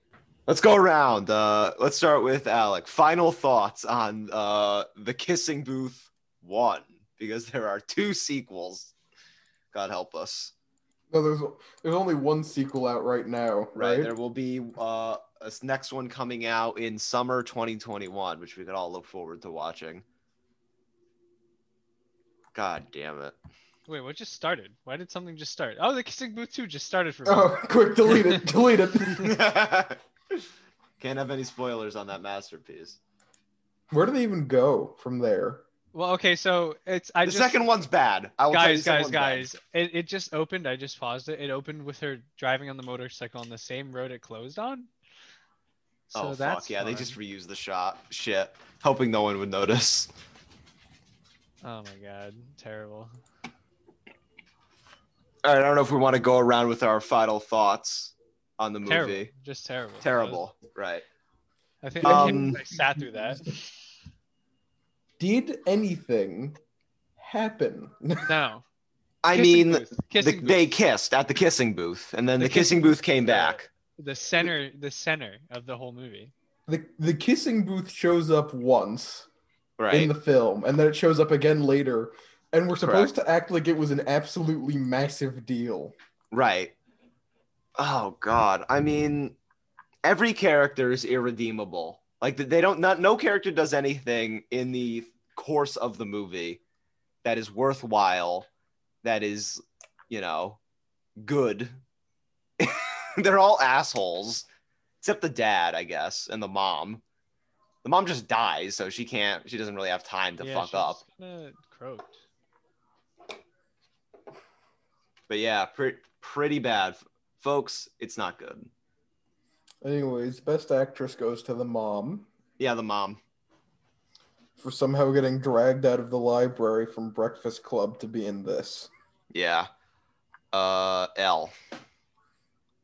S1: Let's go around. Uh, let's start with Alec. Final thoughts on uh, the Kissing Booth one, because there are two sequels. God help us.
S2: No, there's there's only one sequel out right now,
S1: Right.
S2: right?
S1: There will be uh, a s- next one coming out in summer 2021, which we could all look forward to watching. God damn it.
S3: Wait, what just started? Why did something just start? Oh, the kissing booth two just started for me.
S2: Oh, *laughs* quick, delete it. delete it. *laughs*
S1: *laughs* Can't have any spoilers on that masterpiece.
S2: Where do they even go from there?
S3: Well, okay, so it's I
S1: the
S3: just
S1: second one's bad. I will tell you
S3: guys,
S1: the second one's
S3: guys,
S1: bad.
S3: guys. It, it just opened. I just paused it. It opened with her driving on the motorcycle on the same road it closed on. So
S1: oh
S3: that's
S1: fuck yeah! They
S3: fun.
S1: just reused the shot. Shit, hoping no one would notice.
S3: Oh my god, terrible.
S1: All right, I don't know if we want to go around with our final thoughts on the movie.
S3: Terrible. Just terrible.
S1: Terrible, right?
S3: I think I, can't
S1: Um,
S3: believe I sat
S1: *laughs*
S3: through that.
S2: Did anything happen?
S3: No.
S1: I
S3: Kissing
S1: mean,
S3: booth.
S1: the,
S3: kissing
S1: they
S3: booth.
S1: kissed at the kissing booth, and then
S3: The
S1: the, kissing,
S3: kissing
S1: booth came
S3: yeah.
S1: back.
S3: the center the center of the whole movie.
S2: The the kissing booth shows up once in
S1: Right.
S2: the film, and then it shows up again later. And we're supposed to act like it was an absolutely massive deal.
S1: Right. Oh God. I mean, every character is irredeemable. Like they don't not no character does anything in the course of the movie that is worthwhile, that is, you know, good. *laughs* They're all assholes. Except the dad, I guess, and the mom. The mom just dies, so she can't she doesn't really have time to
S3: yeah,
S1: fuck
S3: she
S1: up.
S3: just kinda croaked.
S1: But yeah, pre- pretty bad. Folks, it's not good.
S2: Anyways, best actress goes to the mom
S1: Yeah, the mom.
S2: for somehow getting dragged out of the library from Breakfast Club to be in this.
S1: Yeah. Uh L.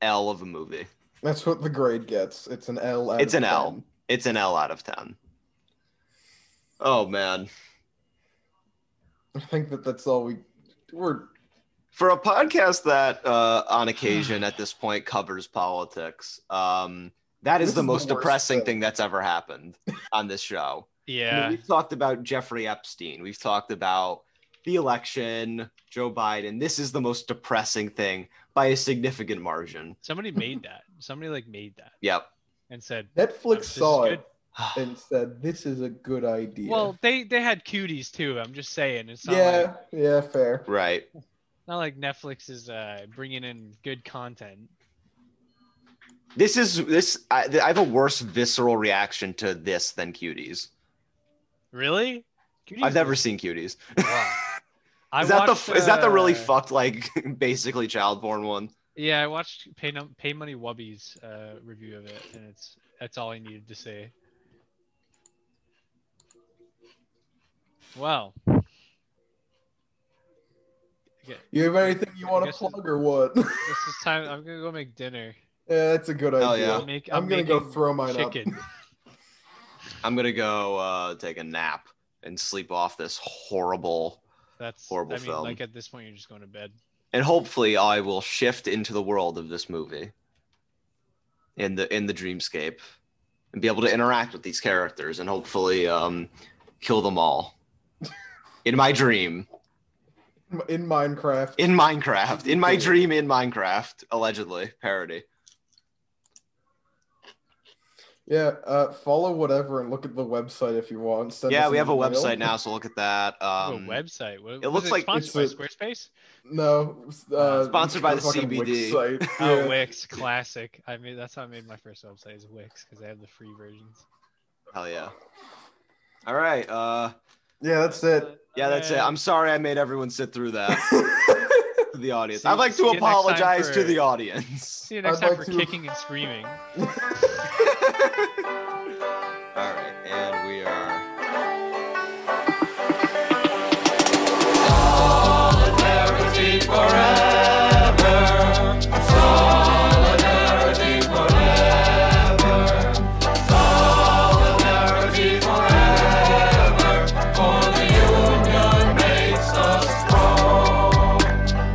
S1: L of a movie.
S2: That's what the grade gets. It's an L. out
S1: It's
S2: of
S1: an L.
S2: 10.
S1: It's an L out of 10. Oh man.
S2: I think that that's all we we're
S1: For a podcast that uh on occasion at this point covers politics, um that is
S2: This
S1: the
S2: is the
S1: most
S2: worst
S1: depressing
S2: thing.
S1: thing that's ever happened on this show. I mean,
S3: Yeah.
S1: we've talked about Jeffrey Epstein. We've talked about the election, Joe Biden. This is the most depressing thing by a significant margin.
S3: Somebody made that. Somebody like made that
S1: Yep. *sighs*
S3: and said
S2: Netflix
S3: This is
S2: saw it
S1: I
S2: and said this is a good idea.
S3: Well, they they had cuties too. I'm just saying, it's not like
S2: yeah, yeah, fair.
S1: Right.
S3: not like Netflix is uh, bringing in good content.
S1: This is this. I, I have a worse visceral reaction to this than Cuties.
S3: Really? Cuties
S1: I've never
S3: is-
S1: seen Cuties.
S3: Wow.
S1: *laughs*
S3: I
S1: is that
S3: watched,
S1: the f is that the really
S3: uh,
S1: fucked like *laughs* basically child porn one?
S3: Yeah, I watched Pay, Num- Pay Money Wubby's uh, review of it, and it's that's all I needed to say. Wow.
S2: You have anything you
S3: I
S2: want to
S3: guess
S2: plug or what? *laughs* yeah,
S3: This is time. I'm gonna go make dinner.
S2: that's a good
S1: Hell
S2: idea.
S1: yeah.
S3: I'm, make,
S2: I'm, gonna go
S3: making
S2: throw mine
S3: chicken.
S1: I'm gonna go uh, take a nap and sleep off this horrible.
S3: That's
S1: Horrible
S3: I mean,
S1: film.
S3: like at this point, you're just going to bed.
S1: And hopefully, I will shift into the world of this movie. In the in the dreamscape, and be able to interact with these characters and hopefully um, kill them all. In my dream.
S2: up in Minecraft.
S1: in Minecraft, in my dream, in Minecraft, allegedly parody.
S2: yeah, uh, follow whatever and look at the website if you want. Send
S1: yeah,
S2: us
S1: we
S2: an
S1: have a
S2: email.
S1: website now, so look at
S3: *laughs*
S1: that.
S3: Oh,
S1: Um,
S3: website. What,
S1: it
S3: was it
S1: looks like
S3: sponsored by
S2: it's a-
S3: Squarespace.
S2: No, uh,
S3: Uh,
S1: sponsored by the
S2: fucking
S1: CBD.
S2: Wix site.
S3: Oh,
S2: Yeah.
S3: Wix, classic. I mean, that's how I made my first website is Wix because they have the free versions.
S1: hell yeah! All right, uh,
S2: yeah, that's
S3: *laughs*
S2: it.
S1: yeah, that's it. I'm sorry I made everyone sit through that. *laughs* to the audience,
S3: See-
S1: I'd like to
S3: see you next time
S1: apologize to
S3: for-
S1: the audience.
S3: *laughs* See you next
S2: I'd
S3: time
S2: like
S3: for
S2: to-
S3: kicking and screaming.
S1: All right, and we are.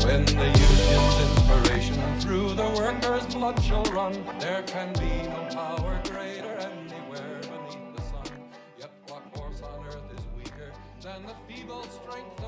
S4: When the union's inspiration through the workers' blood shall run, there can be no power greater anywhere beneath the sun. Yet what force on earth is weaker than the feeble strength